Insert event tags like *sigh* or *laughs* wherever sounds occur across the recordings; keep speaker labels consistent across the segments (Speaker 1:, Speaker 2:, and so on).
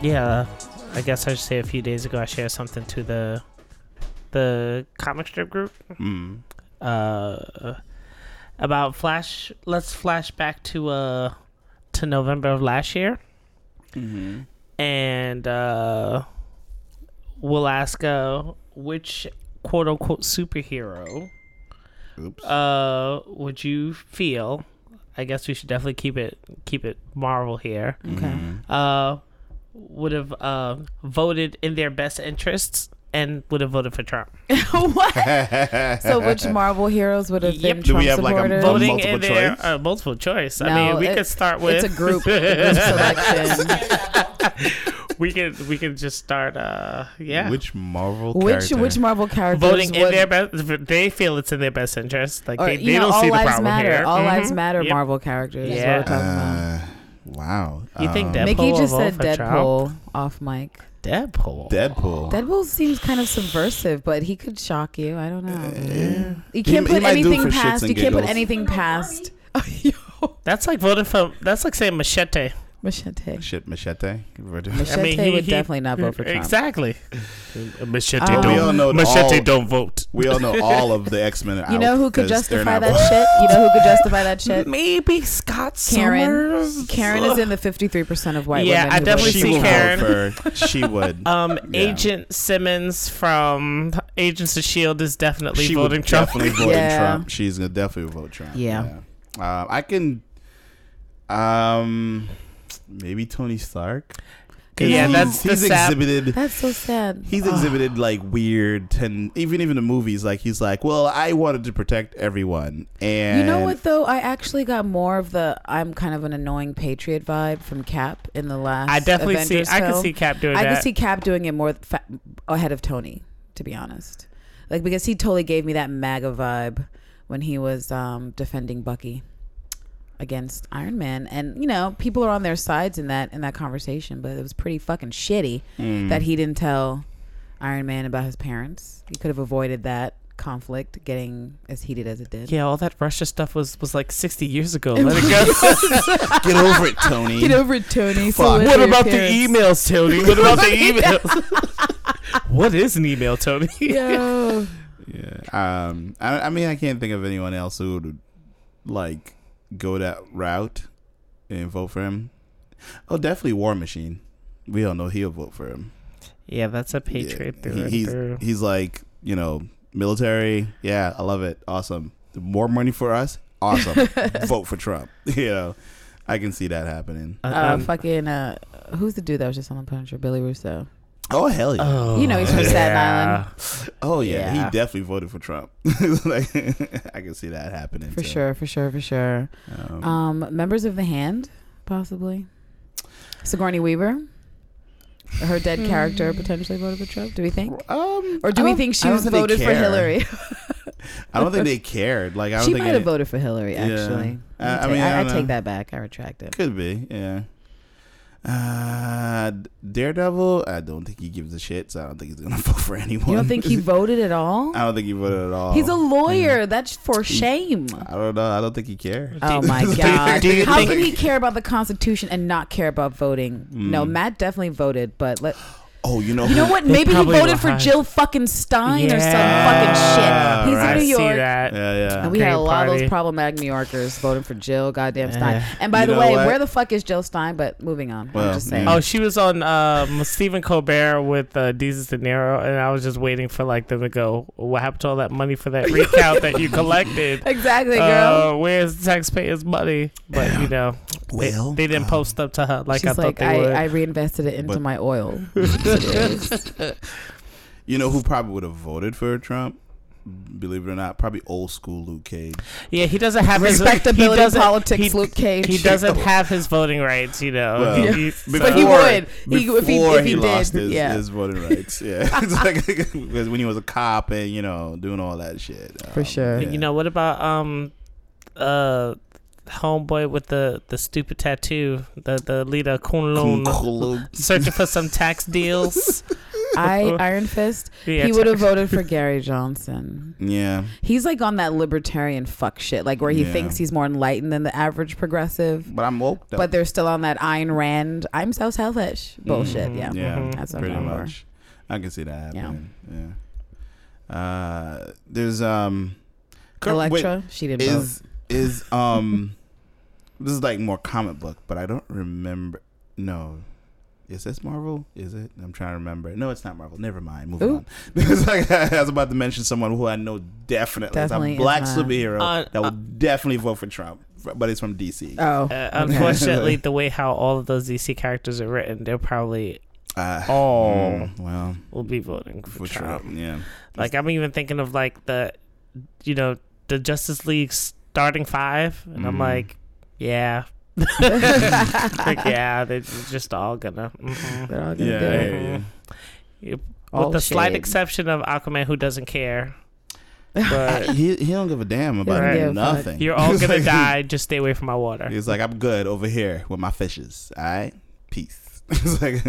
Speaker 1: yeah, I guess I should say a few days ago I shared something to the the comic strip group
Speaker 2: Mm.
Speaker 1: uh, about flash. Let's flash back to uh to November of last year,
Speaker 2: Mhm.
Speaker 1: and uh, we'll ask uh, which quote unquote superhero
Speaker 2: Oops.
Speaker 1: uh would you feel? I guess we should definitely keep it keep it Marvel here.
Speaker 2: Mm-hmm.
Speaker 3: Okay.
Speaker 1: uh, would have uh, voted in their best interests and would have voted for Trump.
Speaker 3: *laughs*
Speaker 2: *laughs*
Speaker 3: what? So which Marvel heroes would have
Speaker 1: Yep.
Speaker 3: been Trump
Speaker 2: Do we have, like, a
Speaker 3: supporters?
Speaker 2: vote?
Speaker 1: Voting
Speaker 2: multiple
Speaker 1: in their
Speaker 2: choice?
Speaker 1: uh, multiple choice. I
Speaker 3: No,
Speaker 1: mean, we
Speaker 3: it-
Speaker 1: could start with
Speaker 3: It's a group, a group
Speaker 1: *laughs*
Speaker 3: selection.
Speaker 1: we could we could just start. Uh, yeah,
Speaker 2: Which Marvel
Speaker 3: which
Speaker 2: character?
Speaker 3: which Marvel characters?
Speaker 1: voting in
Speaker 3: would-
Speaker 1: their best. They feel it's in their best interest. Like
Speaker 3: or,
Speaker 1: they,
Speaker 3: you
Speaker 1: they
Speaker 3: know,
Speaker 1: don't
Speaker 3: all
Speaker 1: see the
Speaker 3: lives
Speaker 1: problem
Speaker 3: matter.
Speaker 1: here.
Speaker 3: All
Speaker 1: Mhm.
Speaker 3: lives matter.
Speaker 1: Yep.
Speaker 3: Marvel characters. is what
Speaker 1: Yeah.
Speaker 3: we're talking about.
Speaker 2: Uh, wow.
Speaker 1: You think
Speaker 2: Um,
Speaker 1: Deadpool
Speaker 3: Mickey just
Speaker 1: will
Speaker 3: said
Speaker 1: vote for Trump?
Speaker 3: Deadpool off mic.
Speaker 1: Deadpool.
Speaker 2: Deadpool?
Speaker 3: Deadpool seems kind of subversive, but he could shock you. I don't know.
Speaker 2: Uh, Yeah.
Speaker 3: You can't
Speaker 2: he
Speaker 3: put
Speaker 2: might do
Speaker 3: anything
Speaker 2: for shits
Speaker 3: past.
Speaker 2: and
Speaker 3: You can't put
Speaker 2: giggles.
Speaker 3: anything past.
Speaker 1: That's like voting for. That's like saying machete.
Speaker 3: Machete.
Speaker 2: Shit, machete.
Speaker 3: Machete
Speaker 1: I mean, he-
Speaker 3: would
Speaker 1: he-
Speaker 3: definitely not vote for Trump.
Speaker 1: Exactly. *laughs* Machete
Speaker 3: Um,
Speaker 2: we
Speaker 3: don't-
Speaker 2: all know
Speaker 1: Machete
Speaker 2: all,
Speaker 1: don't vote.
Speaker 2: We all
Speaker 3: *laughs*
Speaker 2: know all of the X Men.
Speaker 3: You know who could justify that shit? You know who could justify that shit?
Speaker 1: Maybe Scott
Speaker 3: Karen.
Speaker 1: Summers.
Speaker 3: Karen is in the 53% of white
Speaker 1: Yeah,
Speaker 3: women.
Speaker 1: I
Speaker 3: who
Speaker 1: definitely
Speaker 2: *laughs* she
Speaker 3: voted
Speaker 1: see
Speaker 3: for
Speaker 2: will
Speaker 3: Trump.
Speaker 1: Karen.
Speaker 2: vote for. She
Speaker 1: *laughs*
Speaker 2: would.
Speaker 1: Um,
Speaker 2: Yeah.
Speaker 1: Agent Simmons from Agents of Shield E is definitely
Speaker 2: she
Speaker 1: voting
Speaker 2: would
Speaker 1: Trump.
Speaker 2: definitely vote
Speaker 3: Yeah.
Speaker 2: Trump. She's gonna definitely vote Trump.
Speaker 3: Yeah.
Speaker 2: Uh, I can. Um, maybe Tony Stark. 'Cause
Speaker 1: Yeah,
Speaker 2: he's-
Speaker 1: that's the
Speaker 2: he's
Speaker 1: sap-
Speaker 2: exhibited.
Speaker 3: That's so sad.
Speaker 2: He's exhibited like weird ten even even in movies like he's like well I wanted to protect everyone and
Speaker 3: You know what though? I actually got more of the I'm kind of an annoying patriot vibe from Cap in the last.
Speaker 1: I definitely
Speaker 3: Avengers
Speaker 1: see. I can
Speaker 3: film.
Speaker 1: see Cap doing
Speaker 3: I
Speaker 1: that.
Speaker 3: could see Cap doing it more fa- ahead of Tony, to be honest. Like because he totally gave me that MAGA vibe when he was um, defending Bucky against Iron Man, and you know people are on their sides in that in that conversation. But it was pretty fucking shitty
Speaker 2: Mm.
Speaker 3: that he didn't tell Iron Man about his parents. He could have avoided that conflict getting as heated as it did.
Speaker 1: yeah, all that Russia stuff was was like 60 years ago. Let it go.
Speaker 2: *laughs* get over it Tony
Speaker 3: Get over it, Tony.
Speaker 2: Fuck. What
Speaker 3: Solidarity parents.
Speaker 1: emails, Tony? What about
Speaker 3: *laughs*
Speaker 1: the emails? what is an email, Tony?
Speaker 3: Yo.
Speaker 2: Yeah. Um. I, I mean, I can't think of anyone else who would like go that route and vote for him. Oh, definitely War Machine. We all know he'll vote for him.
Speaker 1: Yeah, that's a patriot
Speaker 2: Yeah.
Speaker 1: through
Speaker 2: He-
Speaker 1: and
Speaker 2: he's
Speaker 1: through.
Speaker 2: he's like you know military. Yeah, I love it. Awesome. More money for us.
Speaker 3: *laughs*
Speaker 2: Awesome. vote for Trump. *laughs* You know, I can see that happening.
Speaker 1: Uh,
Speaker 3: Uh,
Speaker 1: um,
Speaker 3: fucking, uh, who's the dude that was just on the Punisher? Billy Russo.
Speaker 2: Oh hell yeah.
Speaker 1: oh,
Speaker 3: You know he's from Staten Island.
Speaker 2: oh
Speaker 1: yeah.
Speaker 2: yeah. He definitely voted for Trump. *laughs* like, I can see that happening
Speaker 3: For
Speaker 2: too.
Speaker 3: sure, for sure, for sure.
Speaker 2: Um,
Speaker 3: Um, members of the Hand, possibly. Sigourney Weaver. Her dead character potentially voted for Trump. Do we think?
Speaker 2: um,
Speaker 3: Or do
Speaker 2: I
Speaker 3: we
Speaker 2: don't-
Speaker 3: think she
Speaker 2: I don't
Speaker 3: was
Speaker 2: think they
Speaker 3: voted for
Speaker 2: care.
Speaker 3: Hillary?
Speaker 2: *laughs* I don't think they cared.
Speaker 3: *laughs*
Speaker 2: Like I don't
Speaker 3: she
Speaker 2: think
Speaker 3: might have
Speaker 2: it-
Speaker 3: voted for Hillary,
Speaker 2: Yeah.
Speaker 3: actually.
Speaker 2: I-
Speaker 3: Let
Speaker 2: I
Speaker 3: me
Speaker 2: mean, I
Speaker 3: take- I,
Speaker 2: don't
Speaker 3: take
Speaker 2: know.
Speaker 3: that back. I retract it.
Speaker 2: Could be, yeah. Uh, Daredevil. I don't think he gives a shit, so I don't think he's gonna *laughs* vote for anyone.
Speaker 3: You don't
Speaker 2: *laughs*
Speaker 3: think he voted at all?
Speaker 2: I don't think he voted at all. Mm.
Speaker 3: He's a lawyer. That's for
Speaker 2: He-
Speaker 3: shame.
Speaker 2: I don't know. I don't think he cared.
Speaker 3: Oh *laughs* my
Speaker 2: Do you-
Speaker 3: god!
Speaker 1: do you
Speaker 3: How
Speaker 1: think-
Speaker 3: can he care about the Constitution and not care about voting?
Speaker 1: Mm.
Speaker 3: No, Matt definitely voted, but let
Speaker 2: Oh, you know.
Speaker 3: you know
Speaker 2: who-
Speaker 3: what? Maybe he
Speaker 1: probably
Speaker 3: voted
Speaker 1: were
Speaker 3: for
Speaker 1: high.
Speaker 3: Jill fucking Stein or
Speaker 2: Yeah,
Speaker 3: some fucking shit. He's
Speaker 2: right.
Speaker 3: in New
Speaker 1: Oh, I
Speaker 3: York.
Speaker 1: see that.
Speaker 2: Yeah,
Speaker 3: And we had
Speaker 1: Great
Speaker 3: a lot of
Speaker 1: party. Eh.
Speaker 3: those problematic New Yorkers voting for Jill goddamn Stein.
Speaker 1: Yeah.
Speaker 3: And by
Speaker 2: You
Speaker 3: the
Speaker 2: know
Speaker 3: way,
Speaker 2: what?
Speaker 3: where the fuck is Jill Stein? But moving on.
Speaker 2: Well,
Speaker 3: I'm just saying.
Speaker 2: yeah.
Speaker 1: Oh, she was on um, Stephen Colbert with uh, Jesus De Niro, and I was just waiting for like them to go. What happened to all that money for
Speaker 3: *laughs*
Speaker 1: that recount that you collected?
Speaker 3: Exactly, girl.
Speaker 1: Uh, where's the taxpayers' money? But you know, they,
Speaker 2: Well,
Speaker 1: they didn't post up to her like
Speaker 3: um, She's
Speaker 1: I thought
Speaker 3: like,
Speaker 1: they would.
Speaker 3: I, I reinvested it into
Speaker 2: But-
Speaker 1: *laughs*
Speaker 3: my oil. *laughs*
Speaker 2: yeah. *laughs* You know who probably would have voted for Trump? Believe it or not, probably old school Luke Cage.
Speaker 1: yeah, he doesn't have his- he
Speaker 3: Respectability
Speaker 1: doesn't-
Speaker 3: politics,
Speaker 1: he-
Speaker 3: Luke Cage.
Speaker 1: He doesn't have his voting rights, you know.
Speaker 2: Well,
Speaker 1: He-
Speaker 2: Yeah.
Speaker 1: he's-
Speaker 3: But Oh, he
Speaker 1: so-
Speaker 3: would. He-
Speaker 2: before
Speaker 3: if he- if he did,
Speaker 2: lost his,
Speaker 3: yeah.
Speaker 2: his voting rights. Yeah,
Speaker 3: *laughs*
Speaker 2: it's like *laughs* because when he was a cop and you know doing all that shit. Um,
Speaker 3: For sure.
Speaker 1: You know what about um, uh, homeboy with the the stupid tattoo, the the leader Kunlun.
Speaker 2: Kunlun. *laughs*
Speaker 1: searching for some tax deals.
Speaker 3: I Iron Fist,
Speaker 1: Yeah,
Speaker 3: he would have voted for Gary Johnson.
Speaker 2: Yeah.
Speaker 3: He's like on that libertarian fuck shit, like where he
Speaker 2: Yeah.
Speaker 3: thinks he's more enlightened than the average progressive,
Speaker 2: But I'm woke though.
Speaker 3: but they're still on that Ayn Rand, I'm so selfish bullshit.
Speaker 1: Mhm.
Speaker 3: Yeah.
Speaker 2: yeah,
Speaker 1: Mhm.
Speaker 3: That's what I'm
Speaker 2: pretty
Speaker 3: going for.
Speaker 2: much. I can see that
Speaker 3: Yeah.
Speaker 2: happening. Yeah. Uh, there's um, Kurt- wait,
Speaker 3: Electra, she did vote.
Speaker 2: is is um, *laughs* this is like more comic book, but I don't remember. No, is this Marvel? Is it? I'm trying to remember. No, it's not Marvel. Never mind. Moving
Speaker 3: Ooh.
Speaker 2: on. *laughs* Because like, I was about to mention someone who I know definitely,
Speaker 3: Definitely
Speaker 2: is
Speaker 3: is
Speaker 2: a black
Speaker 3: not.
Speaker 2: superhero
Speaker 1: Uh,
Speaker 2: that will
Speaker 1: uh,
Speaker 2: definitely vote for Trump, but it's from DC.
Speaker 3: *laughs*
Speaker 1: *laughs*
Speaker 3: Oh, *laughs*
Speaker 1: Uh,
Speaker 3: okay.
Speaker 2: *laughs*
Speaker 1: unfortunately, the way how all of those DC characters are written, they're probably
Speaker 2: Uh,
Speaker 1: all
Speaker 2: mm, well
Speaker 1: will be voting
Speaker 2: for Trump. Yeah.
Speaker 1: Like I'm even thinking of like the, you know, the Justice League starting five, and I'm
Speaker 2: Mhm.
Speaker 1: like,
Speaker 2: *laughs*
Speaker 1: yeah, like, yeah, they're just all gonna. mhm.
Speaker 3: They're all gonna
Speaker 2: Yeah.
Speaker 3: do
Speaker 2: I
Speaker 3: it.
Speaker 2: hear you.
Speaker 1: Yep.
Speaker 3: All
Speaker 1: With the slight
Speaker 3: shade.
Speaker 1: exception of Aquaman, who doesn't
Speaker 2: *laughs*
Speaker 1: care, but
Speaker 2: he, he don't give a damn about
Speaker 1: Right.
Speaker 3: Yeah, fuck.
Speaker 2: nothing.
Speaker 1: you're all
Speaker 2: It's
Speaker 1: gonna
Speaker 2: *laughs* like-
Speaker 1: die. Just stay away from my water.
Speaker 2: He's like, I'm good over here with my fishes. All right, peace. *laughs* it's like,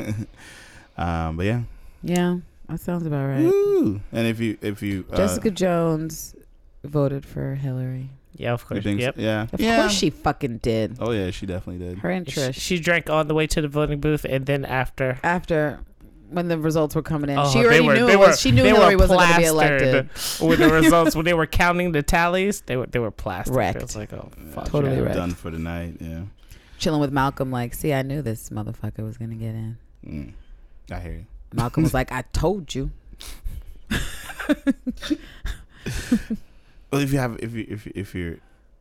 Speaker 2: um, but yeah.
Speaker 3: Yeah, that sounds about right.
Speaker 2: Woo. And if you if you uh,
Speaker 3: Jessica Jones voted for Hillary.
Speaker 1: Yeah, of
Speaker 2: you
Speaker 1: course.
Speaker 2: think,
Speaker 1: Yep.
Speaker 2: yeah,
Speaker 3: Of
Speaker 2: yeah.
Speaker 3: course she fucking did.
Speaker 2: oh yeah, she definitely did.
Speaker 3: Her and
Speaker 1: She,
Speaker 3: Trish.
Speaker 1: she drank on the way to the voting booth, and then after.
Speaker 3: After when the results were coming in,
Speaker 1: Oh,
Speaker 3: she
Speaker 1: they
Speaker 3: already
Speaker 1: were-
Speaker 3: knew
Speaker 1: they
Speaker 3: it
Speaker 1: were-
Speaker 3: was, she knew
Speaker 1: they were
Speaker 3: Hillary wasn't going to be
Speaker 1: plastered.
Speaker 3: elected.
Speaker 1: *laughs* with
Speaker 3: *laughs*
Speaker 1: the results when they were counting the tallies, they were they were plastic.
Speaker 3: Wrecked.
Speaker 1: It was like, oh fuck,
Speaker 3: Totally
Speaker 1: yeah.
Speaker 3: wrecked.
Speaker 2: done for the night. Yeah,
Speaker 3: Chilling with Malcolm, like, see, I knew this motherfucker was going to get in.
Speaker 2: Mm. I hear you.
Speaker 3: Malcolm *laughs* was like, I told you.
Speaker 2: Well, if you have if you if you- if you're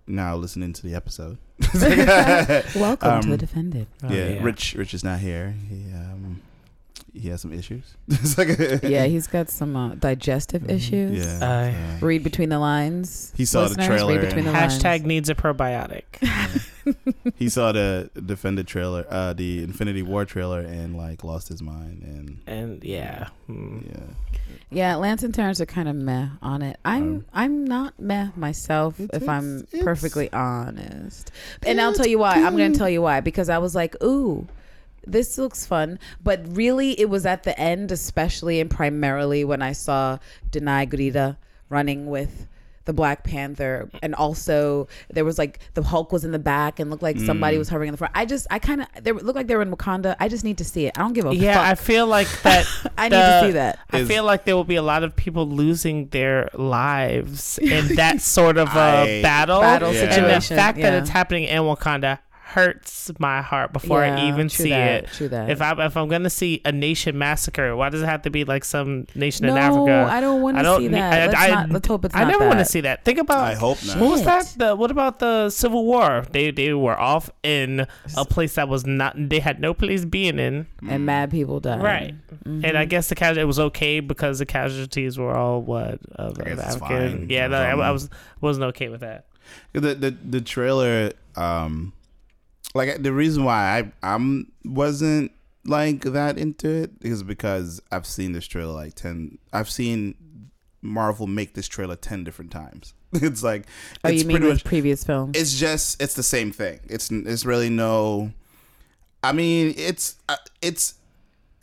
Speaker 2: now listening to the episode, *laughs*
Speaker 3: *laughs* Welcome to
Speaker 2: Um,
Speaker 3: the defendant.
Speaker 1: Oh,
Speaker 2: yeah, Rich Rich is not here. He um he has some issues. *laughs* it's like
Speaker 3: Yeah, he's got some uh, digestive issues.
Speaker 2: *laughs* yeah.
Speaker 1: Uh,
Speaker 2: so-
Speaker 3: Read between the lines.
Speaker 2: He saw the
Speaker 3: Listeners,
Speaker 2: trailer
Speaker 3: Read between the
Speaker 1: Hashtag
Speaker 3: lines.
Speaker 1: needs a probiotic.
Speaker 3: *laughs*
Speaker 2: he saw the defended trailer uh the infinity war trailer and like lost his mind and
Speaker 1: And yeah. Hmm.
Speaker 2: yeah
Speaker 3: Yeah, Lance and Terrence are kind of meh on it. I'm
Speaker 1: Oh.
Speaker 2: Um,
Speaker 3: I'm not meh myself,
Speaker 2: It's-
Speaker 3: if I'm
Speaker 2: it's-
Speaker 3: perfectly honest. And I'll
Speaker 2: it's
Speaker 3: tell you why. I'm going
Speaker 2: good.
Speaker 3: to tell you why because I was like, ooh. This looks fun, but really, it was at the end, especially and primarily when I saw Denai Gurira running with the Black Panther, and also there was like the Hulk was in the back and looked like somebody
Speaker 2: Mm.
Speaker 3: was hovering in the front. I just, I kind of, they looked like they were in Wakanda. I just need to see it. I don't give a
Speaker 1: Yeah, I
Speaker 3: fuck.
Speaker 1: feel like that.
Speaker 3: *laughs* I, need
Speaker 1: the-
Speaker 3: to see that.
Speaker 1: I
Speaker 2: Is-
Speaker 1: feel like there will be a lot of people losing their
Speaker 3: *laughs*
Speaker 1: lives in that sort of a
Speaker 2: I-
Speaker 1: battle.
Speaker 3: Battle
Speaker 2: Yeah.
Speaker 1: And the
Speaker 3: situation.
Speaker 1: fact
Speaker 3: yeah.
Speaker 1: that it's happening in Wakanda hurts my heart before I
Speaker 3: Yeah,
Speaker 1: even
Speaker 3: true
Speaker 1: see
Speaker 3: that,
Speaker 1: it.
Speaker 3: True that.
Speaker 1: If I'm if I'm gonna see a nation massacre, why does it have to be like some nation
Speaker 3: no,
Speaker 1: in Africa?
Speaker 3: I don't want
Speaker 1: I
Speaker 3: to
Speaker 1: don't
Speaker 3: see
Speaker 1: need-
Speaker 3: that.
Speaker 1: I-
Speaker 3: let's,
Speaker 1: I-
Speaker 3: not, let's hope it's
Speaker 1: I
Speaker 3: not
Speaker 1: never
Speaker 3: that.
Speaker 1: want to see that. Think about
Speaker 2: i hope not
Speaker 3: Shit.
Speaker 1: what was that? The, what about the Civil War? They they were off in a place that was not. They had no place being in.
Speaker 3: And mad people die.
Speaker 1: Right. And
Speaker 3: Mm-hmm.
Speaker 1: I guess the casual it was okay because the casualties were all what of,
Speaker 2: I
Speaker 1: of
Speaker 2: guess it's
Speaker 1: African.
Speaker 2: fine.
Speaker 1: Yeah, no, I,
Speaker 2: Um,
Speaker 1: I was wasn't okay with that.
Speaker 2: the, the the trailer um like the reason why i i'm wasn't like that into it is because i've seen this trailer like 10 i've seen marvel make this trailer 10 different times *laughs* it's like
Speaker 3: Oh,
Speaker 2: it's
Speaker 3: you mean
Speaker 2: pretty much
Speaker 3: with previous films?
Speaker 2: it's just it's the same thing it's it's really no i mean it's uh, it's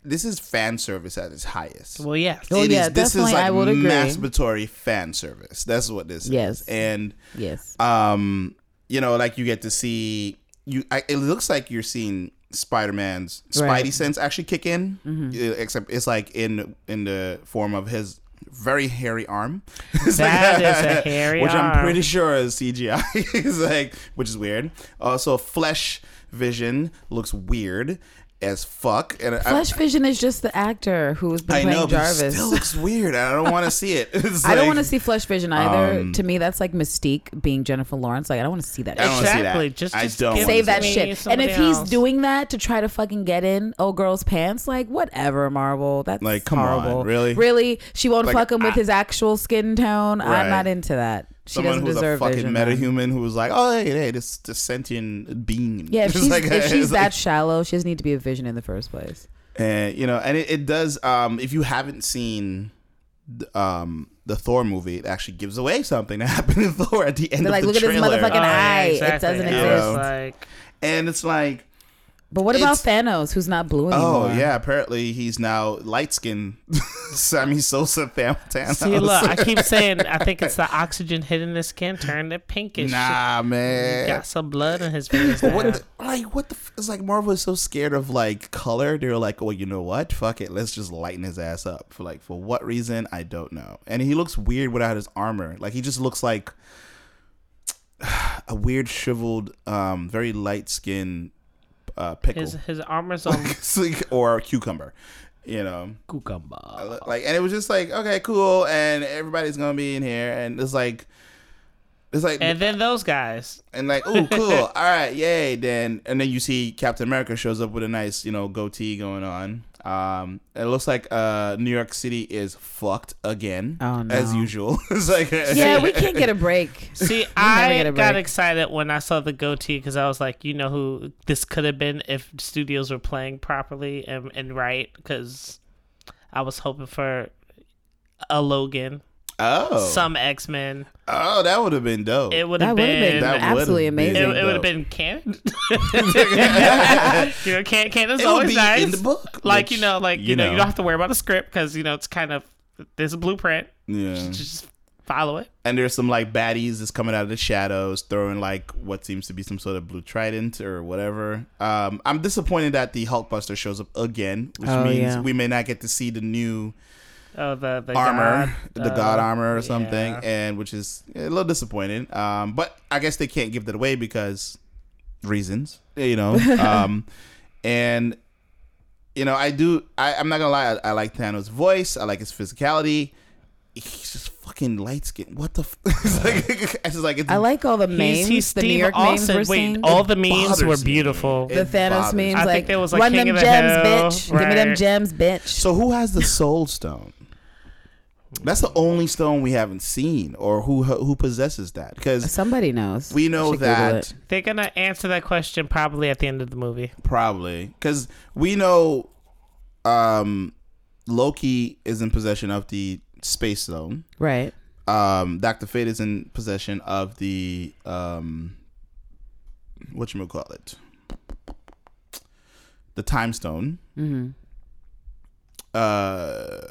Speaker 2: this is fan service at its highest
Speaker 1: Well, yes.
Speaker 3: Oh,
Speaker 2: It is-
Speaker 3: yeah, definitely, I would agree.
Speaker 2: masturbatory fan service that's what this
Speaker 3: Yes.
Speaker 2: is and
Speaker 3: yes.
Speaker 2: um you know like you get to see you I, it looks like you're seeing spider-man's spidey
Speaker 3: Right.
Speaker 2: sense actually kick in Uh, except it's like in in the form of his very hairy arm *laughs* It's
Speaker 1: That is
Speaker 2: *laughs*
Speaker 1: a hairy
Speaker 2: which i'm
Speaker 1: arm.
Speaker 2: pretty sure is cgi *laughs* it's like which is weird also flesh vision looks weird as fuck and I-
Speaker 3: Flash Vision is just the actor who has been
Speaker 2: I,
Speaker 3: playing
Speaker 2: know but it
Speaker 3: Jarvis.
Speaker 2: still looks weird and i don't want to see it *laughs* It's
Speaker 3: I don't
Speaker 2: like-
Speaker 3: want to see Flesh Vision either.
Speaker 2: um,
Speaker 3: to me, that's like Mystique being Jennifer Lawrence. Like I don't want to see that.
Speaker 2: I don't
Speaker 3: shit.
Speaker 2: wanna see that.
Speaker 1: Exactly. Just,
Speaker 2: I
Speaker 1: just
Speaker 2: don't
Speaker 1: give
Speaker 2: wanna
Speaker 3: Save
Speaker 2: see
Speaker 3: that
Speaker 1: me
Speaker 3: shit. And
Speaker 1: somebody
Speaker 3: if he's
Speaker 1: else.
Speaker 3: doing that to try to fucking get in old girl's pants, like whatever, Marvel. That's
Speaker 2: Like, come on,
Speaker 3: horrible.
Speaker 2: really?
Speaker 3: Really? She won't
Speaker 2: Like,
Speaker 3: fuck him with
Speaker 2: I-
Speaker 3: his actual skin tone.
Speaker 2: Right.
Speaker 3: I'm not into that. She
Speaker 2: Someone
Speaker 3: doesn't
Speaker 2: who's a
Speaker 3: deserve
Speaker 2: fucking
Speaker 3: vision. man.
Speaker 2: metahuman who was like, oh hey, hey this, this sentient being.
Speaker 3: Yeah, if
Speaker 2: *laughs* It's
Speaker 3: she's,
Speaker 2: like-
Speaker 3: if she's
Speaker 2: it's
Speaker 3: that
Speaker 2: like-
Speaker 3: shallow, she doesn't need to be a vision in the first place.
Speaker 2: *laughs* and you know, and it, it does. Um, if you haven't seen, th- um, the Thor movie, it actually gives away something that *laughs* happened in Thor at the end
Speaker 3: They're
Speaker 2: of
Speaker 3: like,
Speaker 1: *laughs*
Speaker 2: the
Speaker 3: look at this
Speaker 2: trailer,
Speaker 1: Oh,
Speaker 3: motherfucking-
Speaker 1: yeah,
Speaker 3: eye. It
Speaker 1: exactly.
Speaker 3: doesn't
Speaker 1: I was
Speaker 2: exist.
Speaker 1: Like,
Speaker 2: and it's like,
Speaker 3: But what about
Speaker 2: It's-
Speaker 3: Thanos, who's not blue anymore?
Speaker 2: Oh yeah, apparently he's now light skinned *laughs* Sammy Sosa Tham- Thanos. *laughs*
Speaker 1: See, look, I keep saying I think it's the oxygen hitting the skin turned it pinkish.
Speaker 2: nah, man.
Speaker 1: Got some blood in his veins.
Speaker 2: But
Speaker 1: now.
Speaker 2: *laughs* what the, like what the f- it's like Marvel is so scared of like color they were like well you know what fuck it let's just lighten his ass up for like for what reason I don't know and he looks weird without his armor like he just looks like *sighs* a weird shriveled um very light skin uh pickle
Speaker 1: His his armor's on *laughs*
Speaker 2: It's *laughs* like- or a cucumber you know
Speaker 1: cucumber.
Speaker 2: like and it was just like okay cool and everybody's gonna be in here and it's like it's like
Speaker 1: And then those
Speaker 2: *laughs*
Speaker 1: guys.
Speaker 2: and like,
Speaker 3: *laughs*
Speaker 2: oh, cool, all right, yay. Then and then you see Captain America shows up with a nice, you know, goatee going on. Um, it looks like uh, New York City is fucked again,
Speaker 3: Oh, no.
Speaker 2: as usual. *laughs* it's like,
Speaker 3: Yeah, we can't get
Speaker 1: *laughs*
Speaker 3: a break.
Speaker 1: See,
Speaker 3: get
Speaker 1: I
Speaker 3: a
Speaker 1: got
Speaker 3: break.
Speaker 1: excited when I saw the goatee because I was like, you know who this could have been if studios were playing properly and, and right because I was hoping for a Logan,
Speaker 2: oh,
Speaker 1: some X Men.
Speaker 2: oh, that would have been dope.
Speaker 1: It would
Speaker 3: That
Speaker 1: have
Speaker 3: would have
Speaker 1: been.
Speaker 3: been
Speaker 2: That
Speaker 3: absolutely
Speaker 2: would've been-
Speaker 1: it,
Speaker 3: amazing.
Speaker 2: would-
Speaker 1: would have been canon.
Speaker 2: *laughs*
Speaker 1: *laughs*
Speaker 2: it
Speaker 1: you know, canon, canon's
Speaker 2: would
Speaker 1: always
Speaker 2: be
Speaker 1: nice.
Speaker 2: in the book,
Speaker 1: like
Speaker 2: which,
Speaker 1: you know, like you, know, you don't have to worry about a script because you know it's kind of there's a blueprint.
Speaker 2: yeah.
Speaker 1: Just follow it.
Speaker 2: And there's some like baddies that's coming out of the shadows, throwing like what seems to be some sort of blue trident or whatever. Um, I'm disappointed that the Hulkbuster shows up again, which
Speaker 3: Oh,
Speaker 2: means
Speaker 3: yeah.
Speaker 2: we may not get to see the new
Speaker 1: Oh, the, the
Speaker 2: armor,
Speaker 1: god,
Speaker 2: *laughs* the
Speaker 1: uh,
Speaker 2: god armor or something,
Speaker 1: yeah.
Speaker 2: and which is a little disappointing. Um, but I guess they can't give that away because reasons,
Speaker 1: *laughs*
Speaker 2: you know. um, and you know, I do. I, I'm not gonna lie. I, I like Thanos' voice. I like his physicality. He's just fucking light skin. What the? F- *laughs* it's like, *laughs* it's just like it's
Speaker 3: I like all the
Speaker 1: He's,
Speaker 3: *laughs* memes,
Speaker 1: he's
Speaker 3: the New
Speaker 1: Steve
Speaker 3: York
Speaker 1: Austin.
Speaker 3: names we're
Speaker 1: Wait,
Speaker 3: seeing.
Speaker 1: all the memes
Speaker 2: bothers
Speaker 1: were
Speaker 2: me.
Speaker 1: beautiful.
Speaker 2: It
Speaker 3: the Thanos
Speaker 2: bothers me.
Speaker 3: memes,
Speaker 1: I
Speaker 3: like,
Speaker 1: think there was, like,
Speaker 3: run
Speaker 1: King of
Speaker 3: them
Speaker 1: the
Speaker 3: gems,
Speaker 1: Hill,
Speaker 3: bitch. Give me them
Speaker 1: right.
Speaker 3: gems, bitch.
Speaker 2: So who has the Soul Stone? That's the only stone we haven't seen, or who who possesses that? Because
Speaker 3: Somebody knows.
Speaker 2: we know
Speaker 3: Should Google
Speaker 2: that
Speaker 3: it.
Speaker 1: They're gonna answer that question probably at the end of the movie.
Speaker 2: Probably because we know um, Loki is in possession of the space zone.
Speaker 3: Right.
Speaker 2: Um, Doctor Fate is in possession of the um, what you call it, the time stone.
Speaker 1: Mm-hmm.
Speaker 3: Mhm.
Speaker 2: Uh,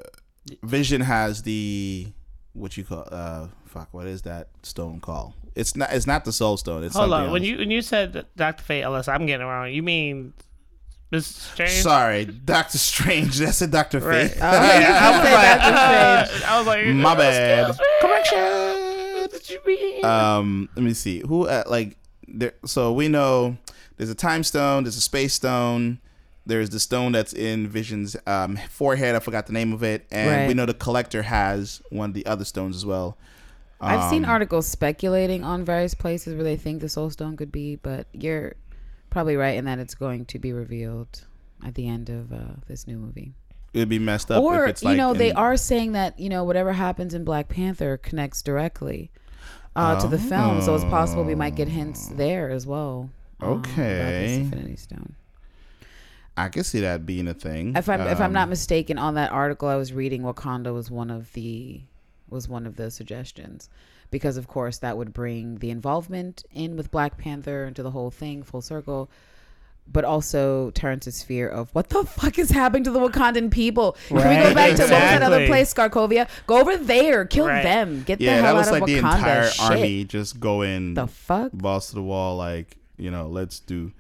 Speaker 2: Vision has the what you call uh, fuck. What is that stone called? It's not. It's not the soul stone. It's
Speaker 1: Hold
Speaker 2: something
Speaker 1: on, when
Speaker 2: else.
Speaker 1: you when you said Doctor Fate, unless I'm getting it wrong, you mean Miss Strange?
Speaker 2: Sorry, Doctor Strange. *laughs* That's a Doctor
Speaker 1: Right.
Speaker 2: Fate.
Speaker 3: Oh,
Speaker 2: *laughs*
Speaker 3: yeah, I'll *laughs* say Doctor Strange.
Speaker 1: Uh, I was like,
Speaker 2: My
Speaker 1: "Oh,
Speaker 2: bad.
Speaker 1: excuse me,
Speaker 2: Correction.
Speaker 1: What did you mean?
Speaker 3: Uh,
Speaker 2: Um, let me see. Who uh, like there? So we know there's a time stone. There's a space stone. There's the stone that's in Vision's um, forehead. I forgot the name of it. And
Speaker 3: Right.
Speaker 2: we know the collector has one of the other stones as well.
Speaker 3: I've seen
Speaker 2: Um,
Speaker 3: articles speculating on various places where they think the Soul Stone could be, but you're probably right in that it's going to be revealed at the end of uh, this new movie.
Speaker 2: It'd be messed up.
Speaker 3: or
Speaker 2: if it's
Speaker 3: you
Speaker 2: like
Speaker 3: know, they
Speaker 2: in-
Speaker 3: are saying that you know whatever happens in Black Panther connects directly uh, to the film, so it's possible we might get hints there as well. uh, about this
Speaker 2: Oh. Okay.
Speaker 3: Infinity Stone.
Speaker 2: I can see that being a thing.
Speaker 3: If I'm if I'm
Speaker 2: Um,
Speaker 3: not mistaken, on that article I was reading, Wakanda was one of the was one of the suggestions, because of course that would bring the involvement in with Black Panther into the whole thing full circle, but also Terrence's fear of what the fuck is happening to the Wakandan people. Can we
Speaker 1: Right,
Speaker 3: go back to what was that
Speaker 1: exactly.
Speaker 3: other place, Skarkovia? Go over there, kill
Speaker 1: Right.
Speaker 3: them, get
Speaker 2: yeah,
Speaker 3: the
Speaker 2: that
Speaker 3: hell out
Speaker 2: was
Speaker 3: of
Speaker 2: like
Speaker 3: Wakanda.
Speaker 2: the entire
Speaker 3: Shit.
Speaker 2: army just going
Speaker 3: The fuck?
Speaker 2: balls to the wall. Like you know, let's do.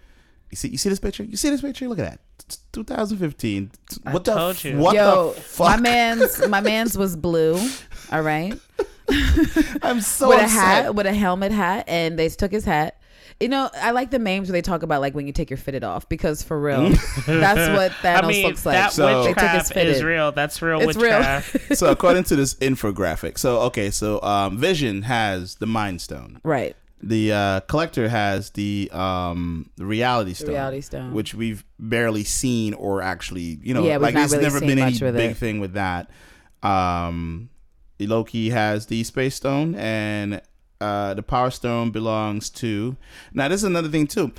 Speaker 2: You see, you see this picture. You see this picture. Look at that. It's 2015. What the?
Speaker 1: told
Speaker 2: f-
Speaker 1: you.
Speaker 2: What
Speaker 3: Yo,
Speaker 2: the fuck?
Speaker 3: my man's my man's was blue. All right.
Speaker 2: *laughs* I'm so
Speaker 3: with a
Speaker 2: upset.
Speaker 3: hat, with a helmet hat, and they took his hat. You know, I like the memes where they talk about like when you take your fitted off because for real, that's what Thanos
Speaker 1: Mm. *laughs* I mean,
Speaker 3: looks like.
Speaker 1: that
Speaker 2: So- They took his
Speaker 1: witchcraft is
Speaker 3: fitted.
Speaker 1: real. That's real
Speaker 3: It's real. *laughs*
Speaker 1: witchcraft.
Speaker 2: so according to this infographic, so okay, so um, Vision has the Mind Stone.
Speaker 3: right.
Speaker 2: The uh, Collector has the um, the Reality Stone.
Speaker 3: Reality Stone.
Speaker 2: which we've barely seen or actually, you know,
Speaker 3: Yeah, we've
Speaker 2: like
Speaker 3: not
Speaker 2: there's
Speaker 3: really
Speaker 2: never
Speaker 3: seen
Speaker 2: been any
Speaker 3: much with
Speaker 2: big
Speaker 3: it.
Speaker 2: thing with that. Um, Loki has the Space Stone, and uh, the Power Stone belongs to. Now, this is another thing too.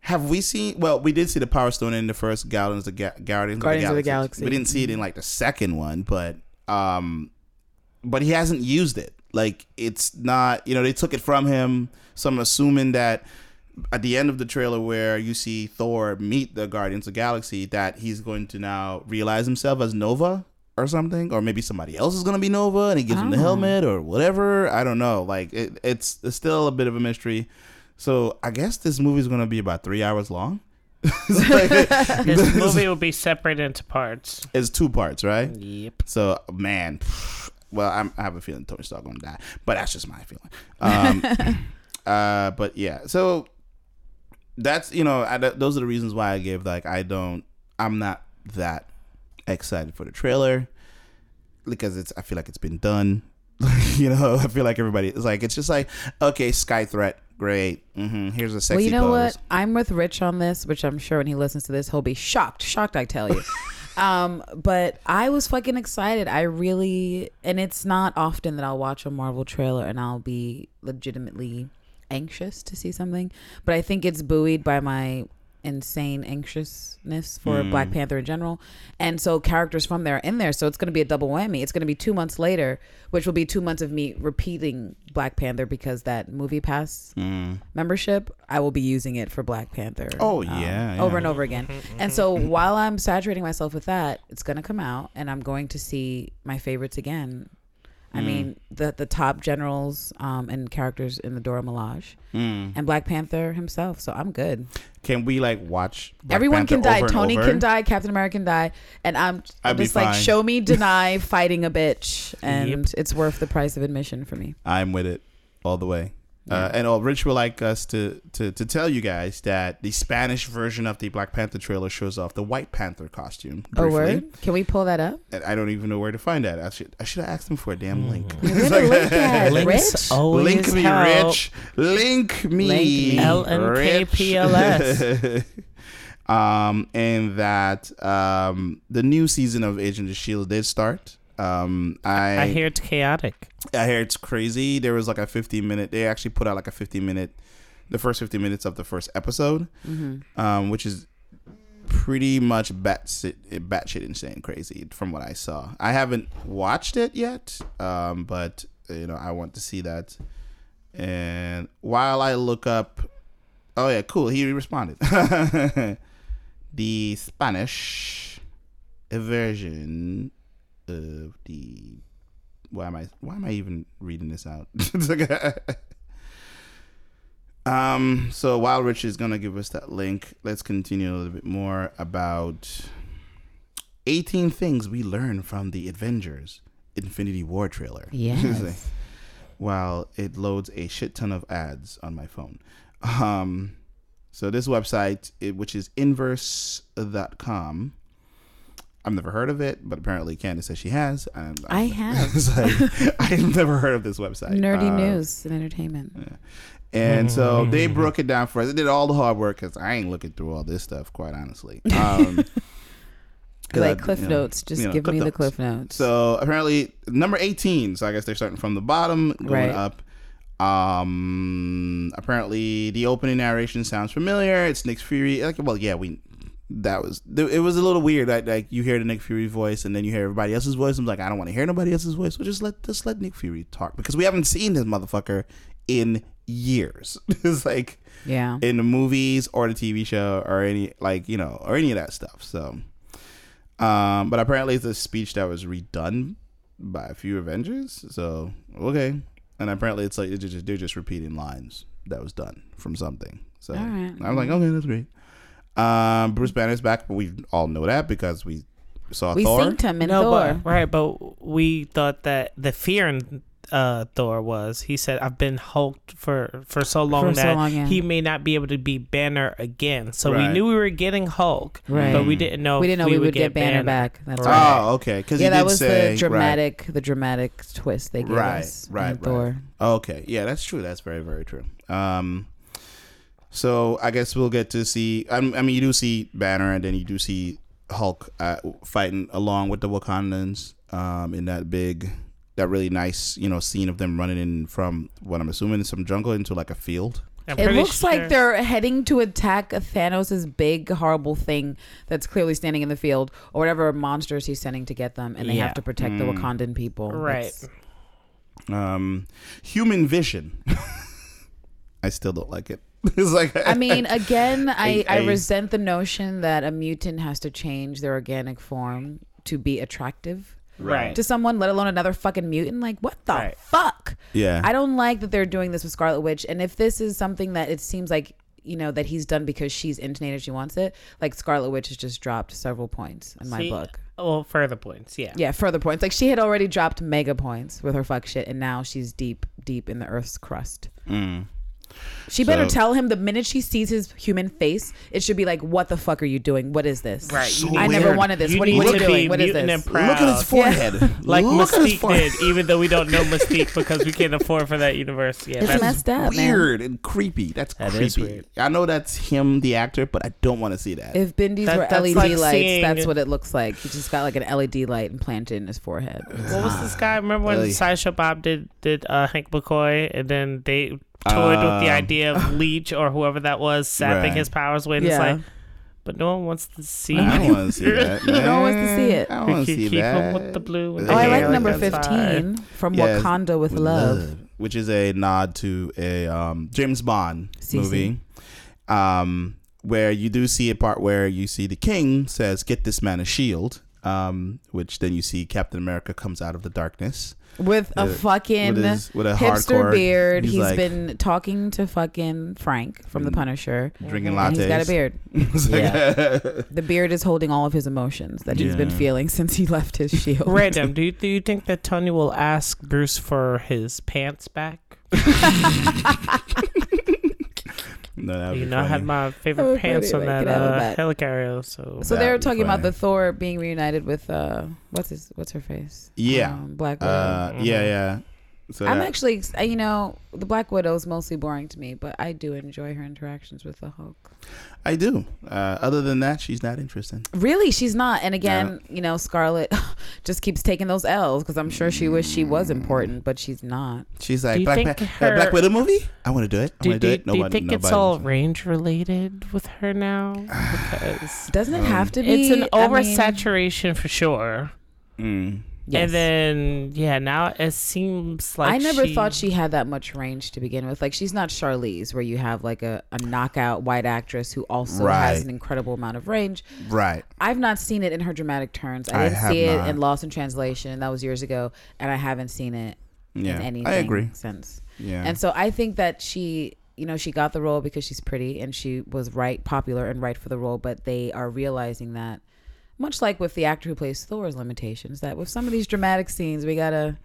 Speaker 2: Have we seen? Well, we did see the Power Stone in the first Guardians of, Ga- Guardians
Speaker 3: Guardians
Speaker 2: of,
Speaker 3: of
Speaker 2: the Galaxy.
Speaker 3: the Galaxy.
Speaker 2: We didn't see it in like the second one, but um, but he hasn't used it. Like it's not, you know, they took it from him. So I'm assuming that at the end of the trailer where you see Thor meet the Guardians of the Galaxy that he's going to now realize himself as Nova or something, or maybe somebody else is going to be Nova and he gives him the
Speaker 3: Oh.
Speaker 2: helmet or whatever. I don't know. Like it, it's, it's still a bit of a mystery. So I guess this movie is going to be about three hours long. *laughs* it's,
Speaker 1: *laughs*
Speaker 2: like- *laughs*
Speaker 1: This movie will be separated into parts.
Speaker 2: it's two parts, right?
Speaker 1: Yep.
Speaker 2: So man, *sighs* well, I'm, I have a feeling Tony Stark gonna die, but that's just my feeling.
Speaker 3: *laughs*
Speaker 2: Um, uh, but yeah, so that's you know I, th- those are the reasons why I give like I don't I'm not that excited for the trailer because it's I feel like it's been done. *laughs* you know, I feel like everybody is like it's just like okay, Sky Threat, great. hmm Here's a sexy.
Speaker 3: well, you know
Speaker 2: pose.
Speaker 3: what? I'm with Rich on this, which I'm sure when he listens to this, he'll be shocked. Shocked, I tell you. um, but I was fucking excited. I really, and it's not often that I'll watch a Marvel trailer and I'll be legitimately anxious to see something. But I think it's buoyed by my insane anxiousness for
Speaker 2: Mm.
Speaker 3: Black Panther in general. And so characters from there are in there. So it's going to be a double whammy. It's going to be two months later, which will be two months of me repeating Black Panther because that movie passed
Speaker 2: Mm.
Speaker 3: membership, I will be using it for Black Panther. um,
Speaker 2: Oh, yeah, yeah.
Speaker 3: over and over again. And so while I'm saturating myself with that, it's gonna come out, and I'm going to see my favorites again.
Speaker 2: Mm.
Speaker 3: I mean, the the top generals um, and characters in the Dora Milaje
Speaker 2: Mm.
Speaker 3: and Black Panther himself. So I'm good.
Speaker 2: Can we like watch? Black
Speaker 3: Everyone
Speaker 2: Panther
Speaker 3: can die.
Speaker 2: over and
Speaker 3: Tony
Speaker 2: over?
Speaker 3: can die. Captain America can die. And I'm
Speaker 2: I'd be
Speaker 3: just like,
Speaker 2: fine. *laughs*
Speaker 3: show me deny fighting a bitch, and it's worth the price of admission for me.
Speaker 2: I'm with it all the way. Uh, and all Rich would like us to, to to tell you guys that the Spanish version of the Black Panther trailer shows off the White Panther costume.
Speaker 3: Oh,
Speaker 2: Briefly.
Speaker 3: word? Can we pull that
Speaker 2: *laughs*
Speaker 3: up?
Speaker 2: And I don't even know where to find that. I should I should have asked him for a damn link.
Speaker 3: Where the
Speaker 2: *laughs*
Speaker 3: link at?
Speaker 1: Links
Speaker 3: Rich?
Speaker 1: always
Speaker 2: Link me,
Speaker 1: help.
Speaker 2: Rich. Link me,
Speaker 3: Link me.
Speaker 1: LNKPLS.
Speaker 2: Rich. *laughs* um, and that um, the new season of Agent of Shield E did start. Um, I,
Speaker 1: I hear it's chaotic.
Speaker 2: I hear it's crazy. There was like a 15 minute. They actually put out like a 15 minute, the first 15 minutes of the first episode,
Speaker 3: Mm-hmm.
Speaker 2: um, which is pretty much batshit batshit insane crazy from what I saw. I haven't watched it yet, um, but you know I want to see that. And while I look up, oh yeah, cool. He responded. *laughs* the Spanish version of the why am I why am I even reading this out? *laughs* It's like- um so while Rich is gonna give us that link, let's continue a little bit more about 18 things we learned from the Avengers Infinity War trailer. *laughs*
Speaker 3: Yes.
Speaker 2: while it loads a shit ton of ads on my phone. Um so this website, it, which is inverse.com, I've never heard of it, but apparently Candace says she has. and I'm- *laughs*
Speaker 3: I have.
Speaker 2: It's like, *laughs* I've never heard of this website.
Speaker 3: Nerdy
Speaker 2: Uh,
Speaker 3: news and entertainment.
Speaker 2: And so they broke it down for us. They did all the hard work because I ain't looking through all this stuff, quite
Speaker 3: *laughs*
Speaker 2: honestly. Um, 'cause I-
Speaker 3: Like Cliff
Speaker 2: you know,
Speaker 3: Notes. Just
Speaker 2: you know,
Speaker 3: give me the
Speaker 2: notes.
Speaker 3: Cliff Notes.
Speaker 2: So apparently number 18. So I guess they're starting from the bottom going
Speaker 3: Right.
Speaker 2: up. Um apparently the opening narration sounds familiar. It's Nick Fury. Like well, yeah, we that was th- it was a little weird. Like, like you hear the Nick Fury voice and then you hear everybody else's voice. I'm like, I don't want to hear nobody else's voice. So just let just let Nick Fury talk because we haven't seen this motherfucker in years. *laughs* it's like
Speaker 3: yeah.
Speaker 2: in the movies or the TV show or any like you know or any of that stuff. So, um, but apparently it's a speech that was redone by a few Avengers. So okay, and apparently it's like they're just, they're just repeating lines that was done from something. So
Speaker 3: All right.
Speaker 2: I'm like, okay, that's great. Um, Bruce Banner's back, but we all know that because we saw
Speaker 3: we
Speaker 2: Thor.
Speaker 3: synced him in
Speaker 1: no,
Speaker 3: Thor.
Speaker 1: but right, but we thought that the fear in uh, Thor was he said I've been hulked for for so long
Speaker 3: For so
Speaker 1: that
Speaker 3: long, yeah.
Speaker 1: he may not be able to be Banner again. So
Speaker 2: Right.
Speaker 1: we knew we were getting Hulk,
Speaker 3: Right.
Speaker 1: but we didn't know
Speaker 3: we
Speaker 1: if
Speaker 3: didn't know we,
Speaker 1: would
Speaker 3: would get Banner, back. That's
Speaker 1: Right.
Speaker 3: right.
Speaker 2: Oh, okay. Because
Speaker 3: yeah,
Speaker 2: he did
Speaker 3: that was
Speaker 2: say,
Speaker 3: the
Speaker 2: right.
Speaker 3: dramatic, the dramatic twist they gave
Speaker 2: Right,
Speaker 3: us
Speaker 2: right,
Speaker 3: in
Speaker 2: right.
Speaker 3: Thor.
Speaker 2: Okay, yeah, that's true. That's very, very true. Um, so I guess we'll get to see. I, I mean, you do see Banner, and then you do see Hulk uh, fighting along with the Wakandans um, in that big, that really nice, you know, scene of them running in from what I'm assuming is some jungle into like a field.
Speaker 1: I'm
Speaker 3: It
Speaker 1: pretty
Speaker 3: looks
Speaker 1: sure-
Speaker 3: like they're heading to attack Thanos' big horrible thing that's clearly standing in the field, or whatever monsters he's sending to get them, and they
Speaker 1: Yeah.
Speaker 3: have to protect
Speaker 2: Mm.
Speaker 3: the Wakandan people.
Speaker 1: right.
Speaker 3: That's-
Speaker 2: Um, human Vision. *laughs* I still don't like it. *laughs* it's like
Speaker 3: I mean, again, I, I
Speaker 2: I-
Speaker 3: resent the notion that a mutant has to change their organic form to be attractive
Speaker 1: Right.
Speaker 3: to someone, let alone another fucking mutant. Like, what the
Speaker 1: Right.
Speaker 3: fuck?
Speaker 2: yeah.
Speaker 3: I don't like that they're doing this with Scarlet Witch. And if this is something that it seems like, you know, that he's done because she's intonated she wants it, like Scarlet Witch has just dropped several points in my
Speaker 1: See,
Speaker 3: book.
Speaker 1: Well, further points. Yeah.
Speaker 3: Yeah, further points. Like she had already dropped mega points with her fuck shit, and now she's deep, deep in the Earth's crust.
Speaker 2: Mm.
Speaker 3: She better
Speaker 2: So-
Speaker 3: tell him the minute she sees his human face, it should be like, "What the fuck are you doing? What is this?
Speaker 1: Right.
Speaker 2: So
Speaker 1: you
Speaker 3: I never
Speaker 2: Weird.
Speaker 3: wanted this.
Speaker 1: You
Speaker 3: what are you
Speaker 1: need to
Speaker 3: doing?
Speaker 1: be
Speaker 3: What is
Speaker 1: mutant
Speaker 3: this?"
Speaker 1: and
Speaker 2: Look at his
Speaker 3: proud.
Speaker 1: *laughs*
Speaker 2: forehead.
Speaker 1: like
Speaker 2: Look at his
Speaker 1: Mystique
Speaker 2: forehead.
Speaker 1: did, even though we don't know Mystique because we can't afford for that universe yet.
Speaker 3: It's
Speaker 1: That's-
Speaker 3: messed up, man.
Speaker 2: Weird and creepy. That's
Speaker 1: That
Speaker 2: creepy.
Speaker 1: is weird.
Speaker 2: I know that's him, the actor, but I don't want to see that.
Speaker 3: If Bindies
Speaker 1: That-
Speaker 3: were
Speaker 1: that's
Speaker 3: LED
Speaker 1: like
Speaker 3: lights,
Speaker 1: seeing-
Speaker 3: that's what it looks like. He just got like an LED light implanted in his forehead.
Speaker 1: what was this guy? Remember when
Speaker 2: Really?
Speaker 1: Sideshow Bob did did uh, Hank McCoy, and then they toyed with the
Speaker 2: Um,
Speaker 1: idea
Speaker 2: *laughs*
Speaker 1: of Leech or whoever that was sapping
Speaker 2: Right.
Speaker 1: his powers away. And
Speaker 3: Yeah.
Speaker 1: It's like, but no one wants to see.
Speaker 2: I don't
Speaker 1: you.
Speaker 2: want to
Speaker 3: *laughs*
Speaker 2: see that.
Speaker 3: No one wants to
Speaker 2: man.
Speaker 3: see it.
Speaker 2: I don't want to
Speaker 1: Keep-
Speaker 2: see
Speaker 1: keep
Speaker 2: that.
Speaker 1: him with the blue and
Speaker 3: Oh, I
Speaker 1: Yeah,
Speaker 3: like
Speaker 1: like
Speaker 3: number
Speaker 1: that's
Speaker 3: fifteen from
Speaker 2: Yes,
Speaker 3: Wakanda with,
Speaker 2: With
Speaker 3: love.
Speaker 2: which is a nod to a um, James Bond
Speaker 3: CC.
Speaker 2: movie, um, where you do see a part where you see the king says, "Get this man a shield." Um, which then you see Captain America comes out of the darkness
Speaker 3: with a
Speaker 1: Uh,
Speaker 2: Yeah,
Speaker 3: fucking
Speaker 2: with, his, with a
Speaker 3: hipster
Speaker 2: hardcore
Speaker 3: beard.
Speaker 2: He's
Speaker 3: he's
Speaker 2: like-
Speaker 3: been talking to fucking Frank from The
Speaker 2: Mm.
Speaker 3: Punisher.
Speaker 2: drinking lattes.
Speaker 3: And he's got a beard.
Speaker 2: *laughs* It's like- *laughs*
Speaker 3: The beard is holding all of his emotions that he's been
Speaker 2: Yeah.
Speaker 3: feeling *laughs* since he left his
Speaker 1: *laughs*
Speaker 3: shield.
Speaker 2: *laughs*
Speaker 1: Random. Do you, do you think that Tony will ask Bruce for his pants back?
Speaker 2: *laughs* no, that would
Speaker 1: you
Speaker 2: be
Speaker 1: know, I had
Speaker 2: funny.
Speaker 1: my
Speaker 3: That would
Speaker 1: favorite
Speaker 3: be
Speaker 1: pants
Speaker 3: funny,
Speaker 1: on that
Speaker 3: like, get out of
Speaker 1: uh,
Speaker 3: that.
Speaker 1: helicarrier. So
Speaker 3: So
Speaker 2: That
Speaker 3: they were
Speaker 2: would be
Speaker 3: talking about
Speaker 2: funny.
Speaker 3: the Thor being reunited with uh, what's his what's her face?
Speaker 2: Yeah.
Speaker 3: Um, Black Widow.
Speaker 2: Uh, yeah,
Speaker 1: Mhm.
Speaker 2: yeah. So
Speaker 3: I'm
Speaker 2: that-
Speaker 3: actually, ex- uh, you know, the Black Widow is mostly boring to me, but I do enjoy her interactions with the Hulk.
Speaker 2: I do. Uh, other than that, she's not interesting.
Speaker 3: Really, she's not. And again, you know, Scarlet *laughs* just keeps taking those L's because I'm sure she wished she was important, but she's not.
Speaker 2: She's
Speaker 1: Do
Speaker 2: like
Speaker 1: you
Speaker 2: Black,
Speaker 1: think
Speaker 2: Pa-
Speaker 1: her-
Speaker 2: uh, Black Widow movie. I want to do it. I
Speaker 1: do,
Speaker 2: want to do,
Speaker 1: do,
Speaker 2: it.
Speaker 1: do you
Speaker 2: Nobody,
Speaker 1: think it's
Speaker 2: nobody
Speaker 1: all
Speaker 2: wants it.
Speaker 1: range related with her
Speaker 2: *sighs*
Speaker 1: now? Because
Speaker 3: Doesn't it
Speaker 2: Um,
Speaker 3: have to be?
Speaker 1: it's an
Speaker 3: I mean-
Speaker 1: oversaturation for sure.
Speaker 2: Mm.
Speaker 3: Yes.
Speaker 1: And then yeah, now it seems like
Speaker 3: I never
Speaker 1: she,
Speaker 3: thought she had that much range to begin with. Like she's not Charlize, where you have like a, a knockout white actress who also has
Speaker 2: Right.
Speaker 3: an incredible amount of range.
Speaker 2: Right.
Speaker 3: I've not seen it in her dramatic turns. I
Speaker 2: I
Speaker 3: didn't
Speaker 2: have
Speaker 3: see it
Speaker 2: not.
Speaker 3: in Lost in Translation. That was years ago, and I haven't seen it in
Speaker 2: Yeah.
Speaker 3: anything
Speaker 2: I agree.
Speaker 3: since.
Speaker 2: Yeah.
Speaker 3: And so I think that she, you know, she got the role because she's pretty and she was right, popular and right for the role. But they are realizing that, much like with the actor who plays Thor's limitations, that with some of these dramatic scenes, we gotta.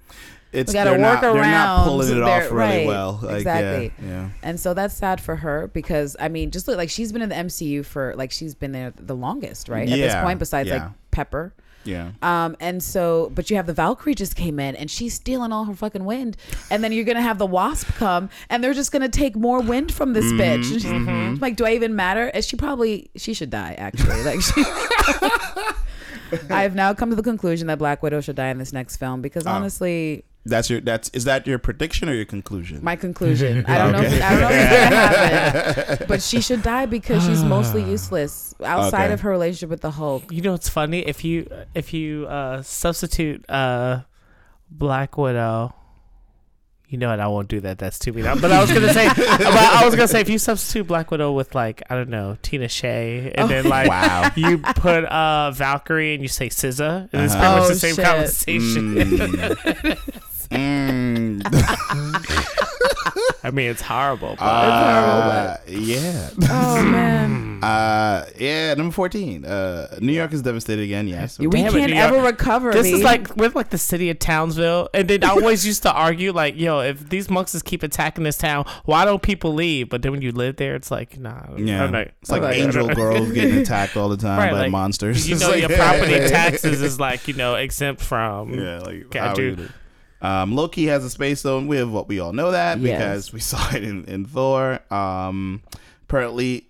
Speaker 2: it's
Speaker 3: we gotta
Speaker 2: they're
Speaker 3: work
Speaker 2: not, They're
Speaker 3: around
Speaker 2: not pulling it
Speaker 3: their-
Speaker 2: off really
Speaker 3: right,
Speaker 2: well. Like,
Speaker 3: exactly.
Speaker 2: Yeah. yeah.
Speaker 3: And so that's sad for her because I mean, just look like she's been in the MCU for like she's been there the longest, right? At this
Speaker 2: Yeah,
Speaker 3: point, besides
Speaker 2: yeah.
Speaker 3: like Pepper.
Speaker 2: Yeah.
Speaker 3: Um, and so, but you have the Valkyrie just came in and she's stealing all her fucking wind. And then you're going to have the Wasp come and they're just going to take more wind from this
Speaker 1: Mm-hmm.
Speaker 3: bitch. And she's Like, do I even matter? And she probably, she should die actually.
Speaker 1: *laughs*
Speaker 3: Like, she. I have now come to the conclusion that Black Widow should die in this next film because
Speaker 2: Oh.
Speaker 3: honestly,
Speaker 2: That's your. That's is that your prediction or your conclusion?
Speaker 3: my conclusion.
Speaker 1: *laughs*
Speaker 3: I don't know. If, I don't know if it's gonna happen, but she should die because she's mostly
Speaker 1: Ah.
Speaker 3: useless outside
Speaker 2: Okay.
Speaker 3: of her relationship with the Hulk.
Speaker 1: You know what's funny? If you if you uh, substitute uh, Black Widow, you know what? I won't do that. That's too mean. But I was gonna
Speaker 3: *laughs*
Speaker 1: say, but I was gonna say, if you substitute Black Widow with like I don't know Tina Shay, and
Speaker 3: Oh,
Speaker 1: then like
Speaker 2: wow.
Speaker 1: *laughs*
Speaker 3: *laughs*
Speaker 1: you put uh, Valkyrie and you say SZA, and it's pretty
Speaker 2: Uh-huh.
Speaker 1: much
Speaker 3: Oh,
Speaker 1: the same
Speaker 3: shit.
Speaker 1: conversation.
Speaker 2: Mm. *laughs*
Speaker 3: *laughs*
Speaker 2: Mm.
Speaker 1: *laughs* I mean, it's horrible. But
Speaker 2: Uh, yeah.
Speaker 3: Oh man,
Speaker 1: *clears throat*
Speaker 2: Uh, yeah. Number fourteen. Uh, New York is devastated again. Yes.
Speaker 3: we
Speaker 1: Damn it,
Speaker 3: can't
Speaker 1: New York.
Speaker 3: ever recover.
Speaker 1: this is
Speaker 3: B.
Speaker 1: like with like the city of Townsville, and then I always used to argue like, yo, if these monsters keep attacking this town, why don't people leave? But then when you live there, it's like, nah,
Speaker 2: Yeah,
Speaker 1: I'm not-
Speaker 2: it's like
Speaker 1: I'm not-
Speaker 2: angel girls getting attacked all the time
Speaker 1: Right,
Speaker 2: by
Speaker 1: like,
Speaker 2: monsters. *laughs*
Speaker 1: You
Speaker 2: It's
Speaker 1: know,
Speaker 2: like-
Speaker 1: your property taxes is like you know exempt from.
Speaker 2: Yeah, like
Speaker 1: Okay, I
Speaker 2: how
Speaker 1: do.
Speaker 2: would it- Um, Loki has a space stone. We have what we all know that
Speaker 3: Yes.
Speaker 2: because we *laughs* saw it in, in Thor. Um, apparently,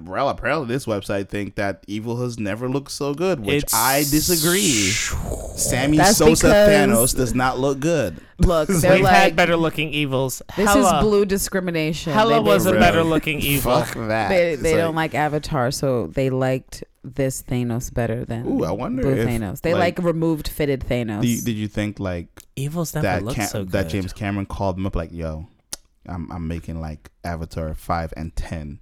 Speaker 2: well, apparently this website think that evil has never looked so good, which
Speaker 1: It's-
Speaker 2: I disagree. Sammy
Speaker 3: That's
Speaker 2: Sosa
Speaker 3: because-
Speaker 2: Thanos does not look good. *laughs*
Speaker 3: look, they're
Speaker 1: We've
Speaker 3: like
Speaker 1: had better looking evils.
Speaker 3: this
Speaker 1: Hella-
Speaker 3: is blue discrimination.
Speaker 1: Hella
Speaker 3: They-
Speaker 1: was a
Speaker 3: they,
Speaker 2: Really?
Speaker 1: better looking evil.
Speaker 2: Fuck that.
Speaker 3: they,
Speaker 2: It's
Speaker 3: they don't like Avatar, so they liked this Thanos better than
Speaker 2: Ooh, I wonder
Speaker 3: blue
Speaker 2: if,
Speaker 3: Thanos. They like,
Speaker 2: like-
Speaker 3: removed fitted Thanos.
Speaker 2: Do you- did you think like
Speaker 1: Evils never
Speaker 2: that?
Speaker 1: look
Speaker 2: Cam-
Speaker 1: so good.
Speaker 2: that James Cameron called him up like, "Yo, I'm I'm making like Avatar five and ten.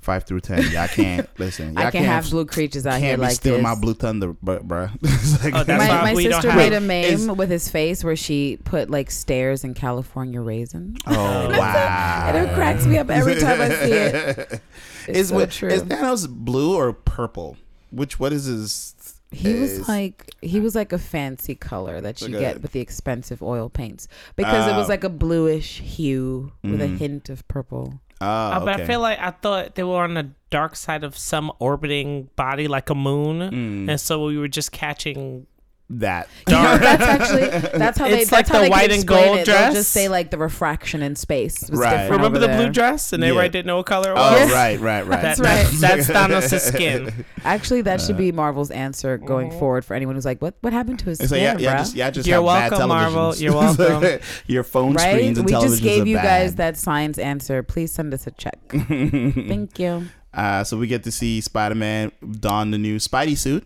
Speaker 2: Five through ten,
Speaker 3: *laughs*
Speaker 2: y'all can't listen. Y'all
Speaker 3: I can't have blue creatures out
Speaker 2: can't
Speaker 3: here
Speaker 2: be
Speaker 3: like
Speaker 2: stealing
Speaker 3: this.
Speaker 2: my blue thunder, br- bruh. *laughs* It's like-
Speaker 1: Oh, that's
Speaker 3: my
Speaker 1: why
Speaker 3: my
Speaker 1: we don't
Speaker 3: sister
Speaker 1: have-
Speaker 3: made a
Speaker 2: It's-
Speaker 3: meme with his face where she put like stairs and California raisin. *laughs*
Speaker 2: Oh wow!
Speaker 3: And it cracks me up every time I
Speaker 2: *laughs*
Speaker 3: see it. It's
Speaker 2: is
Speaker 3: so
Speaker 2: what
Speaker 3: true.
Speaker 2: is Thanos blue or purple? Which what is his?
Speaker 3: He was
Speaker 2: is-
Speaker 3: like he was like a fancy color that you
Speaker 2: Like a-
Speaker 3: get with the expensive oil paints because it was
Speaker 2: Oh.
Speaker 3: like a bluish hue with a
Speaker 2: Mhm.
Speaker 3: hint of
Speaker 2: *laughs*
Speaker 3: purple. *laughs*
Speaker 2: Oh,
Speaker 1: Uh, but
Speaker 2: okay.
Speaker 1: I feel like I thought they were on the dark side of some orbiting body, like a moon,
Speaker 2: Mm,
Speaker 1: and so we were just catching.
Speaker 2: that
Speaker 3: You know,
Speaker 1: Dark.
Speaker 3: that's actually that's how they.
Speaker 1: It's like
Speaker 3: That's how
Speaker 1: the
Speaker 3: they can
Speaker 1: white and
Speaker 3: explain
Speaker 1: gold
Speaker 3: it. They'll
Speaker 1: dress.
Speaker 3: just say like the refraction in space. Was
Speaker 2: Right.
Speaker 3: different
Speaker 1: Remember
Speaker 3: over
Speaker 1: the blue
Speaker 3: there.
Speaker 1: dress, and
Speaker 2: Yeah.
Speaker 1: everybody didn't know what color it
Speaker 2: Oh
Speaker 1: was.
Speaker 2: right, right, right.
Speaker 1: That-
Speaker 3: That's right.
Speaker 1: That's,
Speaker 2: *laughs*
Speaker 1: that's Thanos' skin.
Speaker 3: Actually, that should be Marvel's answer going
Speaker 1: Mhm.
Speaker 3: forward for anyone who's like, "What what happened to his
Speaker 2: And so yeah,
Speaker 3: skin,
Speaker 2: yeah,
Speaker 3: bruh?"
Speaker 2: just yeah, just
Speaker 1: You're
Speaker 2: have
Speaker 1: welcome,
Speaker 2: bad televisions.
Speaker 1: Marvel. You're
Speaker 2: *laughs*
Speaker 1: welcome.
Speaker 2: Your phone
Speaker 3: right?
Speaker 2: screens and
Speaker 3: We
Speaker 2: televisions
Speaker 3: just gave
Speaker 2: are
Speaker 3: you guys
Speaker 2: bad.
Speaker 3: that science answer. Please send us
Speaker 2: *laughs*
Speaker 3: a check. *laughs* Thank you.
Speaker 2: uh, so we get to see Spider-Man don the new Spidey suit,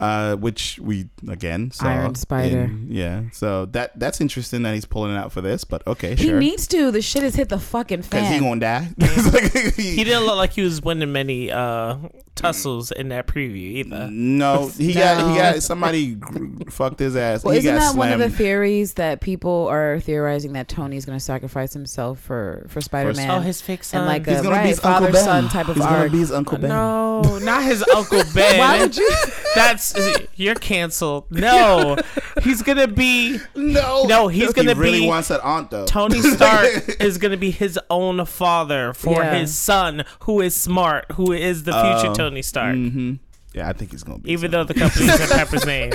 Speaker 2: uh, which we again saw
Speaker 3: Iron
Speaker 2: in-
Speaker 3: Spider.
Speaker 2: yeah, so that that's interesting that he's pulling it out for this, but okay,
Speaker 3: He
Speaker 2: sure.
Speaker 3: needs to. The shit has hit the fucking
Speaker 2: Because *laughs* he
Speaker 3: fan.
Speaker 2: gonna
Speaker 3: *laughs*
Speaker 2: die. It's like,
Speaker 1: He didn't look like he was winning many uh, tussles in that preview either.
Speaker 2: No, he got he
Speaker 3: No.
Speaker 2: got somebody gr- fucked his ass.
Speaker 3: Well,
Speaker 2: he
Speaker 3: isn't
Speaker 2: got
Speaker 3: that one of the
Speaker 2: slammed
Speaker 3: theories that people are theorizing that Tony's going to sacrifice himself for for Spider Man?
Speaker 1: Oh, his fake son.
Speaker 3: and like
Speaker 2: He's
Speaker 3: a
Speaker 2: gonna be
Speaker 3: right,
Speaker 2: his Uncle
Speaker 3: father
Speaker 2: Ben.
Speaker 3: son type of
Speaker 2: He's gonna
Speaker 3: arc.
Speaker 2: be his Uncle Ben.
Speaker 1: no, not *laughs* his Uncle Ben.
Speaker 3: Why would you?
Speaker 1: That's you're canceled. No, *laughs* he's gonna be
Speaker 2: No,
Speaker 1: No, he's gonna
Speaker 2: *laughs* he really
Speaker 1: be-
Speaker 2: wants that aunt though.
Speaker 1: Tony
Speaker 2: *laughs*
Speaker 1: Stark is gonna be his own father for
Speaker 3: Yeah.
Speaker 1: his son, who is smart, who is the future
Speaker 2: Oh.
Speaker 1: Tony Stark.
Speaker 3: Mm-hmm.
Speaker 2: hmm Yeah, I think he's gonna be.
Speaker 1: Even
Speaker 2: his
Speaker 1: though the company's in Pepper's name,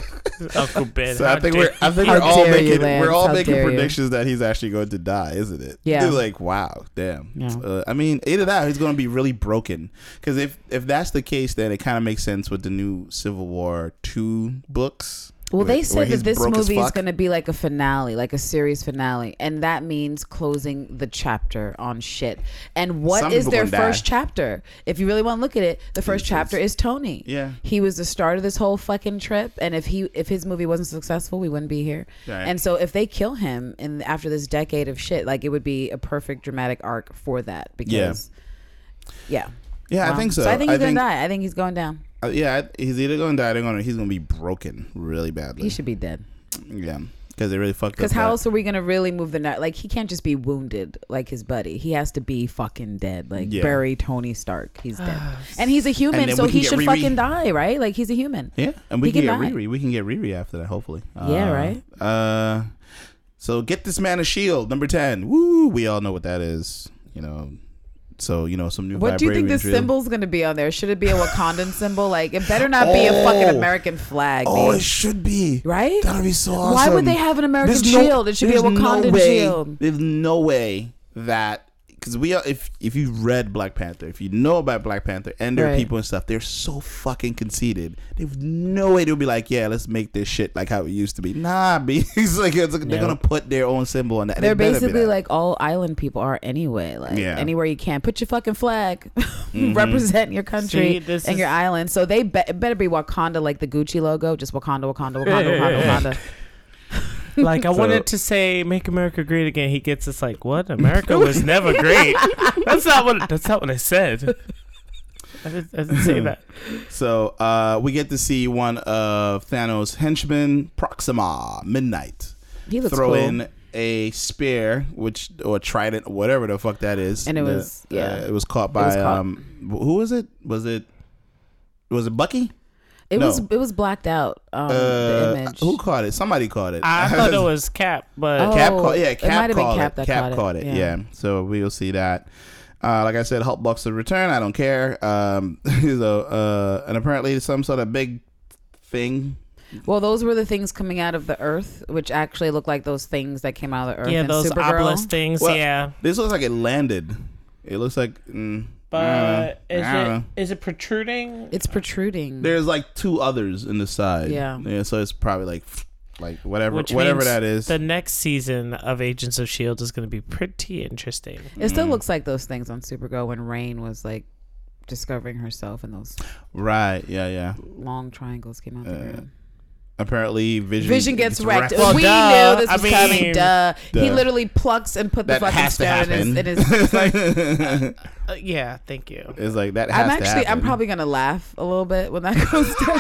Speaker 1: Uncle Ben.
Speaker 2: aunt. so I
Speaker 1: how
Speaker 2: think
Speaker 1: dare
Speaker 2: we're I think
Speaker 3: How
Speaker 2: we're all
Speaker 3: dare you,
Speaker 2: making
Speaker 3: Lance,
Speaker 2: we're all
Speaker 3: how
Speaker 2: making
Speaker 3: dare you.
Speaker 2: predictions that he's actually going to die, isn't it?
Speaker 3: Yeah.
Speaker 2: You're like wow, damn.
Speaker 3: Yeah.
Speaker 2: Uh, I mean, either that, or he's gonna be really broken. Because if if that's the case, then it kind of makes sense with the new Civil War two books.
Speaker 3: Well,
Speaker 2: where-
Speaker 3: they
Speaker 2: where
Speaker 3: said
Speaker 2: he's
Speaker 3: that this
Speaker 2: broke as
Speaker 3: movie is
Speaker 2: fuck.
Speaker 3: going to be like a finale, like a series finale, and that means closing the chapter on shit. And what is
Speaker 2: Some people
Speaker 3: their
Speaker 2: gonna die.
Speaker 3: first chapter? If you really want to look at it, the first
Speaker 2: Jesus.
Speaker 3: chapter is Tony.
Speaker 2: Yeah.
Speaker 3: he was the start of this whole fucking trip, and if he if his movie wasn't successful, we wouldn't be here.
Speaker 2: Right.
Speaker 3: And so, if they kill him in after this decade of shit, like it would be a perfect dramatic arc for that. Because yeah,
Speaker 2: Yeah, I
Speaker 3: Wow.
Speaker 2: think so.
Speaker 3: I think he's gonna die. I think he's going down.
Speaker 2: Uh, yeah, I- he's either gonna die or gonna he's gonna be broken really badly.
Speaker 3: He should be dead.
Speaker 2: yeah, because they really fucked up.
Speaker 3: Because how
Speaker 2: that-
Speaker 3: else are we gonna really move the net? Like he can't just be wounded like his buddy. He has to be fucking dead. Like
Speaker 2: Yeah.
Speaker 3: bury Tony Stark.
Speaker 1: *sighs*
Speaker 3: He's dead, and he's a human,
Speaker 2: And then
Speaker 3: so
Speaker 2: we can
Speaker 3: he
Speaker 2: get
Speaker 3: should
Speaker 2: Riri.
Speaker 3: fucking die, right? Like he's a human.
Speaker 2: Yeah, and we
Speaker 3: He
Speaker 2: can,
Speaker 3: can
Speaker 2: get
Speaker 3: die.
Speaker 2: Riri. We can get Riri after that, hopefully.
Speaker 3: Yeah, right?
Speaker 2: Uh, so get this man a shield, number ten. Woo! We all know what that is, you know. So you know some new.
Speaker 3: What do you think the
Speaker 2: vibranium drill.
Speaker 3: symbol's gonna be on there? Should it be a Wakandan *laughs* symbol? Like it better not be a fucking
Speaker 2: Oh.
Speaker 3: American flag,
Speaker 2: Oh, it
Speaker 3: dude.
Speaker 2: should be.
Speaker 3: right?
Speaker 2: That would be so awesome.
Speaker 3: Why would they have an American
Speaker 2: There's no-
Speaker 3: shield? it should be a
Speaker 2: there's no
Speaker 3: Wakandan
Speaker 2: way-
Speaker 3: shield.
Speaker 2: There's no way that because we are if if you read Black Panther, if you know about Black Panther and their
Speaker 3: Right.
Speaker 2: people and stuff, they're so fucking conceited. There's no way they'll be like, yeah, let's make this shit like how it used to be. Nah, *laughs* be it's like, it's like they're gonna put their own symbol on that.
Speaker 3: They're
Speaker 2: It better be
Speaker 3: basically
Speaker 2: that.
Speaker 3: like all island people are anyway. Like
Speaker 2: Yeah. Mm-hmm.
Speaker 3: anywhere you can, put your fucking flag, *laughs* represent your
Speaker 1: See,
Speaker 3: country
Speaker 1: this
Speaker 3: and your
Speaker 1: is-
Speaker 3: island. So they be- it better be Wakanda, like the Gucci logo, just Wakanda,
Speaker 1: *laughs*
Speaker 3: Wakanda, Wakanda,
Speaker 2: *laughs*
Speaker 3: Wakanda, Wakanda.
Speaker 1: Like I
Speaker 2: So-
Speaker 1: wanted to say, "Make America Great Again." He gets us like, "What?
Speaker 2: *laughs*
Speaker 1: America was never great." That's not what. That's not what I
Speaker 2: *laughs*
Speaker 1: said. I didn't, I didn't say that.
Speaker 2: so. Uh, we get to see one of Thanos' henchmen, Proxima Midnight,
Speaker 3: He looks
Speaker 2: throw
Speaker 3: cool.
Speaker 2: in a spear, which or trident, whatever the fuck that is,
Speaker 3: And it
Speaker 2: The-
Speaker 3: was- yeah.
Speaker 2: it was caught by
Speaker 3: was caught.
Speaker 2: um, wh- who was it? Was it was it Bucky?
Speaker 3: it
Speaker 2: no.
Speaker 3: was it was blacked out. Um,
Speaker 2: uh,
Speaker 3: the image.
Speaker 2: who caught it? Somebody caught it. *laughs*
Speaker 1: I thought it was Cap, but
Speaker 3: Oh.
Speaker 2: Cap caught. Yeah,
Speaker 3: it
Speaker 2: Cap
Speaker 3: might have been
Speaker 2: caught it.
Speaker 3: Cap that
Speaker 2: Cap
Speaker 3: caught it,
Speaker 2: caught it. Yeah.
Speaker 3: yeah.
Speaker 2: So we'll see that. Uh, like I said, Hulk bucks the return. I don't care. Um, *laughs* so, uh, and apparently some sort of big thing.
Speaker 3: Well, those were the things coming out of the earth, which actually look like those things that came out of the earth.
Speaker 1: yeah,
Speaker 3: in
Speaker 1: those
Speaker 3: Supergirl.
Speaker 1: obelisk things.
Speaker 2: Well, uh,
Speaker 1: yeah,
Speaker 2: This looks like it landed. It looks like. Mm,
Speaker 1: but
Speaker 2: I don't know.
Speaker 1: is
Speaker 2: I don't know.
Speaker 1: it is it protruding?
Speaker 3: It's protruding.
Speaker 2: There's like two others in the side.
Speaker 3: Yeah.
Speaker 2: Yeah. So it's probably like, like whatever,
Speaker 1: Which
Speaker 2: whatever
Speaker 1: means
Speaker 2: that is.
Speaker 1: The next season of Agents of Shield E is going to be pretty interesting.
Speaker 3: it still looks like those things on Supergirl when Rain was like discovering herself and those
Speaker 2: right. Yeah. Yeah.
Speaker 3: long triangles came out. of the
Speaker 2: Uh,
Speaker 3: ground.
Speaker 2: apparently Vision
Speaker 3: Vision gets wrecked.
Speaker 1: Well,
Speaker 3: we
Speaker 1: duh.
Speaker 3: knew this
Speaker 1: I
Speaker 3: was coming.
Speaker 1: mean,
Speaker 3: Duh. He
Speaker 2: duh.
Speaker 3: literally plucks and put
Speaker 2: That
Speaker 3: the fucking
Speaker 2: has to
Speaker 3: stone in his.
Speaker 2: happen.
Speaker 3: In his
Speaker 2: *laughs*
Speaker 3: it's like,
Speaker 1: Uh, yeah, thank you.
Speaker 2: It's like that. Has
Speaker 3: I'm
Speaker 2: to
Speaker 3: actually, I'm
Speaker 2: happen.
Speaker 3: probably gonna laugh a little bit when that *laughs* goes down,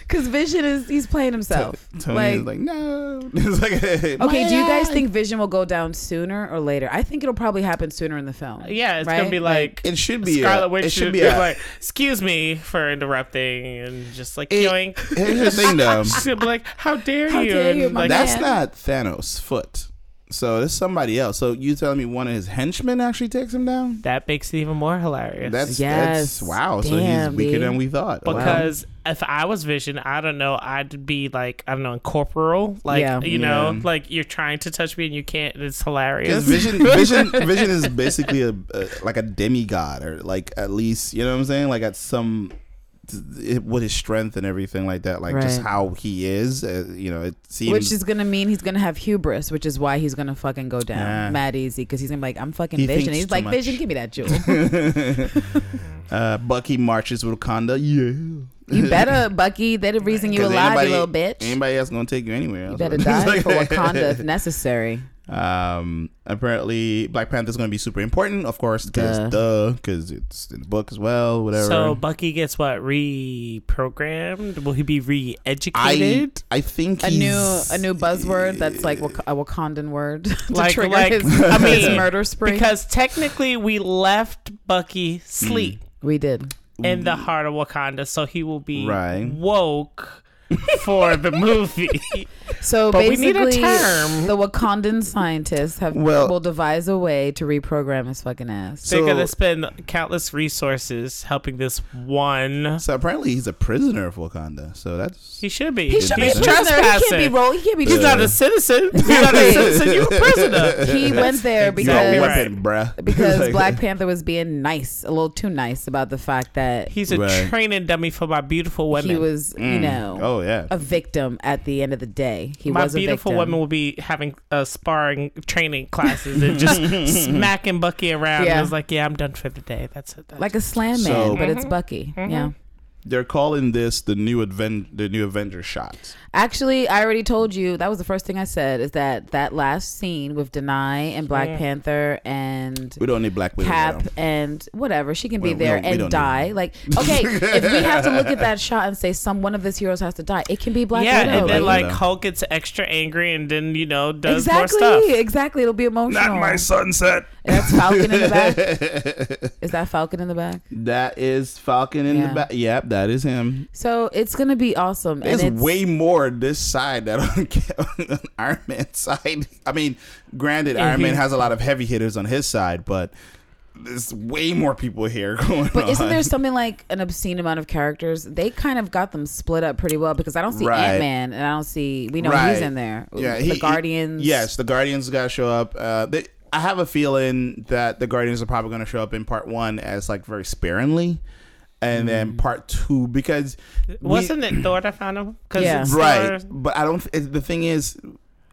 Speaker 3: because Vision is he's playing himself.
Speaker 2: Tony
Speaker 3: like,
Speaker 2: is like, no. *laughs* it's like, okay,
Speaker 3: okay, do you guys think Vision will go down sooner or later? I think it'll probably happen sooner in the film.
Speaker 1: Yeah, it's
Speaker 3: right?
Speaker 1: gonna be like,
Speaker 2: it should be?
Speaker 1: Scarlet
Speaker 2: a,
Speaker 1: Witch
Speaker 2: it should be
Speaker 1: be
Speaker 2: a,
Speaker 1: like, excuse me for interrupting, and just like
Speaker 2: It-
Speaker 1: yoink.
Speaker 2: *laughs* Here's the
Speaker 1: *laughs*
Speaker 2: thing, though.
Speaker 1: She's gonna be like, how dare
Speaker 3: How
Speaker 1: you?
Speaker 3: dare you,
Speaker 1: and
Speaker 3: my
Speaker 1: like,
Speaker 3: man.
Speaker 2: That's not Thanos' foot. So there's somebody else. So you telling me one of his henchmen actually takes him down?
Speaker 1: that makes it even more hilarious.
Speaker 2: That's
Speaker 3: Yes.
Speaker 2: that's wow. so he's
Speaker 3: Damn,
Speaker 2: weaker
Speaker 3: dude.
Speaker 2: than we thought. Wow.
Speaker 1: because if I was Vision, I don't know, I'd be like, I don't know, incorporeal. Like,
Speaker 3: Yeah.
Speaker 1: you know,
Speaker 2: Yeah.
Speaker 1: like you're trying to touch me and you can't. It's
Speaker 2: 'Cause
Speaker 1: hilarious.
Speaker 2: Vision, Vision, Vision is basically a, a like a demigod, or like at least you know what I'm saying. Like at some, it, with his strength and everything like that, like just
Speaker 3: Right.
Speaker 2: how he is. Uh, you know, it seems
Speaker 3: Which is gonna mean he's gonna have hubris, which is why he's gonna fucking go down
Speaker 2: Yeah.
Speaker 3: mad easy because he's gonna be like, I'm fucking
Speaker 2: He
Speaker 3: Vision.
Speaker 2: thinks
Speaker 3: He's
Speaker 2: too
Speaker 3: like,
Speaker 2: much.
Speaker 3: Vision, give me
Speaker 2: *laughs*
Speaker 3: that jewel.
Speaker 2: uh, Bucky marches with Wakanda. Yeah,
Speaker 3: you better, Bucky. They're the reason you
Speaker 2: 'Cause
Speaker 3: alive,
Speaker 2: anybody-
Speaker 3: you little bitch.
Speaker 2: Anybody else gonna take you anywhere?
Speaker 3: You
Speaker 2: else. *laughs*
Speaker 3: better
Speaker 2: It's
Speaker 3: die
Speaker 2: like-
Speaker 3: for Wakanda if necessary.
Speaker 2: Um, apparently, Black Panther's going to be super important, of course, because duh, because it's in the book as well, whatever.
Speaker 1: so Bucky gets what reprogrammed? Will he be
Speaker 2: I
Speaker 1: re-educated?
Speaker 2: I think
Speaker 3: A
Speaker 2: he's,
Speaker 3: new a new buzzword that's like Wak- a Wakandan word *laughs* to
Speaker 1: Like-
Speaker 3: trigger
Speaker 1: like-
Speaker 3: his,
Speaker 1: I
Speaker 3: his
Speaker 1: mean,
Speaker 3: murder spree.
Speaker 1: because technically, we left Bucky sleep.
Speaker 3: we did.
Speaker 1: in the heart of Wakanda, so he will be
Speaker 2: Mm. Right.
Speaker 1: woke for the movie.
Speaker 2: *laughs*
Speaker 3: So
Speaker 1: But we
Speaker 3: basically,
Speaker 1: need a term.
Speaker 3: the Wakandan scientists have
Speaker 2: Well-
Speaker 3: will devise a way to reprogram his fucking ass.
Speaker 2: So-
Speaker 1: They're gonna spend countless resources helping this one.
Speaker 2: So apparently, he's a prisoner of Wakanda. So that's
Speaker 1: He should be.
Speaker 3: He should be a
Speaker 1: He's
Speaker 3: prisoner. He can't be
Speaker 1: trespassing.
Speaker 3: rolled. He can't be.
Speaker 1: He's not a
Speaker 3: *laughs*
Speaker 1: citizen. He's not a citizen. You're a prisoner.
Speaker 3: he went there
Speaker 1: exactly
Speaker 2: you're a
Speaker 3: because
Speaker 1: right.
Speaker 2: weapon, bruh.
Speaker 3: *laughs* because
Speaker 2: *laughs* Like,
Speaker 3: Black Panther was being nice, a little too nice about the fact that he,
Speaker 1: He's a
Speaker 2: Right.
Speaker 1: training dummy for my beautiful women. Mm.
Speaker 3: was, you know,
Speaker 2: Oh yeah,
Speaker 3: a victim at the end of the day. He
Speaker 1: my
Speaker 3: was a
Speaker 1: beautiful
Speaker 3: victim.
Speaker 1: women will be having uh, sparring training classes and
Speaker 3: *laughs*
Speaker 1: just smacking Bucky around. And I
Speaker 3: Yeah.
Speaker 1: was like, yeah, I'm done for the day. That's it. That's
Speaker 3: like a slam man,
Speaker 2: So-
Speaker 3: but it's Bucky. Yeah.
Speaker 2: they're calling this the new Aven- the new Avenger shot.
Speaker 3: Actually, I already told you that was the first thing I said is that that last scene with Denai and Black Panther and
Speaker 2: We don't need Black Widow.
Speaker 3: Cap
Speaker 2: though.
Speaker 3: and whatever she can
Speaker 2: We-
Speaker 3: be
Speaker 2: we
Speaker 3: there
Speaker 2: don't- we
Speaker 3: and
Speaker 2: don't
Speaker 3: die.
Speaker 2: need-
Speaker 3: Like, okay, if we have to look
Speaker 2: *laughs*
Speaker 3: at that shot and say some one of these heroes has to die, it can be Black
Speaker 1: yeah,
Speaker 3: Widow.
Speaker 1: and then
Speaker 2: like-
Speaker 1: like Hulk gets extra angry and then you know does
Speaker 3: exactly,
Speaker 1: more stuff.
Speaker 3: exactly. It'll be emotional.
Speaker 2: Not my sunset.
Speaker 3: That's Falcon in the back.
Speaker 2: *laughs*
Speaker 3: Is that Falcon in the back?
Speaker 2: That is Falcon in
Speaker 3: Yeah.
Speaker 2: the back. Yep, that is him.
Speaker 3: So it's gonna be awesome. and
Speaker 2: There's
Speaker 3: it's-
Speaker 2: way more this side than on, *laughs* on Iron Man's side. I mean, granted, Iron Man
Speaker 1: he-
Speaker 3: Mm-hmm.
Speaker 2: has a lot of heavy hitters on his side, but there's way more people here *laughs* going
Speaker 3: But
Speaker 2: on.
Speaker 3: isn't there something like an obscene amount of characters? They kind of got them split up pretty well because I don't see
Speaker 2: Right.
Speaker 3: Ant Man and I don't see we know he's
Speaker 2: Right.
Speaker 3: in there.
Speaker 2: Yeah,
Speaker 3: the
Speaker 2: he- he-
Speaker 3: Guardians.
Speaker 2: yes, the Guardians got to show up. Uh, they, I have a feeling that the Guardians are probably going to show up in part one as like very sparingly, and then part two because we-
Speaker 1: Wasn't it Thor that found him? Cause
Speaker 3: Yeah.
Speaker 1: it's
Speaker 2: right.
Speaker 1: Thor-
Speaker 2: But I don't. It, the thing is,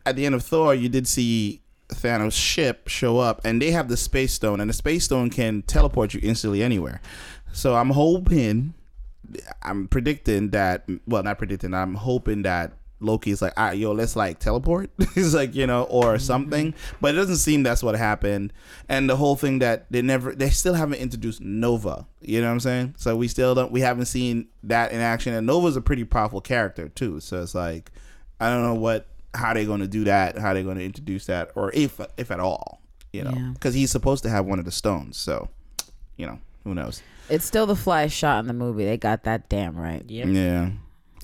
Speaker 2: at the end of Thor, you did see Thanos' ship show up, and they have the space stone, and the space stone can teleport you instantly anywhere. So I'm hoping, I'm predicting that. Well, not predicting. I'm hoping that. Loki's like, all right, yo, let's like teleport. *laughs* He's like, you know, or something. But it doesn't seem that's what happened. And the whole thing that they never, they still haven't introduced Nova. You know what I'm saying? So we still don't, we haven't seen that in action. And Nova's a pretty powerful character too. So it's like, I don't know what how they're going to do that, how they're going to introduce that, or if if at all, you know,
Speaker 3: Yeah.
Speaker 2: because he's supposed to have one of the stones. So, you know, who knows?
Speaker 3: It's still the fly shot in the movie. They got that damn right.
Speaker 1: Yep.
Speaker 2: Yeah,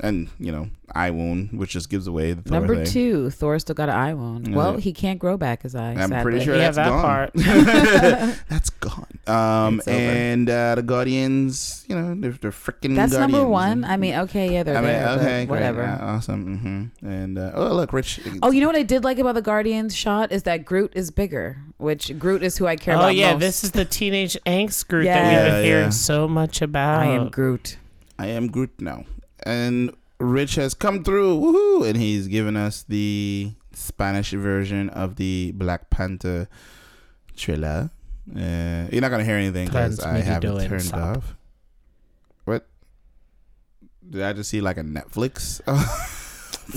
Speaker 2: and you know, eye wound, which just gives away the Thor
Speaker 3: Number
Speaker 2: thing.
Speaker 3: two, Thor still got an eye wound. Well, he can't grow back his eye.
Speaker 2: I'm
Speaker 3: sadly.
Speaker 2: pretty sure
Speaker 1: Yeah,
Speaker 2: that's
Speaker 1: that
Speaker 2: gone.
Speaker 1: part.
Speaker 2: *laughs*
Speaker 3: *laughs*
Speaker 2: that's gone. Um,
Speaker 3: It's over.
Speaker 2: and uh, the Guardians, you know, they're, they're freaking.
Speaker 3: That's number
Speaker 2: Guardians.
Speaker 3: one. I mean, okay, yeah, they're
Speaker 2: I mean,
Speaker 3: there. but
Speaker 2: okay, great.
Speaker 3: whatever.
Speaker 2: Uh, awesome. hmm And uh, oh, look, Rich.
Speaker 3: Oh, you know what I did like about the Guardians shot is that Groot is bigger, which Groot is who I care
Speaker 1: Oh
Speaker 3: about
Speaker 1: yeah,
Speaker 3: most.
Speaker 1: this is the teenage angst group that
Speaker 3: Yeah.
Speaker 1: we've
Speaker 2: Yeah,
Speaker 1: been hearing
Speaker 2: yeah.
Speaker 1: so much about.
Speaker 3: I am Groot.
Speaker 2: I am Groot now. And Rich has come through. Woohoo! And he's given us the Spanish version of the Black Panther trailer. Uh, you're not going to hear anything because
Speaker 1: Plans
Speaker 2: I
Speaker 1: made you
Speaker 2: have
Speaker 1: do
Speaker 2: it
Speaker 1: it,
Speaker 2: turned
Speaker 1: stop.
Speaker 2: off. What? Did I just see like a Netflix? *laughs*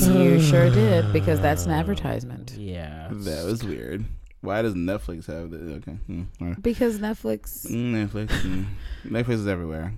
Speaker 2: Oh.
Speaker 3: you sure did because that's an advertisement.
Speaker 1: Yeah.
Speaker 2: That was *laughs* weird. Why does Netflix have that? Okay. Mm, all right.
Speaker 3: Because Netflix.
Speaker 2: Mm, Netflix. mm. Netflix is everywhere.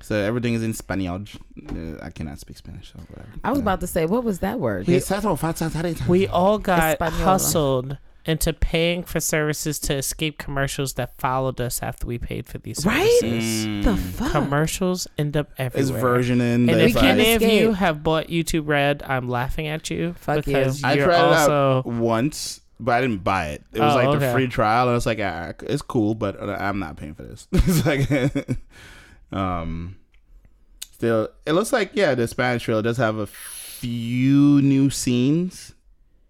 Speaker 2: So everything is in Spanish. Uh, I cannot speak Spanish, so whatever.
Speaker 3: I was about to say, what was that word?
Speaker 2: We, we,
Speaker 1: We all got
Speaker 3: Española.
Speaker 1: hustled into paying for services to escape commercials that followed us after we paid for these
Speaker 3: Right?
Speaker 1: services.
Speaker 3: the fuck?
Speaker 1: Commercials end up everywhere.
Speaker 2: It's versioning.
Speaker 1: And
Speaker 2: the
Speaker 1: if
Speaker 3: We can't
Speaker 1: any
Speaker 2: files.
Speaker 1: of you
Speaker 3: escape.
Speaker 1: have bought YouTube Red, I'm laughing at you
Speaker 3: Fuck you.
Speaker 1: because
Speaker 2: I
Speaker 1: are
Speaker 2: tried it out
Speaker 1: also
Speaker 2: once, but I didn't buy it. It was
Speaker 1: Oh,
Speaker 2: like the
Speaker 1: okay.
Speaker 2: free trial, and I was like, ah, it's cool, but uh, I'm not paying for this. *laughs* it's like, *laughs* um, still, it looks like yeah, the Spanish trailer does have a few new scenes.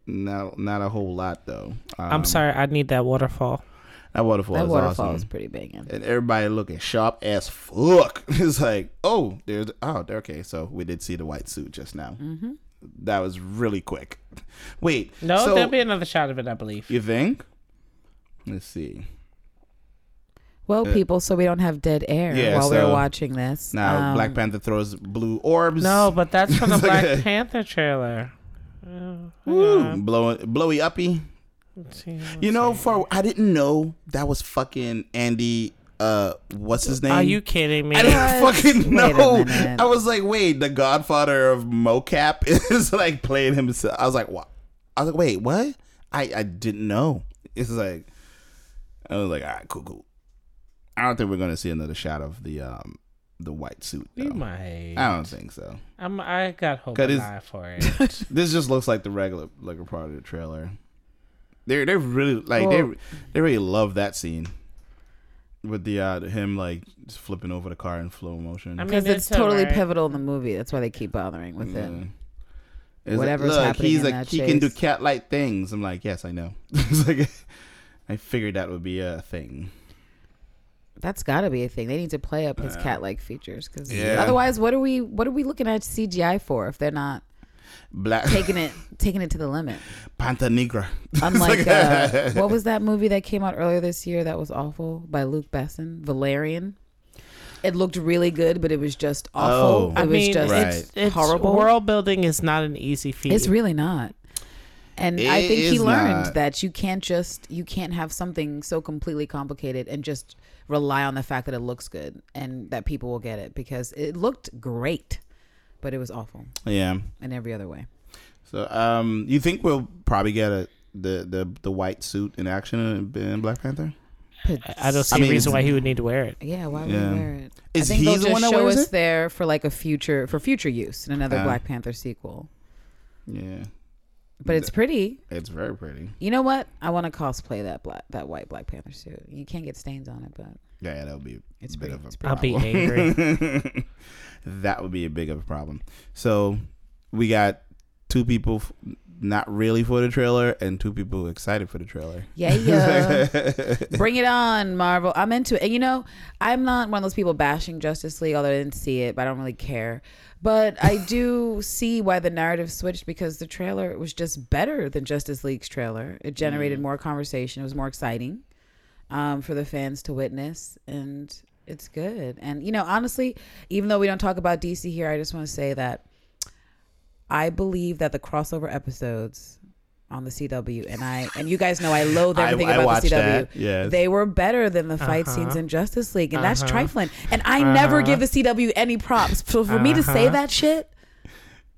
Speaker 2: Not not a whole lot though. Um,
Speaker 1: I'm sorry, I need that waterfall.
Speaker 2: That waterfall
Speaker 3: That
Speaker 2: is
Speaker 3: waterfall
Speaker 2: awesome.
Speaker 3: is pretty banging.
Speaker 2: and everybody looking sharp as fuck. *laughs* It's like, oh, there's oh, there- okay. So we did see the white suit just now.
Speaker 3: Mm-hmm.
Speaker 2: That was really quick. *laughs* Wait,
Speaker 1: No,
Speaker 2: so-
Speaker 1: there'll be another shot of it, I believe.
Speaker 2: you think? Let's see.
Speaker 3: Well,
Speaker 2: Uh,
Speaker 3: people, so we don't have dead air
Speaker 2: yeah,
Speaker 3: while we're
Speaker 2: so-
Speaker 3: watching this.
Speaker 2: Now
Speaker 3: Um,
Speaker 2: Black Panther throws blue orbs.
Speaker 1: No, but that's from the
Speaker 2: *laughs* It's
Speaker 1: Black
Speaker 2: okay.
Speaker 1: Panther trailer. Oh, hang
Speaker 2: Woo,
Speaker 1: on.
Speaker 2: blow, blowy uppy.
Speaker 1: Let's see, let's
Speaker 2: You know,
Speaker 1: see.
Speaker 2: for I didn't know that was fucking Andy. Uh, what's his name?
Speaker 1: Are you kidding me? *laughs*
Speaker 2: I didn't
Speaker 3: What?
Speaker 2: fucking
Speaker 3: Wait a
Speaker 2: know.
Speaker 3: minute.
Speaker 2: I was like, wait, the Godfather of mocap *laughs* is like playing himself. I was like, what? I was like, wait, what? I I didn't know. It's like, I was like, all right, cool, cool. I don't think we're gonna see another shot of the um the white suit.
Speaker 1: We
Speaker 2: though.
Speaker 1: might.
Speaker 2: I don't think so.
Speaker 1: I'm, I got hope
Speaker 2: Cut his-
Speaker 1: alive for
Speaker 3: *laughs*
Speaker 1: it.
Speaker 2: This just looks like the regular like a part of the trailer. They they really like
Speaker 3: Well-
Speaker 2: they they really love that scene with the uh him like just flipping over the car in slow motion.
Speaker 1: I mean,
Speaker 3: Because it's
Speaker 1: a
Speaker 3: totally
Speaker 1: right.
Speaker 3: pivotal in the movie. That's why they keep bothering with
Speaker 2: Mm.
Speaker 3: it.
Speaker 2: It's like, Mm.
Speaker 3: Whatever's
Speaker 2: look,
Speaker 3: happening
Speaker 2: he's
Speaker 3: in
Speaker 2: like
Speaker 3: that
Speaker 2: he can do
Speaker 3: chase.
Speaker 2: cat like things. I'm like, yes, I know. *laughs* it's like I figured that would be a thing.
Speaker 3: That's got to be a thing. They need to play up his
Speaker 2: Yeah.
Speaker 3: cat-like features, because
Speaker 2: Yeah.
Speaker 3: otherwise, what are we what are we looking at CGI for if they're not
Speaker 2: Black *laughs*
Speaker 3: taking it taking it to the limit?
Speaker 2: Panther Negra. *laughs*
Speaker 3: Unlike uh, what was that movie that came out earlier this year that was awful by Luke Besson, Valerian. It looked really good, but it was just awful.
Speaker 2: Oh.
Speaker 3: it
Speaker 1: I
Speaker 3: was
Speaker 1: mean,
Speaker 3: just
Speaker 2: Right.
Speaker 1: it's, it's
Speaker 3: horrible.
Speaker 1: World building is not an easy feat.
Speaker 3: It's really not. And I
Speaker 2: It
Speaker 3: think he
Speaker 2: is
Speaker 3: learned
Speaker 2: not.
Speaker 3: that you can't just you can't have something so completely complicated and just rely on the fact that it looks good and that people will get it because it looked great, but it was awful
Speaker 2: yeah.
Speaker 3: in every other way.
Speaker 2: So um, you think we'll probably get a the the, the white suit in action in, in Black Panther?
Speaker 1: I- I don't see
Speaker 2: mean,
Speaker 1: a reason
Speaker 2: it's-
Speaker 1: why he would need to wear it.
Speaker 3: Yeah, why would
Speaker 2: Yeah.
Speaker 3: we wear it?
Speaker 2: Is
Speaker 3: I think
Speaker 2: he
Speaker 3: they'll
Speaker 2: the
Speaker 3: just
Speaker 2: one that
Speaker 3: show
Speaker 2: wears
Speaker 3: us
Speaker 2: it?
Speaker 3: there for like a future for future use in another
Speaker 2: Uh.
Speaker 3: Black Panther sequel.
Speaker 2: Yeah,
Speaker 3: But it's pretty.
Speaker 2: it's very pretty.
Speaker 3: You know what? I want to cosplay that black that white Black Panther suit. You can't get stains on it, but
Speaker 2: Yeah, yeah, that'll be a
Speaker 3: It's
Speaker 2: bit
Speaker 3: pretty-
Speaker 2: of a
Speaker 3: it's pretty
Speaker 1: I'll be
Speaker 2: problem.
Speaker 1: *laughs* angry.
Speaker 2: *laughs* that would be a big of a problem. So we got two people f- not really for the trailer and two people excited for the trailer.
Speaker 3: yeah, yeah. Bring it on, Marvel. I'm into it. And you know, I'm not one of those people bashing Justice League, although I didn't see it, but I don't really care. But I do see why the narrative switched because the trailer was just better than Justice League's trailer. It generated more conversation, it was more exciting um, for the fans to witness. And it's good. And, you know, honestly, even though we don't talk about DC here, I just want to say that I believe that the crossover episodes on the CW and I and you guys know I loathe
Speaker 2: I-
Speaker 3: everything
Speaker 2: I
Speaker 3: about
Speaker 2: watched
Speaker 3: the CW.
Speaker 2: that, yes.
Speaker 3: They were better than the fight
Speaker 1: Uh-huh.
Speaker 3: scenes in Justice League and that's
Speaker 1: Uh-huh.
Speaker 3: trifling. And I never
Speaker 1: Uh-huh.
Speaker 3: give the CW any props. So for me to say
Speaker 1: Uh-huh.
Speaker 3: that shit,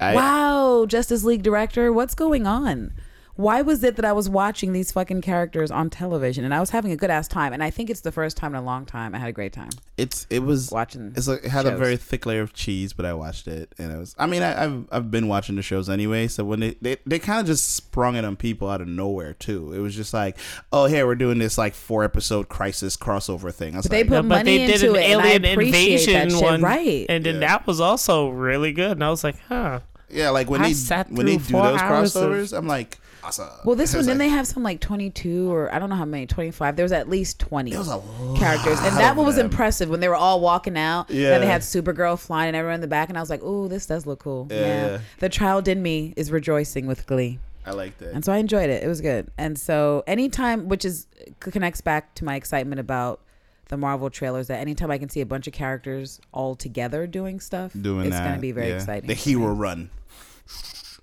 Speaker 2: I,
Speaker 3: wow, Justice League director, what's going on? Why was it that I was watching these fucking characters on television and I was having a good ass time and I think it's the first time in a long time I had a great time
Speaker 2: It's it was
Speaker 3: watching.
Speaker 2: it's like, it had a
Speaker 3: shows.
Speaker 2: very thick layer of cheese, but I watched it and it was. I mean, I, I've I've been watching the shows anyway, so when they they, they kind of just sprung it on people out of nowhere too. It was just like, oh hey, we're doing this like four episode crisis crossover thing. I was
Speaker 3: But they
Speaker 2: like,
Speaker 3: put
Speaker 1: No, but
Speaker 3: money
Speaker 1: they did
Speaker 3: into
Speaker 1: an
Speaker 3: it
Speaker 1: alien
Speaker 3: and I appreciate
Speaker 1: invasion
Speaker 3: that shit,
Speaker 1: one,
Speaker 3: right?
Speaker 1: And then
Speaker 2: Yeah.
Speaker 1: that was also really good. And I was like, huh.
Speaker 2: yeah, like when
Speaker 1: I
Speaker 2: they
Speaker 1: sat
Speaker 2: when they
Speaker 1: through
Speaker 2: do
Speaker 1: four
Speaker 2: those
Speaker 1: hours of-
Speaker 2: crossovers, I'm like, awesome. *laughs*
Speaker 3: Well, this
Speaker 2: It
Speaker 3: one,
Speaker 2: was
Speaker 3: then
Speaker 2: like-
Speaker 3: they have some like 22 or I don't know how many, 25. There was at least 20
Speaker 2: There was a
Speaker 3: characters. And that
Speaker 2: of
Speaker 3: one was
Speaker 2: them.
Speaker 3: impressive when they were all walking out. Yeah.
Speaker 2: Yeah.
Speaker 3: Then they had Supergirl flying and everyone in the back. And I was like, ooh, this does look cool. Yeah.
Speaker 2: Yeah.
Speaker 3: The child in me is rejoicing with glee.
Speaker 2: I liked it.
Speaker 3: And so I enjoyed it. It was good. And so anytime, which is connects back to my excitement about the Marvel trailers, that anytime I can see a bunch of characters all together doing stuff,
Speaker 2: doing
Speaker 3: it's
Speaker 2: that.
Speaker 3: going to be very
Speaker 2: yeah.
Speaker 3: exciting.
Speaker 2: The
Speaker 3: for me.
Speaker 2: hero run.
Speaker 3: *laughs*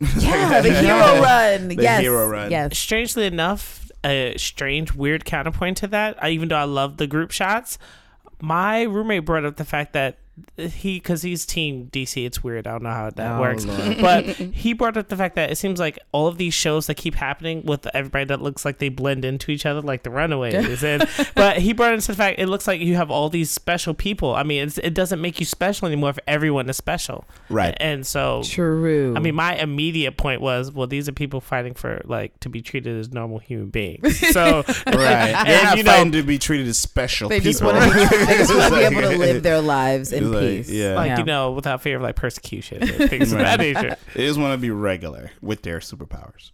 Speaker 2: *laughs*
Speaker 3: Yeah, the hero
Speaker 2: Yeah.
Speaker 3: *laughs* run.
Speaker 2: The
Speaker 3: yes.
Speaker 2: hero run.
Speaker 3: Yes.
Speaker 1: Strangely enough, a strange, weird counterpoint to that. I, even though I love the group shots, my roommate brought up the fact that he, because he's team DC, it's weird. I don't know how that
Speaker 4: Oh,
Speaker 1: works,
Speaker 4: Lord. *laughs*
Speaker 1: but he brought up the fact that it seems like all of these shows that keep happening with everybody that looks like they blend into each other, like
Speaker 4: *laughs*
Speaker 1: the Runaways. and but he brought into the fact it looks like you have all these special people. I mean, it's, it doesn't make you special anymore if everyone is special,
Speaker 2: Right.
Speaker 1: And so
Speaker 4: True.
Speaker 3: Mm-hmm.
Speaker 1: I mean, my immediate point was, well, these are people fighting for like to be treated as normal human
Speaker 3: *laughs*
Speaker 1: beings. So
Speaker 2: Right.
Speaker 1: And,
Speaker 2: They're not
Speaker 1: you know-
Speaker 2: fighting to be treated as special
Speaker 3: They
Speaker 2: people.
Speaker 3: just want
Speaker 2: *laughs*
Speaker 3: to be, they just wanna be able to live their lives in
Speaker 2: Like,
Speaker 3: peace.
Speaker 2: yeah.
Speaker 1: like you know, without fear of like persecution and things of that
Speaker 2: Right.
Speaker 1: nature.
Speaker 2: They just want to be regular with their *laughs* superpowers.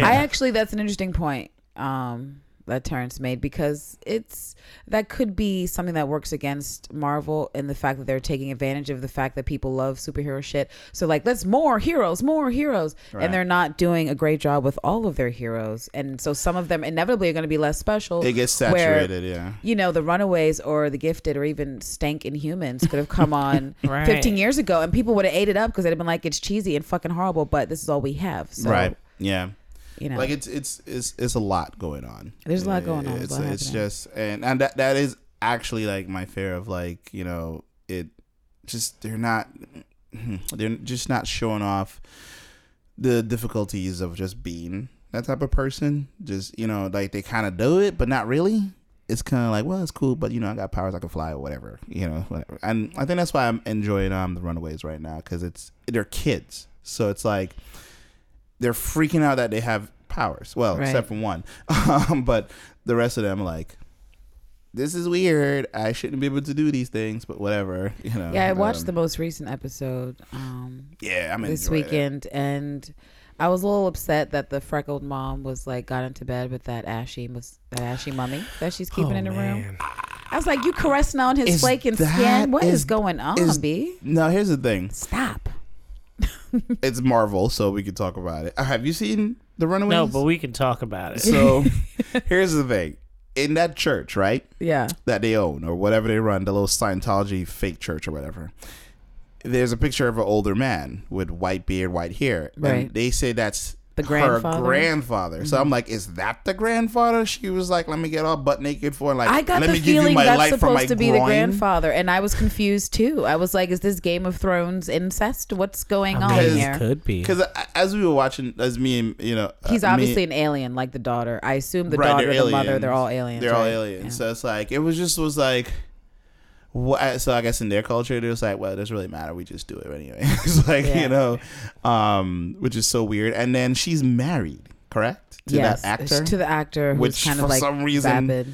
Speaker 3: I actually, that's an interesting point um, that Terrence made because it's that could be something that works against Marvel in the fact that they're taking advantage of the fact that people love superhero shit. So like, let's more heroes, more heroes,
Speaker 2: Right.
Speaker 3: and they're not doing a great job with all of their heroes, and so some of them inevitably are going to be less special.
Speaker 2: it gets
Speaker 3: where-
Speaker 2: saturated, yeah.
Speaker 3: you know, the Runaways or the Gifted or even Stank Inhumans could have
Speaker 2: *laughs*
Speaker 3: come on
Speaker 1: Right.
Speaker 3: 15 years ago and people would have ate it up because they'd have been like, it's cheesy and fucking horrible, but this is all we have. So,
Speaker 2: right. Yeah.
Speaker 3: you know,
Speaker 2: Like it's it's it's it's a lot going on. Eh,
Speaker 3: There's a lot going on. There's
Speaker 2: It's,
Speaker 3: a lot
Speaker 2: it's
Speaker 3: happening.
Speaker 2: just and and that that is actually like my fear of like you know it just they're not *clears throat* they're just not showing off the difficulties of just being that type of person. Just you know like they kind of do it, but not really. It's kind of like well, it's cool, but you know I got powers, I can fly or whatever. You know whatever. And I think that's why I'm enjoying um the Runaways right now because it's they're kids, so it's like they're freaking out that they have powers. Well,
Speaker 3: Right.
Speaker 2: except for one, *laughs* um, but the rest of them are like, this is weird. I shouldn't be able to do these things, but whatever. You know.
Speaker 3: yeah, I watched the
Speaker 2: um,
Speaker 3: most recent episode um,
Speaker 2: Yeah, I'm
Speaker 3: this
Speaker 2: enjoying it.
Speaker 3: weekend and I was a little upset that the freckled mom was like, got into bed with that ashy, mus- that ashy mummy that she's *laughs* keeping
Speaker 1: Oh,
Speaker 3: in the room.
Speaker 1: man.
Speaker 3: I was like, you caressing on his
Speaker 2: Is
Speaker 3: flaking
Speaker 2: that-
Speaker 3: skin? What is,
Speaker 2: is-
Speaker 3: going on,
Speaker 2: is-
Speaker 3: B?
Speaker 2: No, here's the thing.
Speaker 3: Stop.
Speaker 2: It's Marvel, so we can talk about it. Uh, Have you seen the Runaways?
Speaker 1: No, but we can talk about it.
Speaker 3: *laughs*
Speaker 2: so here's the thing. In that church, right?
Speaker 3: Yeah.
Speaker 2: that they own or whatever they run, the little Scientology fake church or whatever. There's a picture of an older man with white beard, white hair.
Speaker 3: Right.
Speaker 2: And they say that's
Speaker 3: The
Speaker 2: her
Speaker 3: grandfather? Mm-hmm.
Speaker 2: grandfather. So I'm like, is that the grandfather? She was like, let me get all butt naked for like,
Speaker 3: I got
Speaker 2: let
Speaker 3: the
Speaker 2: me give you
Speaker 3: feeling
Speaker 2: my
Speaker 3: that's
Speaker 2: life from my
Speaker 3: supposed to be the
Speaker 2: groin."
Speaker 3: grandfather, and I was confused too. I was like, "Is this Game of Thrones incest? What's going
Speaker 1: I
Speaker 3: on
Speaker 1: mean,
Speaker 2: Because-
Speaker 1: it
Speaker 3: here?"
Speaker 1: could be.
Speaker 2: Because uh, as we were watching, as me and you know, uh,
Speaker 3: He's
Speaker 2: me-
Speaker 3: obviously an alien, like the daughter. I assume the
Speaker 2: Right,
Speaker 3: daughter, the
Speaker 2: they're
Speaker 3: mother,
Speaker 2: aliens.
Speaker 3: they're all aliens.
Speaker 2: They're all
Speaker 3: right?
Speaker 2: aliens.
Speaker 3: Yeah.
Speaker 2: So it's like it was just was like. What, so I guess in their culture, it was like, well, it doesn't really matter. We just do it anyway. *laughs* it's like
Speaker 3: Yeah.
Speaker 2: you know, um, which is so weird. And then she's married, correct? To
Speaker 3: yes,
Speaker 2: that actor
Speaker 3: to the actor, who's
Speaker 2: Which,
Speaker 3: kind
Speaker 2: for
Speaker 3: of like
Speaker 2: some reason, *laughs*
Speaker 3: vapid.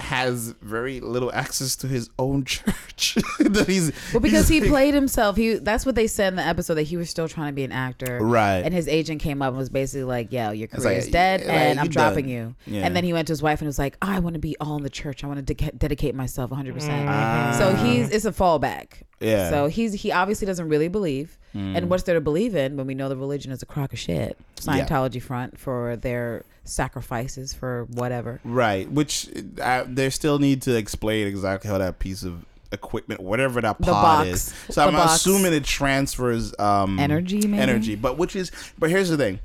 Speaker 2: has very little access to his own *laughs* church. that he's
Speaker 3: Well, because
Speaker 2: *laughs*
Speaker 3: he
Speaker 2: he's like-
Speaker 3: played himself. He that's what they said in the episode that he was still trying to be an actor.
Speaker 2: right.
Speaker 3: And his agent came up and was basically like, "Yeah, your
Speaker 2: It's
Speaker 3: career
Speaker 2: like,
Speaker 3: is dead,
Speaker 2: like,
Speaker 3: and
Speaker 2: you
Speaker 3: I'm dropping
Speaker 2: done.
Speaker 3: you."
Speaker 2: Yeah.
Speaker 3: And then he went to his wife and was like, "Oh, "I want to be all in the church. I want to de- dedicate myself 100." percent
Speaker 2: Ah.
Speaker 3: So he's it's a fallback.
Speaker 2: yeah. Mm.
Speaker 3: So he's he obviously doesn't really believe. And what's there to believe in when we know the religion is a crock of shit?
Speaker 2: Yeah.
Speaker 3: Scientology front for their sacrifices for whatever.
Speaker 2: Right, which uh, they still need to explain exactly how that piece of equipment, whatever that
Speaker 3: The
Speaker 2: pod
Speaker 3: box.
Speaker 2: is. So
Speaker 3: The
Speaker 2: I'm
Speaker 3: box.
Speaker 2: assuming it transfers um,
Speaker 3: Energy, maybe?
Speaker 2: energy. But which is, but here's the thing.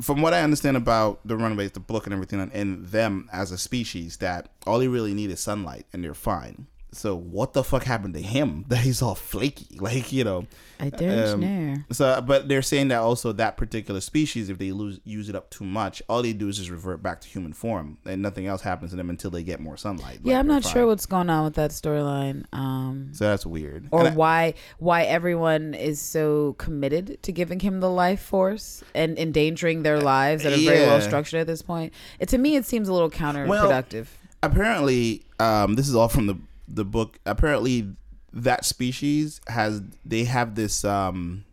Speaker 2: From what I understand about the runaways, the book, and everything, and, and them as a species, that all they really need is sunlight, and they're fine. So what the fuck happened to him that he's all flaky? *laughs* Like you know,
Speaker 3: I don't
Speaker 2: Um,
Speaker 3: know.
Speaker 2: so, but they're saying that also that particular species, if they lose use it up too much, all they do is just revert back to human form, and nothing else happens to them until they get more sunlight.
Speaker 3: Yeah,
Speaker 2: Like,
Speaker 3: I'm
Speaker 2: they're
Speaker 3: not
Speaker 2: fine.
Speaker 3: sure what's going on with that storyline. Um,
Speaker 2: So that's weird.
Speaker 3: or
Speaker 2: And I-
Speaker 3: why why everyone is so committed to giving him the life force and endangering their lives that are very well
Speaker 2: Uh, yeah.
Speaker 3: structured at this point. It, to me, it seems a little counterproductive.
Speaker 2: apparently, um, this is all from the the book. Apparently, that species has they have this. Um,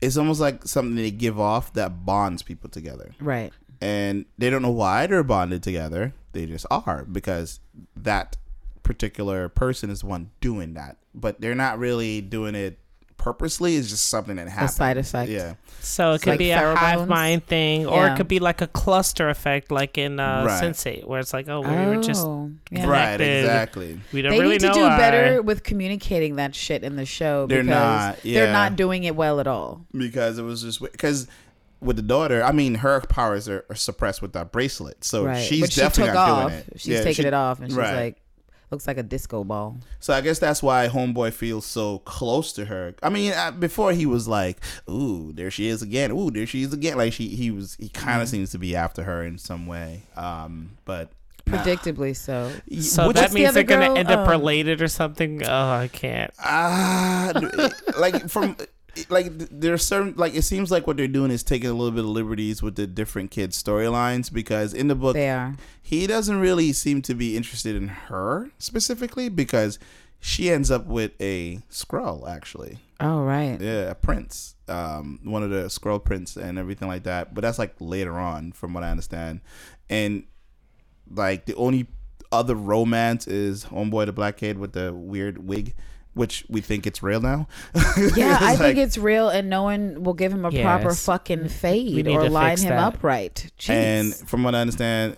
Speaker 2: it's almost like something they give off that bonds people together.
Speaker 3: right.
Speaker 2: and they don't know why they're bonded together. They just are because that particular person is the one doing that, but they're not really doing it purposely. It's just something that
Speaker 3: a
Speaker 2: happens.
Speaker 3: side effect.
Speaker 2: Yeah,
Speaker 1: So it
Speaker 3: It's
Speaker 1: could
Speaker 3: like
Speaker 1: be a hive
Speaker 3: pheromones?
Speaker 1: mind thing, or
Speaker 3: Yeah.
Speaker 1: it could be like a cluster effect, like in uh,
Speaker 2: Right.
Speaker 1: Sensei, where it's like, oh, we
Speaker 3: oh,
Speaker 1: were just
Speaker 3: yeah.
Speaker 2: right.
Speaker 1: Connected.
Speaker 2: Exactly.
Speaker 1: we don't
Speaker 3: They
Speaker 1: really
Speaker 3: need to
Speaker 1: know
Speaker 3: do
Speaker 1: why.
Speaker 3: better with communicating that shit in the show
Speaker 2: They're
Speaker 3: because
Speaker 2: not, yeah.
Speaker 3: they're not doing it well at all.
Speaker 2: because it was just because with the daughter, I mean, her powers are, are suppressed with that bracelet, so
Speaker 3: right.
Speaker 2: Oh, she's
Speaker 3: but she
Speaker 2: definitely
Speaker 3: took
Speaker 2: not
Speaker 3: off.
Speaker 2: doing it.
Speaker 3: She's
Speaker 2: Yeah,
Speaker 3: taking
Speaker 2: she-
Speaker 3: it off and she's
Speaker 2: right.
Speaker 3: like looks like a disco
Speaker 2: *sighs*
Speaker 3: ball.
Speaker 2: So I guess that's why Homeboy feels so close to her. I mean, I, before he was like, "Ooh, there she is again. Ooh, there she is again." Like she, he was, he
Speaker 1: Mm-hmm.
Speaker 2: kind of seems to be after her in some way. Um, but
Speaker 3: Predictably so.
Speaker 1: So
Speaker 2: Which
Speaker 1: that
Speaker 3: is the
Speaker 1: means
Speaker 3: other
Speaker 1: they're gonna
Speaker 3: girl?
Speaker 1: end up
Speaker 3: Um,
Speaker 1: related or something. Oh, I can't.
Speaker 2: Ah, like from like there's certain like it seems like what they're doing is taking a little bit of liberties with the different kids' storylines because in the book
Speaker 3: They are.
Speaker 2: he doesn't really seem to be interested in her specifically because she ends up with a scroll actually
Speaker 3: Oh right.
Speaker 2: yeah a prince um one of the scroll prints and everything like that but that's like later on from what i understand and like the only other romance is homeboy the black kid with the weird wig which we think it's real now *laughs*
Speaker 3: Yeah, I think
Speaker 2: like-
Speaker 3: it's real, and no one will give him a proper
Speaker 1: Yes.
Speaker 3: fucking fade
Speaker 1: need
Speaker 3: or
Speaker 1: to
Speaker 3: line
Speaker 1: fix
Speaker 3: him
Speaker 1: that.
Speaker 3: upright. Jeez.
Speaker 2: and from what i understand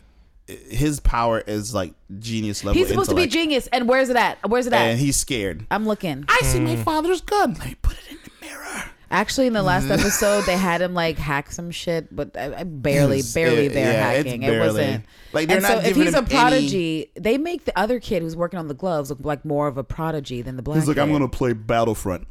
Speaker 2: i- his power is like genius level
Speaker 3: he's supposed to be
Speaker 2: intellect.
Speaker 3: genius, and where's it at? Where's it at?
Speaker 2: and he's scared
Speaker 3: I'm looking.
Speaker 2: i see my father's gun let me put it in the mirror
Speaker 3: Actually, in
Speaker 2: *laughs*
Speaker 3: the last episode, they had him like hack some shit, but I, I barely,
Speaker 2: It's-
Speaker 3: barely
Speaker 2: it-
Speaker 3: there
Speaker 2: yeah, it's
Speaker 3: hacking. It
Speaker 2: barely.
Speaker 3: wasn't.
Speaker 2: Like, they're
Speaker 3: and
Speaker 2: not
Speaker 3: so, if
Speaker 2: giving
Speaker 3: he's a
Speaker 2: him any-
Speaker 3: prodigy, they make the other kid who's working on the gloves look like more of a prodigy than the black.
Speaker 2: he's like i'm
Speaker 3: kid."
Speaker 2: gonna play battlefront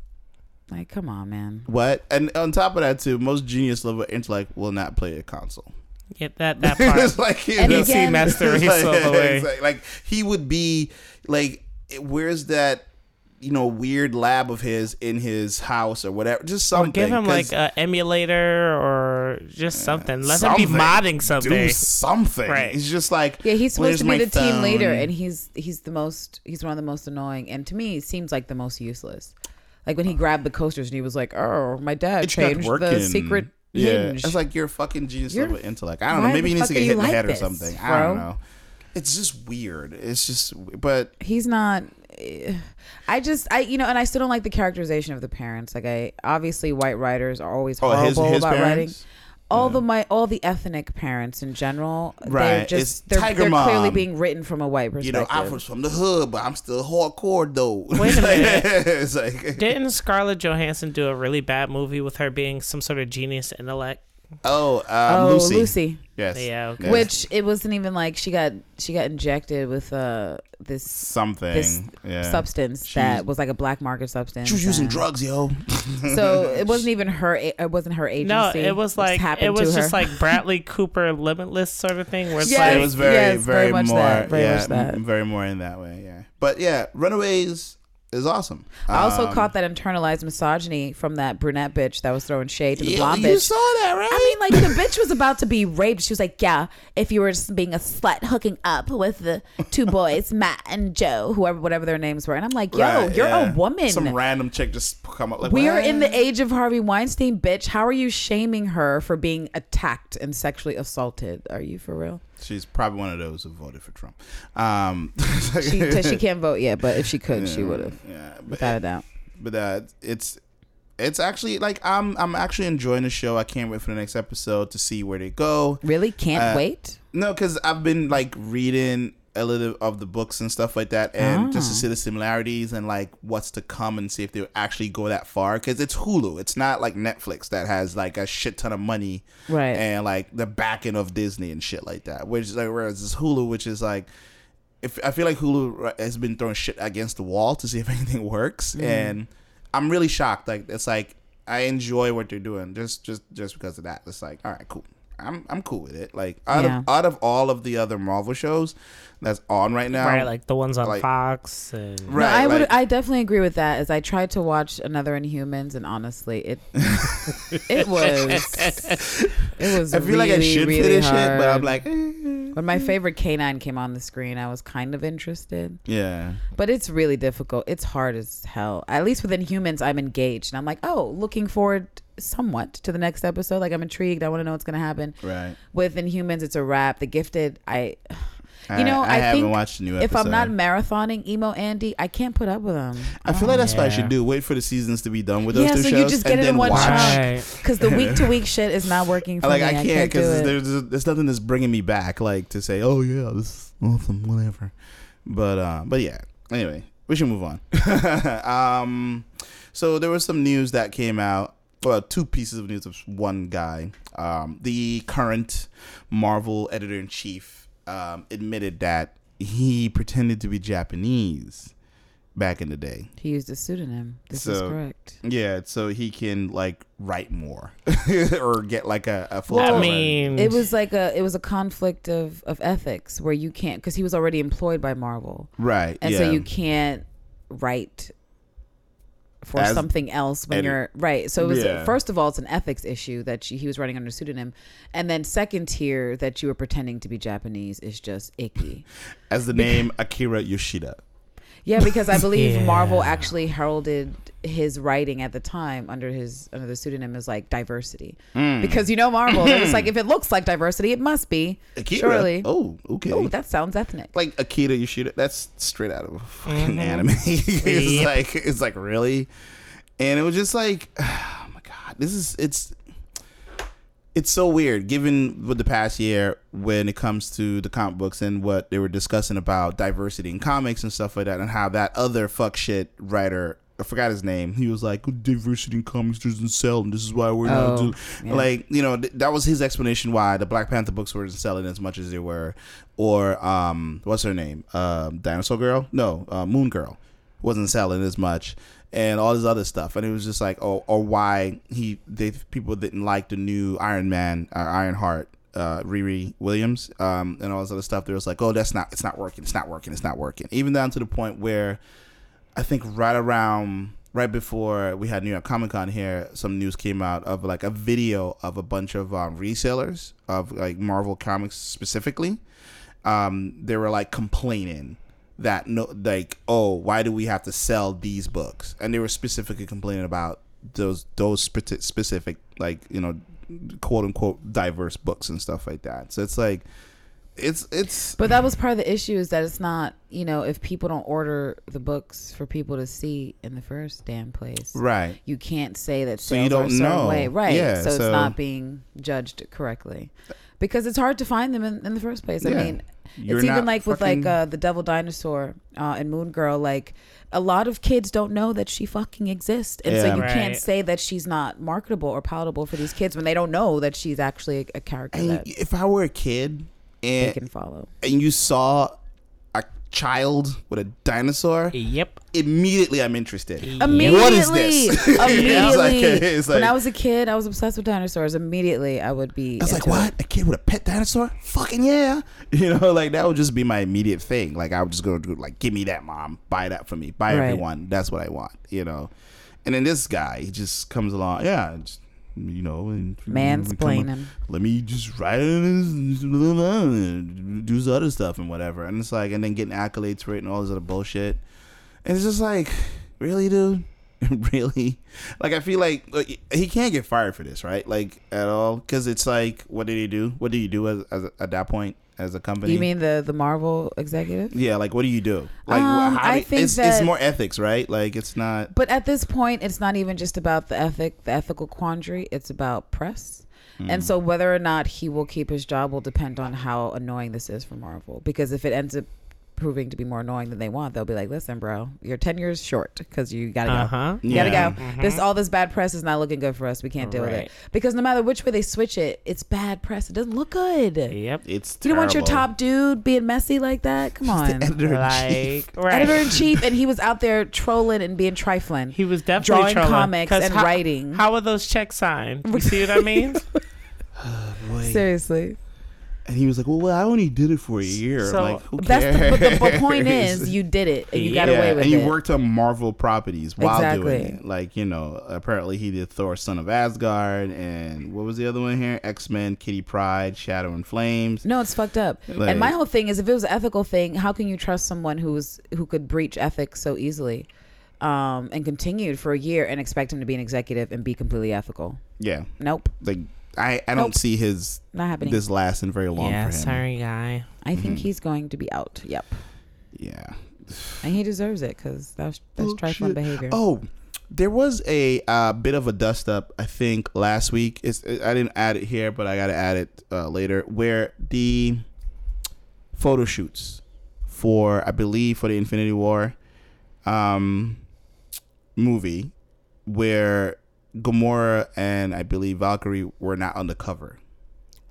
Speaker 3: Like, come on, man.
Speaker 2: What? And on top of that, too, most genius level intellect will not play a console. *laughs*
Speaker 1: Yeah, that
Speaker 3: *laughs*
Speaker 1: that part.
Speaker 2: it's like you
Speaker 3: And
Speaker 2: know,
Speaker 3: again-
Speaker 1: PC Master
Speaker 2: it's
Speaker 1: Race all the way.
Speaker 2: it's like, like, he would be like, it- where's that? You know, weird lab of his in his house or whatever. Just
Speaker 1: Or
Speaker 2: something.
Speaker 1: give him like
Speaker 2: 'cause
Speaker 1: an emulator or just something. Let him be
Speaker 2: something.
Speaker 1: modding something.
Speaker 2: do something.
Speaker 1: Right.
Speaker 2: He's just like
Speaker 3: Yeah, he's
Speaker 2: "Where's
Speaker 3: supposed to
Speaker 2: my
Speaker 3: be the team leader,
Speaker 2: phone?"
Speaker 3: and he's he's the most he's one of the most annoying, and to me, he seems like the most useless. Like when he grabbed the coasters and he was like, "Oh, my dad
Speaker 2: It's not
Speaker 3: changed the
Speaker 2: working.
Speaker 3: secret
Speaker 2: Yeah,
Speaker 3: hinge."
Speaker 2: it's like you're a fucking genius
Speaker 3: You're-
Speaker 2: level intellect. I don't know.
Speaker 3: why
Speaker 2: Maybe
Speaker 3: the
Speaker 2: he needs to
Speaker 3: fuck
Speaker 2: get
Speaker 3: are
Speaker 2: hit
Speaker 3: you
Speaker 2: in the
Speaker 3: like
Speaker 2: head
Speaker 3: this,
Speaker 2: or something. I don't
Speaker 3: bro?
Speaker 2: know. It's just weird. It's just, but
Speaker 3: he's not. eh, I just I you know, and I still don't like the characterization of the parents. Like I obviously white writers are always
Speaker 2: oh,
Speaker 3: horrible
Speaker 2: his his
Speaker 3: about writing.
Speaker 2: parents.
Speaker 3: All the my all the ethnic parents in general,
Speaker 2: Right,
Speaker 3: they're
Speaker 2: it's
Speaker 3: just they're,
Speaker 2: Tiger
Speaker 3: they're clearly
Speaker 2: Mom.
Speaker 3: being written from a white
Speaker 2: You
Speaker 3: perspective.
Speaker 2: know, I was from the hood, but I'm still hardcore though.
Speaker 1: Wait a minute.
Speaker 2: *laughs* it's like,
Speaker 1: Didn't Scarlett Johansson do a really bad movie with her being some sort of genius intellect?
Speaker 2: oh, um,
Speaker 3: oh,
Speaker 2: Lucy.
Speaker 3: Lucy.
Speaker 2: Yes.
Speaker 1: Yeah, okay.
Speaker 2: Yes.
Speaker 3: Which it wasn't even like she got she got injected with uh this
Speaker 2: something.
Speaker 3: this
Speaker 2: yeah.
Speaker 3: substance
Speaker 2: She was-
Speaker 3: that was like a black market substance.
Speaker 2: she was using
Speaker 3: and-
Speaker 2: drugs, yo. *laughs*
Speaker 3: So it wasn't even her. It wasn't her agency.
Speaker 1: No, it was
Speaker 3: Just
Speaker 1: like
Speaker 3: happened
Speaker 1: it was
Speaker 3: to
Speaker 1: just
Speaker 3: her.
Speaker 1: like Bradley Cooper Limitless sort of thing. Where
Speaker 2: *laughs*
Speaker 1: it's
Speaker 3: Yes.
Speaker 2: it
Speaker 1: like
Speaker 2: was very,
Speaker 3: yes,
Speaker 2: very,
Speaker 3: very much
Speaker 2: more,
Speaker 3: that, very
Speaker 2: yeah,
Speaker 3: much that.
Speaker 2: m- very more in that way, yeah. But yeah, Runaways is awesome.
Speaker 3: I also
Speaker 2: Um,
Speaker 3: caught that internalized misogyny from that brunette bitch that was throwing shade to the
Speaker 2: you,
Speaker 3: blonde
Speaker 2: you
Speaker 3: bitch.
Speaker 2: saw that, right?
Speaker 3: I mean, like the bitch was about to be raped. She was like, "Yeah, if you were just being a slut, hooking up with the two boys, Matt and Joe, whoever, whatever their names were," and I'm like, "Yo,
Speaker 2: Right,
Speaker 3: you're
Speaker 2: yeah.
Speaker 3: a woman.
Speaker 2: Some random chick just come up like
Speaker 3: we are
Speaker 2: "What?"
Speaker 3: in the age of Harvey Weinstein, bitch. How are you shaming her for being attacked and sexually assaulted? Are you for real?
Speaker 2: She's probably one of those who voted for Trump. Um, *laughs*
Speaker 3: She 'cause she can't vote yet, but if she could, she would have,
Speaker 2: Yeah, but
Speaker 3: without a doubt.
Speaker 2: but uh, it's it's actually like I'm I'm actually enjoying the show. I can't wait for the next episode to see where they go.
Speaker 3: Really, can't
Speaker 2: Uh,
Speaker 3: wait.
Speaker 2: No, because I've been like reading a little of the books and stuff like that, and just
Speaker 3: Ah.
Speaker 2: to see the similarities and like what's to come and see if they actually go that far. Because it's Hulu, it's not like Netflix that has like a shit ton of money,
Speaker 3: Right.
Speaker 2: And like the backing of Disney and shit like that. Which is like whereas it's Hulu, which is like. If, I feel like Hulu has been throwing shit against the wall to see if *laughs* anything works, and I'm really shocked. Like it's like I enjoy what they're doing just just just because of that. It's like all right, cool. I'm I'm cool with it. Like out
Speaker 3: Yeah.
Speaker 2: of out of all of the other Marvel shows that's on right now,
Speaker 1: right, like the ones on
Speaker 2: um, like-
Speaker 1: Fox and
Speaker 2: right,
Speaker 3: no, I would.
Speaker 2: like-
Speaker 3: I definitely agree with that. As I tried to watch another Inhumans, and
Speaker 2: *laughs*
Speaker 3: honestly, it it was it was.
Speaker 2: I feel like I
Speaker 3: really,
Speaker 2: should
Speaker 3: really
Speaker 2: finish
Speaker 3: hard.
Speaker 2: it, but I'm like, eh.
Speaker 3: when my favorite canine came on the screen, I was kind of interested.
Speaker 2: yeah,
Speaker 3: But it's really difficult. It's hard as hell. At least within humans, I'm engaged and I'm like, oh, looking forward somewhat to the next episode. Like I'm intrigued. I want to know what's gonna happen.
Speaker 2: right.
Speaker 3: With Inhumans, it's a wrap. The Gifted, I, You know, I
Speaker 2: haven't
Speaker 3: think
Speaker 2: watched the new
Speaker 3: If
Speaker 2: episode.
Speaker 3: I'm not marathoning emo Andy, I can't put up with him
Speaker 2: I feel like that's what I
Speaker 1: Yeah.
Speaker 2: should do. Wait for the seasons to be done with those
Speaker 3: Yeah,
Speaker 2: two
Speaker 3: so you
Speaker 2: shows,
Speaker 3: just get
Speaker 2: and
Speaker 3: it in
Speaker 2: then
Speaker 3: one
Speaker 2: watch.
Speaker 3: shot.
Speaker 1: Right.
Speaker 3: because the week to
Speaker 2: *laughs*
Speaker 3: week shit is not working for
Speaker 2: Like
Speaker 3: me.
Speaker 2: I can't
Speaker 3: do
Speaker 2: because
Speaker 3: it.
Speaker 2: there's there's nothing that's bringing me back. Like to say, oh yeah, this is awesome, whatever. But uh, but yeah. Anyway, we should move on. *laughs* um, so there was some news that came out. Well, two pieces of news of one guy. Um, the current Marvel editor in chief um, admitted that he pretended to be Japanese back in the day.
Speaker 3: He used a pseudonym. This is
Speaker 2: So-
Speaker 3: correct.
Speaker 2: Yeah, so he can like write more *laughs* or get like a, a full.
Speaker 1: I
Speaker 3: Well,
Speaker 1: mean,
Speaker 3: It was like a it was a conflict of of ethics where you can't because he was already employed by Marvel,
Speaker 2: right,
Speaker 3: and
Speaker 2: yeah.
Speaker 3: so you can't write for
Speaker 2: As-
Speaker 3: something else when
Speaker 2: edit.
Speaker 3: you're right. So it was
Speaker 2: Yeah.
Speaker 3: first of all, it's an ethics issue that she, he was writing under a pseudonym, and then second tier that you were pretending to be Japanese is just icky.
Speaker 2: as the name Akira Yoshida.
Speaker 3: Yeah, because I believe
Speaker 1: Yeah.
Speaker 3: Marvel actually heralded his writing at the time under his under the pseudonym as like diversity.
Speaker 2: Hmm.
Speaker 3: Because you know Marvel, it's
Speaker 2: *clears throat*
Speaker 3: like if it looks like diversity, it must be.
Speaker 2: Akira.
Speaker 3: Surely. Oh,
Speaker 2: Oh, okay.
Speaker 3: that sounds ethnic.
Speaker 2: like Akira Yoshida. That's straight out of a fucking anime. *laughs* it's
Speaker 1: Yep.
Speaker 2: like it's like really, and it was just like, *sighs* oh my god, this is it's. It's so weird, given with the past year when it comes to the comic books and what they were discussing about diversity in comics and stuff like that, and how that other fuck shit writer, I forgot his name, he was like, diversity in comics doesn't sell, and this is why we're not
Speaker 3: Oh,
Speaker 2: doing.
Speaker 3: yeah.
Speaker 2: Like you know, th- that was his explanation why the Black Panther books weren't selling as much as they were, or um, what's her name, um, Dinosaur Girl? No, uh, Moon Girl wasn't selling as much, and all this other stuff. And it was just like, oh, or why he they people didn't like the new Iron Man, uh, Iron Heart. Uh, Riri Williams um, and all this other stuff. There was like, oh, that's not, it's not working, it's not working, it's not working. Even down to the point where I think right around right before we had New York Comic Con here, some news came out of like a video of a bunch of um, resellers of like Marvel comics specifically. Um, they were like complaining that no, like, oh, why do we have to sell these books? And they were specifically complaining about those those speci- specific like you know quote unquote diverse books and stuff like that. So it's like it's it's
Speaker 3: But that was part of the issue is that it's not, you know, if people don't order the books for people to see in the first damn place.
Speaker 2: right.
Speaker 3: You can't say that
Speaker 2: So
Speaker 3: sales
Speaker 2: you
Speaker 3: are a
Speaker 2: don't
Speaker 3: certain
Speaker 2: know.
Speaker 3: way. Right.
Speaker 2: Yeah,
Speaker 3: so,
Speaker 2: so-
Speaker 3: it's not being judged correctly. Because it's hard to find them in, in the first place.
Speaker 2: Yeah.
Speaker 3: I mean,
Speaker 2: You're
Speaker 3: it's
Speaker 2: not
Speaker 3: even like with
Speaker 2: fucking-
Speaker 3: like uh, the Devil Dinosaur uh, and Moon Girl. Like a lot of kids don't know that she fucking exists, and
Speaker 2: Yeah.
Speaker 3: so you
Speaker 1: Right.
Speaker 3: can't say that she's not marketable or palatable for these kids when they don't know that she's actually a, a character
Speaker 2: And eh,
Speaker 3: that
Speaker 2: if I were a kid
Speaker 3: they
Speaker 2: and
Speaker 3: can follow.
Speaker 2: and you saw a child with a dinosaur,
Speaker 1: yep.
Speaker 2: immediately I'm interested.
Speaker 3: Immediately,
Speaker 2: What is
Speaker 3: *laughs*
Speaker 2: this? *laughs* It's like-
Speaker 3: immediately.
Speaker 2: it's
Speaker 3: when
Speaker 2: like-
Speaker 3: I was a kid, I was obsessed with dinosaurs. Immediately, I would be.
Speaker 2: I was like,
Speaker 3: into it.
Speaker 2: what? A kid with a pet dinosaur? Fucking yeah. *laughs* You know, like that would just be my immediate thing. Like I would just go to like, give me that mom. Buy that for me. Buy
Speaker 3: Right.
Speaker 2: everyone. That's what I want. You know. And then this guy, he just comes along. Yeah, just, you know, and
Speaker 3: Mansplain
Speaker 2: come-
Speaker 3: him.
Speaker 2: Let me just write it and do this other stuff and whatever. And it's like, and then getting accolades for it and all this other bullshit. And it's just like, really, dude? *laughs* really? Like, I feel like like, he can't get fired for this, right? Like, at all? Because it's like, what did he do? What do you do as, as at that point as a company?
Speaker 3: You mean the the Marvel executive?
Speaker 2: Yeah, like, what do you do? Like,
Speaker 3: Um,
Speaker 2: how do
Speaker 3: I
Speaker 2: you-
Speaker 3: think
Speaker 2: it's, it's
Speaker 3: that-
Speaker 2: more ethics, right? Like, it's not.
Speaker 3: But at this point, it's not even just about the ethic, the ethical quandary. It's about press.
Speaker 2: Hmm.
Speaker 3: And so, whether or not he will keep his job will depend on how annoying this is for Marvel. Because if it ends up proving to be more annoying than they want, they'll be like, "Listen, bro, you're ten years short because you gotta go.
Speaker 1: Uh huh.
Speaker 3: You gotta
Speaker 2: Yeah.
Speaker 3: go. This all this bad press is not looking good for us. We can't deal with
Speaker 1: Right.
Speaker 3: it. Because no matter which way they switch it, it's bad press. It doesn't look good.
Speaker 1: Yep.
Speaker 2: It's
Speaker 3: You don't want your
Speaker 2: *laughs* terrible.
Speaker 3: top dude being messy like that. Come on, *laughs*
Speaker 1: Like
Speaker 2: editor-in-chief.
Speaker 1: right.
Speaker 3: editor in chief, and he was out there trolling and being trifling.
Speaker 1: He was definitely
Speaker 3: Drawing
Speaker 1: trolling,
Speaker 3: comics
Speaker 1: 'cause
Speaker 3: and
Speaker 1: how,
Speaker 3: writing.
Speaker 1: How are those checks signed? You see what I
Speaker 2: *laughs*
Speaker 1: mean?
Speaker 2: Boy.
Speaker 3: Seriously.
Speaker 2: And he was like, "Well, I only did it for a year."
Speaker 1: So-
Speaker 2: like, who
Speaker 3: That's the, but the but
Speaker 2: *laughs*
Speaker 3: point
Speaker 2: cares?
Speaker 3: is you did it and you got
Speaker 1: Yeah,
Speaker 3: away with
Speaker 2: and
Speaker 3: it.
Speaker 2: you worked on Marvel properties while doing
Speaker 3: Exactly.
Speaker 2: it. Like, you know, apparently he did Thor, Son of Asgard, and what was the other one here? X Men, Kitty Pride, Shadow and Flames.
Speaker 3: no, it's fucked up.
Speaker 2: Like-
Speaker 3: and my whole thing is, if it was an ethical thing, how can you trust someone who's who could breach ethics so easily, um, and continued for a year and expect him to be an executive and be completely ethical?
Speaker 2: Yeah,
Speaker 3: Nope.
Speaker 2: like I, I
Speaker 3: Nope.
Speaker 2: don't see his
Speaker 3: Not happening.
Speaker 2: this lasting very long
Speaker 1: yeah,
Speaker 2: for him.
Speaker 1: sorry, guy.
Speaker 3: I think
Speaker 2: Mhm.
Speaker 3: he's going to be out. Yep.
Speaker 2: Yeah.
Speaker 3: And he deserves it because that's that's trifling
Speaker 2: Bullshit.
Speaker 3: behavior.
Speaker 2: Oh, there was a uh, bit of a dust up. I think last week. It's I didn't add it here, but I got to add it uh, later. Where the photo shoots for I believe for the Infinity War um, movie, where Gamora and I believe Valkyrie were not on the cover,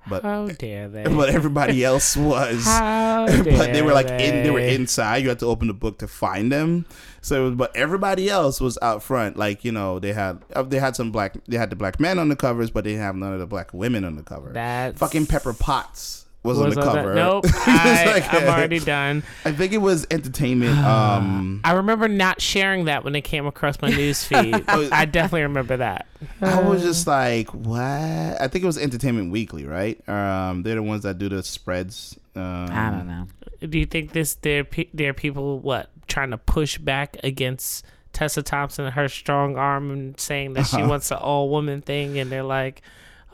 Speaker 2: But-
Speaker 1: How dare they?
Speaker 2: but everybody else was.
Speaker 1: How dare
Speaker 2: *laughs* but they were like in they were
Speaker 1: they?
Speaker 2: inside you had to open the book to find them so but everybody else was out front like you know they had uh, they had some black they had the black men on the covers but they didn't have none of the black women on the cover
Speaker 1: That's
Speaker 2: fucking pepper potts was,
Speaker 1: was
Speaker 2: on the cover *laughs*
Speaker 1: nope,
Speaker 2: It's
Speaker 1: I,
Speaker 2: like,
Speaker 1: I'm already done.
Speaker 2: i think it was
Speaker 1: *sighs*
Speaker 2: entertainment um
Speaker 1: I remember not sharing that when it came across my
Speaker 2: *laughs*
Speaker 1: news feed.
Speaker 2: Oh,
Speaker 1: I definitely remember that.
Speaker 2: I
Speaker 1: Uh.
Speaker 2: was just like, what? I think it was Entertainment Weekly, right? Um, they're the ones that do the spreads. Um,
Speaker 3: I don't know.
Speaker 1: Do you think this there pe- there are people what trying to push back against Tessa Thompson and her strong arm and saying that
Speaker 2: Uh-huh.
Speaker 1: she wants an all woman thing and they're like,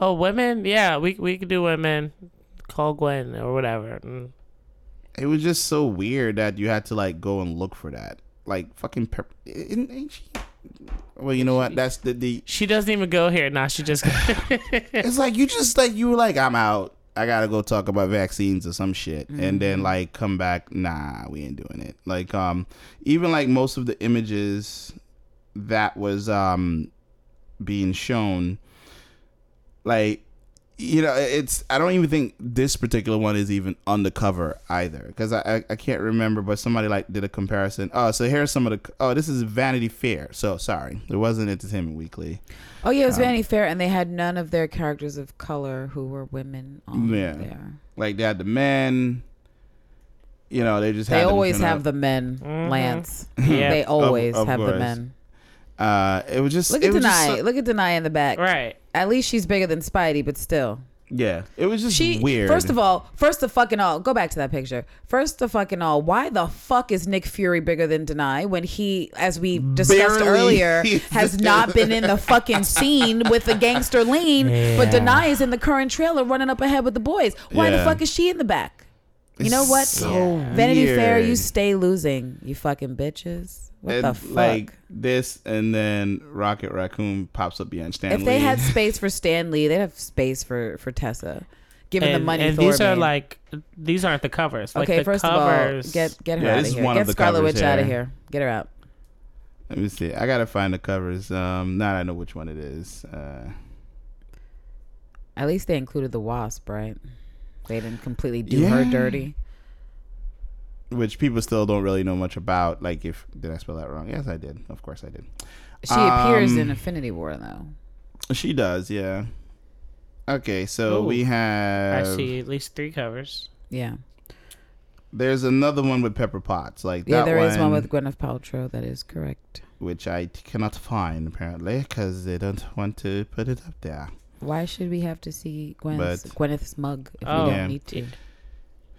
Speaker 1: oh women, yeah, we we can do women. Call Gwen or whatever. Mm.
Speaker 2: It was just so weird that you had to like go and look for that. Like fucking pepper. Ain't ain't she? Well, you know what? That's the the.
Speaker 1: She doesn't even go here now. She
Speaker 2: *laughs*
Speaker 1: just *laughs*
Speaker 2: It's like you just like you were like I'm out. I gotta go talk about vaccines or some shit, and then like come back. Nah, we ain't doing it. Like um, even like most of the images that was um being shown, like you know it's i don't even think this particular one is even undercover either because I, I i can't remember but somebody like did a comparison oh so here's some of the oh this is vanity fair so sorry it wasn't entertainment weekly
Speaker 3: Oh yeah, it was Vanity Fair, and they had none of their characters of color who were women on
Speaker 2: Yeah.
Speaker 3: there.
Speaker 2: like they had the men you know they just
Speaker 3: They
Speaker 2: had them
Speaker 3: always
Speaker 2: kinda-
Speaker 3: have the men,
Speaker 1: Mhm.
Speaker 3: Lance.
Speaker 1: yeah
Speaker 3: They always
Speaker 2: of
Speaker 3: have the
Speaker 2: course.
Speaker 3: men.
Speaker 2: uh it was just
Speaker 3: Look
Speaker 2: it
Speaker 3: at
Speaker 2: was just
Speaker 3: Denai.
Speaker 2: so-
Speaker 3: Look at Denai in the back.
Speaker 1: right.
Speaker 3: At least she's bigger than Spidey, but still.
Speaker 2: yeah it was just
Speaker 3: She
Speaker 2: weird
Speaker 3: First of all, first the fucking all, go back to that picture. First the fucking all, why the fuck is Nick Fury bigger than Denai when he, as we discussed
Speaker 2: Barely. *laughs*
Speaker 3: earlier, has not been in the fucking scene with the gangster lean, but
Speaker 1: Yeah.
Speaker 3: Denai is in the current trailer running up ahead with the boys. Why the
Speaker 2: Yeah.
Speaker 3: fuck is she in the back? You
Speaker 2: It's
Speaker 3: know what?
Speaker 2: so
Speaker 3: Vanity Fair, you
Speaker 2: weird.
Speaker 3: stay losing, you fucking bitches. What
Speaker 2: And,
Speaker 3: the fuck?
Speaker 2: like this and then rocket raccoon pops up behind stanley
Speaker 3: if
Speaker 2: *laughs*
Speaker 3: they had space for Stan Lee, they'd have space for for Tessa. Given the money,
Speaker 1: and
Speaker 3: Thor
Speaker 1: these are
Speaker 3: made.
Speaker 1: like these aren't the covers. Like
Speaker 3: okay,
Speaker 1: the
Speaker 3: first
Speaker 1: covers,
Speaker 3: of all, get get her
Speaker 2: Yeah,
Speaker 3: out
Speaker 2: this
Speaker 3: of
Speaker 2: is
Speaker 3: here.
Speaker 2: one
Speaker 3: get
Speaker 2: of the
Speaker 3: Scarlet
Speaker 2: covers
Speaker 3: Witch out of
Speaker 2: here.
Speaker 3: here. Get her out.
Speaker 2: Let me see. I gotta find the covers. Um, now that I know which one it is. Uh,
Speaker 3: At least they included the Wasp, right? They didn't completely do her
Speaker 2: Yeah.
Speaker 3: dirty.
Speaker 2: which people still don't really know much about. Like, if did I spell that wrong? Yes, I did. Of course, I did.
Speaker 3: She appears
Speaker 2: Um,
Speaker 3: in Infinity War though.
Speaker 2: She does, yeah. Okay, so
Speaker 1: Ooh.
Speaker 2: we
Speaker 1: I
Speaker 2: have.
Speaker 1: see at least three covers.
Speaker 3: Yeah,
Speaker 2: There's another one with Pepper Potts, like
Speaker 3: yeah.
Speaker 2: that
Speaker 3: There
Speaker 2: one,
Speaker 3: is one with Gwyneth Paltrow. That is correct.
Speaker 2: which I t- cannot find apparently because they don't want to put it up there.
Speaker 3: Why should we have to see Gwyneth's,
Speaker 2: But-
Speaker 3: Gwyneth's mug if
Speaker 1: Oh.
Speaker 3: we
Speaker 2: Yeah.
Speaker 3: don't need to?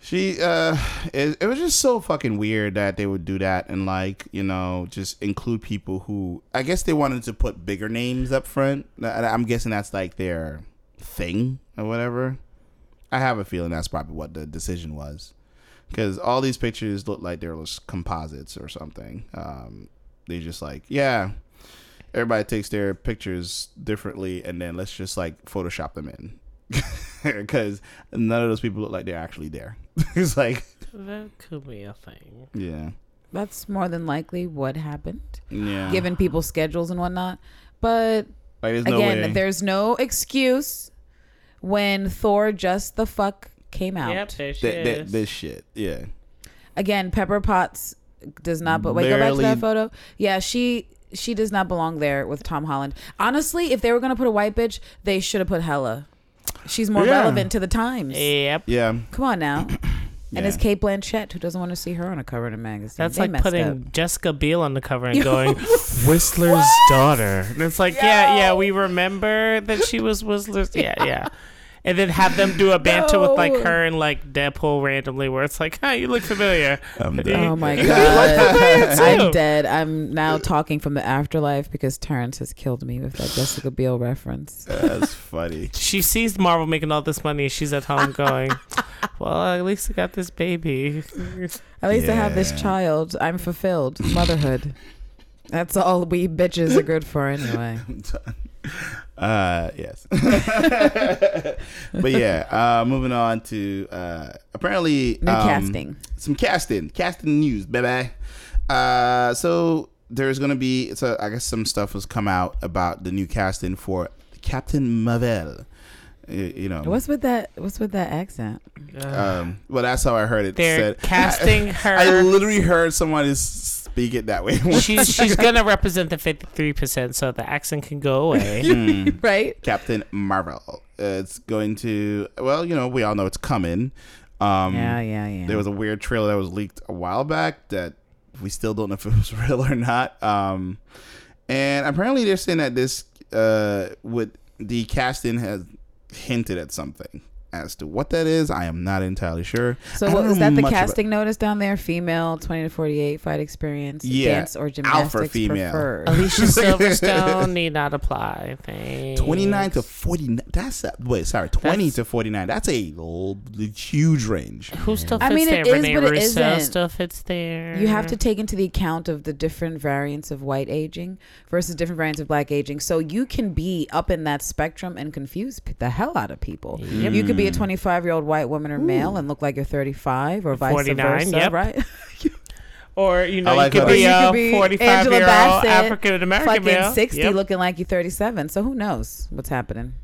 Speaker 2: She, uh, it, it was just so fucking weird that they would do that and like, you know, just include people who, I guess they wanted to put bigger names up front. I- I- I'm guessing that's like their thing or whatever. I have a feeling that's probably what the decision was. Because all these pictures look like they're just composites or something. Um, they just like, yeah, everybody takes their pictures differently and then let's just like Photoshop them in. *laughs* Because none of those people look like they're actually there. *laughs* it's like,
Speaker 1: That could be a thing.
Speaker 2: yeah.
Speaker 3: That's more than likely
Speaker 2: *sighs*
Speaker 3: what happened,
Speaker 2: Yeah.
Speaker 3: given people's schedules and whatnot. But
Speaker 2: like, there's no
Speaker 3: again,
Speaker 2: way.
Speaker 3: there's no excuse when Thor just the fuck came out.
Speaker 1: Yep, there she
Speaker 2: Th- th-
Speaker 1: is.
Speaker 2: this shit. Yeah.
Speaker 3: again pepper potts does not but wait go back to
Speaker 2: Barely-
Speaker 3: that photo yeah she she does not belong there with tom holland honestly if they were going to put a white bitch they should have put hella she's more
Speaker 2: Yeah.
Speaker 3: relevant to the times
Speaker 1: Yep.
Speaker 2: Yeah.
Speaker 3: come on
Speaker 2: *coughs*
Speaker 3: now
Speaker 2: yeah.
Speaker 3: and it's kate blanchett who doesn't want to see her on a cover in a magazine
Speaker 1: That's
Speaker 3: They
Speaker 1: like
Speaker 3: messed
Speaker 1: putting
Speaker 3: up.
Speaker 1: Jessica Biel on the cover
Speaker 3: *laughs*
Speaker 1: and going Whistler's daughter. And it's like, yeah, yeah, we remember that she was Whistler's. Yeah, yeah. and then have them do a banter with like
Speaker 3: No.
Speaker 1: her and like Deadpool randomly, where it's like, "Hey, you look familiar."
Speaker 2: I'm
Speaker 1: You-
Speaker 2: done.
Speaker 3: Oh my
Speaker 1: you look familiar
Speaker 3: god. I'm
Speaker 1: too.
Speaker 3: dead. I'm now talking from the afterlife because Terrence has killed me with that Jessica Biel reference.
Speaker 2: That's funny.
Speaker 1: She sees Marvel making all this money. She's at
Speaker 3: *laughs*
Speaker 1: home going, "Well, at least I got this baby."
Speaker 3: At least I have this
Speaker 2: Yeah.
Speaker 3: child. I'm fulfilled. Motherhood. That's all we bitches are good for anyway.
Speaker 2: I'm done. *laughs* Uh, yes. *laughs* but yeah, uh, moving on to uh, apparently
Speaker 3: New
Speaker 2: um,
Speaker 3: casting.
Speaker 2: some casting, casting news, baby. Uh, so there's gonna be, so I guess some stuff has come out about the new casting for Captain Marvel. Y- You know,
Speaker 3: What's with that what's with
Speaker 2: *laughs*
Speaker 3: that accent?
Speaker 1: *laughs* Uh,
Speaker 2: um, well, that's how I heard it
Speaker 1: They're
Speaker 2: said. *laughs*
Speaker 1: casting her.
Speaker 2: I literally heard somebody s- speak it that way. *laughs*
Speaker 1: she's she's gonna represent the fifty three percent, so the accent can
Speaker 2: *laughs*
Speaker 1: go away.
Speaker 2: Mm.
Speaker 3: Right?
Speaker 2: Captain Marvel. Uh, it's going to well, you know, we all know it's coming. Um
Speaker 3: yeah, yeah, yeah.
Speaker 2: there was a weird trailer that was leaked a while back that we still don't know if it was *laughs* real or not. Um and apparently they're saying that this uh would the casting has hinted at something. As to what that is, I am not entirely sure. I
Speaker 3: so what
Speaker 2: don't
Speaker 3: was
Speaker 2: know
Speaker 3: that the
Speaker 2: much about-
Speaker 3: casting notice down there? Female, twenty to forty eight, fight experience,
Speaker 2: Yeah.
Speaker 3: dance or gymnastics
Speaker 2: female. *laughs*
Speaker 3: preferred.
Speaker 1: Alicia Silverstone need not apply. Thanks.
Speaker 2: 29 to 49 that's a, wait sorry 20
Speaker 1: That's-
Speaker 2: to 49 that's a l- huge range
Speaker 1: Who still fits
Speaker 3: I mean,
Speaker 1: there?
Speaker 3: it is,
Speaker 1: Renee
Speaker 3: but it
Speaker 1: Russo
Speaker 3: isn't.
Speaker 1: still fits there.
Speaker 3: You have to take into the account of the different variants of white aging versus different variants of black aging. So you can be up in that spectrum and confuse p- the hell out of people.
Speaker 1: Yep.
Speaker 3: You could be a 25 year old white woman or male and look like you're 35 or vice
Speaker 1: 49,
Speaker 3: versa,
Speaker 1: yep.
Speaker 3: right?
Speaker 1: Or you know,
Speaker 2: I like
Speaker 1: you could
Speaker 2: how
Speaker 1: be a
Speaker 3: that- Or you could be
Speaker 1: forty-five
Speaker 3: Angela
Speaker 1: year old
Speaker 3: Bassett,
Speaker 1: African *laughs* American
Speaker 3: Fucking
Speaker 1: male.
Speaker 3: 60
Speaker 1: Yep.
Speaker 3: looking like you're 37. So who knows what's happening?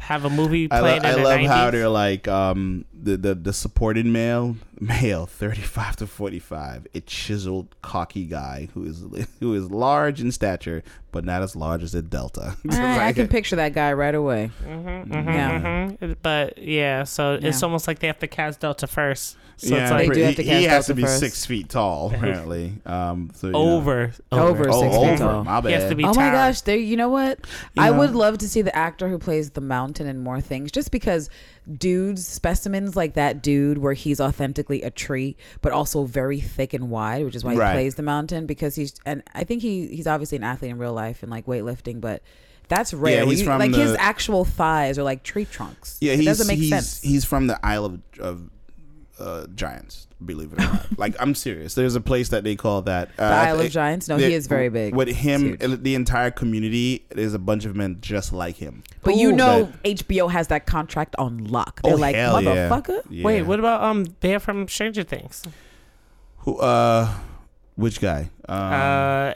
Speaker 1: Have a movie
Speaker 2: I, lo-
Speaker 1: played
Speaker 2: I
Speaker 1: in the
Speaker 2: love how
Speaker 1: 90s.
Speaker 2: they're like um, the, the the supported male, *laughs* male, thirty five to forty five, a chiseled, cocky guy who is *laughs* who is large in stature but not as large as a delta. *laughs* It's
Speaker 3: I, I
Speaker 2: like-
Speaker 3: can picture that guy right away.
Speaker 1: Mhm, mhm,
Speaker 3: Yeah.
Speaker 1: mhm. But yeah, so it's
Speaker 3: Yeah.
Speaker 1: almost like they have to cast Delta first. So
Speaker 2: yeah,
Speaker 1: it's
Speaker 3: They
Speaker 1: like
Speaker 3: do have
Speaker 2: he-
Speaker 3: to
Speaker 2: he,
Speaker 3: cast
Speaker 2: has
Speaker 3: Delta
Speaker 2: to be
Speaker 3: first.
Speaker 2: six feet
Speaker 3: *laughs*
Speaker 2: tall apparently. Um, so, you know.
Speaker 1: over,
Speaker 3: Over.
Speaker 2: oh,
Speaker 3: Six feet
Speaker 2: over.
Speaker 3: tall.
Speaker 2: My
Speaker 1: He has
Speaker 2: bad.
Speaker 1: to be
Speaker 3: Oh my
Speaker 1: tired.
Speaker 3: gosh, there you know what?
Speaker 2: You
Speaker 3: I
Speaker 2: know?
Speaker 3: would love to see the actor who plays the mountain and more things just because dudes specimens like that dude where he's authentically a tree but also very thick and wide, which is why
Speaker 2: Right.
Speaker 3: he plays the mountain because he's and I think he he's obviously an athlete in real life and like weightlifting, but that's rare.
Speaker 2: he's
Speaker 3: You-
Speaker 2: from
Speaker 3: like his
Speaker 2: the-
Speaker 3: actual thighs are like tree trunks.
Speaker 2: Yeah,
Speaker 3: it
Speaker 2: he's,
Speaker 3: doesn't make
Speaker 2: he's,
Speaker 3: sense.
Speaker 2: He's from the Isle of, of uh, Giants, believe it or not. like, I'm serious. There's a place that they call that. Uh,
Speaker 3: the
Speaker 2: I
Speaker 3: Isle
Speaker 2: thi-
Speaker 3: of Giants. No,
Speaker 2: that-
Speaker 3: he is very big.
Speaker 2: With him,
Speaker 3: It's huge.
Speaker 2: the entire community, there's a bunch of men just like him.
Speaker 3: But you
Speaker 2: Ooh.
Speaker 3: know, HBO has that contract on lock. They're
Speaker 2: Oh,
Speaker 3: like,
Speaker 2: hell yeah.
Speaker 3: motherfucker.
Speaker 2: Yeah.
Speaker 1: Wait, what about um? They're from Stranger Things.
Speaker 2: Who, uh, which guy? Um,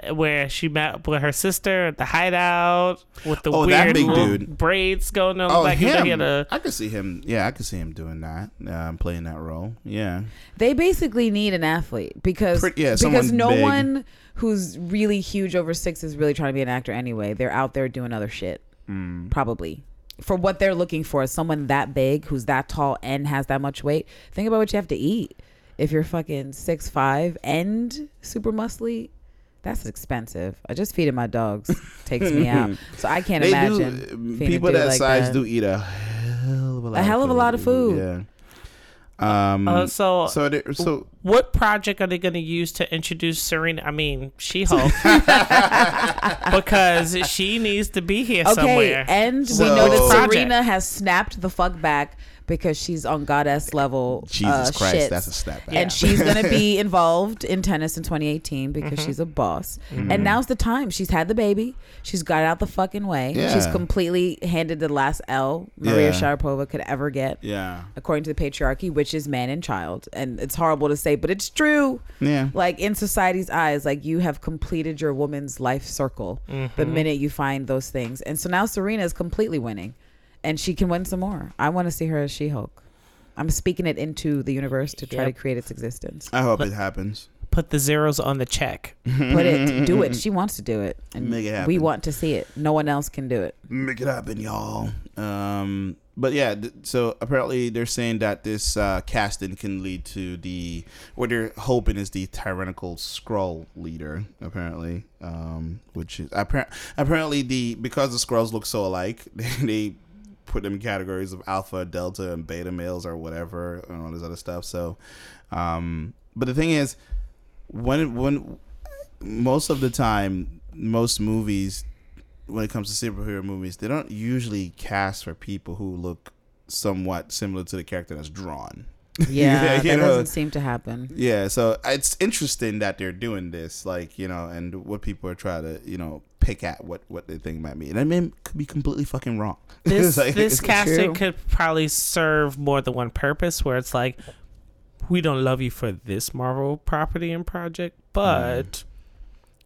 Speaker 1: uh, where she met with her sister at the hideout with the
Speaker 2: Oh, that
Speaker 1: weird
Speaker 2: big
Speaker 1: little
Speaker 2: dude.
Speaker 1: braids going on.
Speaker 2: oh,
Speaker 1: like
Speaker 2: him.
Speaker 1: He had a,
Speaker 2: I could see him. Yeah, I could see him doing that. Um, playing that role. Yeah.
Speaker 3: They basically need an athlete because
Speaker 2: Pretty- yeah,
Speaker 3: because
Speaker 2: someone
Speaker 3: no
Speaker 2: big.
Speaker 3: one who's really huge over six is really trying to be an actor anyway. They're out there doing other shit,
Speaker 2: Mm.
Speaker 3: probably. For what they're looking for, is someone that big who's that tall and has that much weight. Think about what you have to eat. If you're fucking six five and super muscly, that's expensive. I just feeding my dogs takes me out,
Speaker 2: *laughs*
Speaker 3: so I can't
Speaker 2: They
Speaker 3: imagine
Speaker 2: do. uh,
Speaker 3: feeding a
Speaker 2: People
Speaker 3: dude
Speaker 2: that
Speaker 3: like
Speaker 2: size
Speaker 3: that.
Speaker 2: do eat a hell of a lot.
Speaker 3: hell of a lot of food.
Speaker 2: Yeah. Um.
Speaker 1: uh, so,
Speaker 2: so there, so
Speaker 1: what project are they going to use to introduce Serena? I mean, She
Speaker 3: *laughs*
Speaker 1: Hulk, *laughs* because she needs to be here somewhere.
Speaker 3: and
Speaker 2: So-
Speaker 3: we know
Speaker 2: Which
Speaker 3: that
Speaker 1: project?
Speaker 3: Serena has snapped the fuck back because she's on goddess level.
Speaker 2: Jesus
Speaker 3: uh,
Speaker 2: Christ,
Speaker 3: shits.
Speaker 2: that's a snapback.
Speaker 1: Yeah.
Speaker 3: And she's
Speaker 2: *laughs*
Speaker 3: gonna be involved in tennis in 2018 because
Speaker 1: Mm-hmm.
Speaker 3: she's a boss. And now's the time. She's had the baby. She's got out the fucking way. She's
Speaker 2: Yeah.
Speaker 3: completely handed the last L Maria
Speaker 2: Yeah.
Speaker 3: Sharapova could ever get,
Speaker 2: yeah,
Speaker 3: according to the patriarchy, which is man and child. And it's horrible to say, but it's true
Speaker 2: yeah.
Speaker 3: like in society's eyes like you have completed your woman's life circle the
Speaker 1: Mm-hmm.
Speaker 3: minute you find those things and so now serena is completely winning and she can win some more i want to see her as she-hulk i'm speaking it into the universe to try
Speaker 1: Yep.
Speaker 3: to create its
Speaker 2: *laughs*
Speaker 3: existence
Speaker 2: I hope it happens.
Speaker 1: Put the zeros on the check.
Speaker 3: put it do it she wants to do it and
Speaker 2: Make it
Speaker 3: we
Speaker 2: happen.
Speaker 3: want to see it no one else can do it
Speaker 2: Make it happen, y'all. Um, but yeah, th- so apparently they're saying that this uh, casting can lead to the what they're hoping is the tyrannical scroll leader. Apparently, um, which is appar- apparently the because the scrolls look so alike, *laughs* they, they put them in categories of alpha, delta, and beta males or whatever, and all this other stuff. So, um, but the thing is, when when most of the time, most movies, when it comes to superhero movies, they don't usually cast for people who look somewhat similar to the character that's drawn. *laughs*
Speaker 3: Yeah,
Speaker 2: *laughs* Yeah, you
Speaker 3: that
Speaker 2: know.
Speaker 3: doesn't seem to happen.
Speaker 2: Yeah, so uh, it's interesting that they're doing this, like you know, and what people are trying to you know pick at what what they think might be, and I mean could be completely fucking wrong. *laughs*
Speaker 1: This
Speaker 2: It's like-
Speaker 1: this casting
Speaker 3: True.
Speaker 1: could probably serve more than one purpose, where it's like, we don't love you for this Marvel property and
Speaker 2: Mm.
Speaker 1: project, but.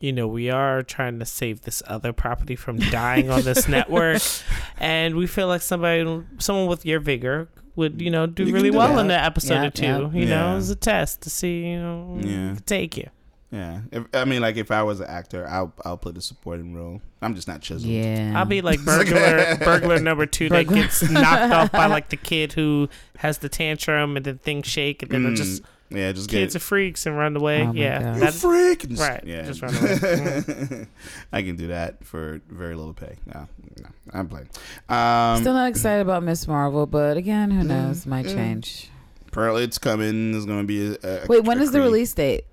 Speaker 1: You know, we are trying to save this other property from dying on this network,
Speaker 2: *laughs*
Speaker 1: and we feel like somebody, someone with your vigor, would you know do
Speaker 2: You can
Speaker 1: really
Speaker 2: do
Speaker 1: well
Speaker 2: that.
Speaker 1: in that episode
Speaker 3: Yeah,
Speaker 1: or two.
Speaker 3: yeah.
Speaker 1: You know,
Speaker 2: Yeah.
Speaker 1: it's a test to see you know
Speaker 2: Yeah.
Speaker 1: take you.
Speaker 2: Yeah, if, I mean, like if I was an actor, I'll I'll play the supporting role. I'm just not chiseled.
Speaker 3: Yeah,
Speaker 1: I'll be like burglar, burglar number two that
Speaker 3: Burglar.
Speaker 1: gets knocked off by *laughs* like the kid who has the tantrum and then things shake and then they're
Speaker 2: Mm,
Speaker 1: just
Speaker 2: yeah, just
Speaker 1: kids are
Speaker 2: get
Speaker 1: freaks and run away.
Speaker 3: Oh my
Speaker 1: yeah,
Speaker 3: God.
Speaker 2: you
Speaker 1: that-
Speaker 2: freak. And
Speaker 1: right,
Speaker 2: Yeah,
Speaker 1: just run away.
Speaker 2: *laughs* I can do that for very little pay. No, no I'm playing. Um,
Speaker 3: Still not excited about Miss Marvel, but again, who
Speaker 2: Mm,
Speaker 3: knows? Might
Speaker 2: mm.
Speaker 3: change.
Speaker 2: apparently it's coming. There's gonna be a, a
Speaker 3: Wait, when is the
Speaker 2: a- *laughs*
Speaker 3: release date?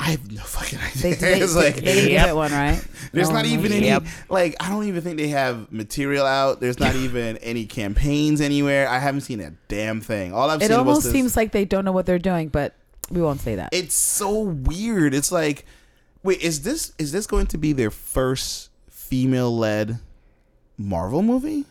Speaker 2: I have no fucking
Speaker 3: They,
Speaker 2: idea. *laughs*
Speaker 3: they,
Speaker 2: it's like
Speaker 3: they didn't
Speaker 1: Yep.
Speaker 3: give it one, right?
Speaker 2: There's
Speaker 3: Oh, No
Speaker 2: not
Speaker 3: one
Speaker 2: even
Speaker 3: knows.
Speaker 2: any
Speaker 1: Yep.
Speaker 2: like I don't even think they have material out. There's
Speaker 3: *laughs*
Speaker 2: not even any campaigns anywhere. I haven't seen a damn thing. All I've
Speaker 3: It
Speaker 2: seen was
Speaker 3: almost
Speaker 2: this.
Speaker 3: seems like they don't know what they're doing, but we won't say that.
Speaker 2: it's so weird. It's like wait, is this is this going to be their first female led Marvel movie?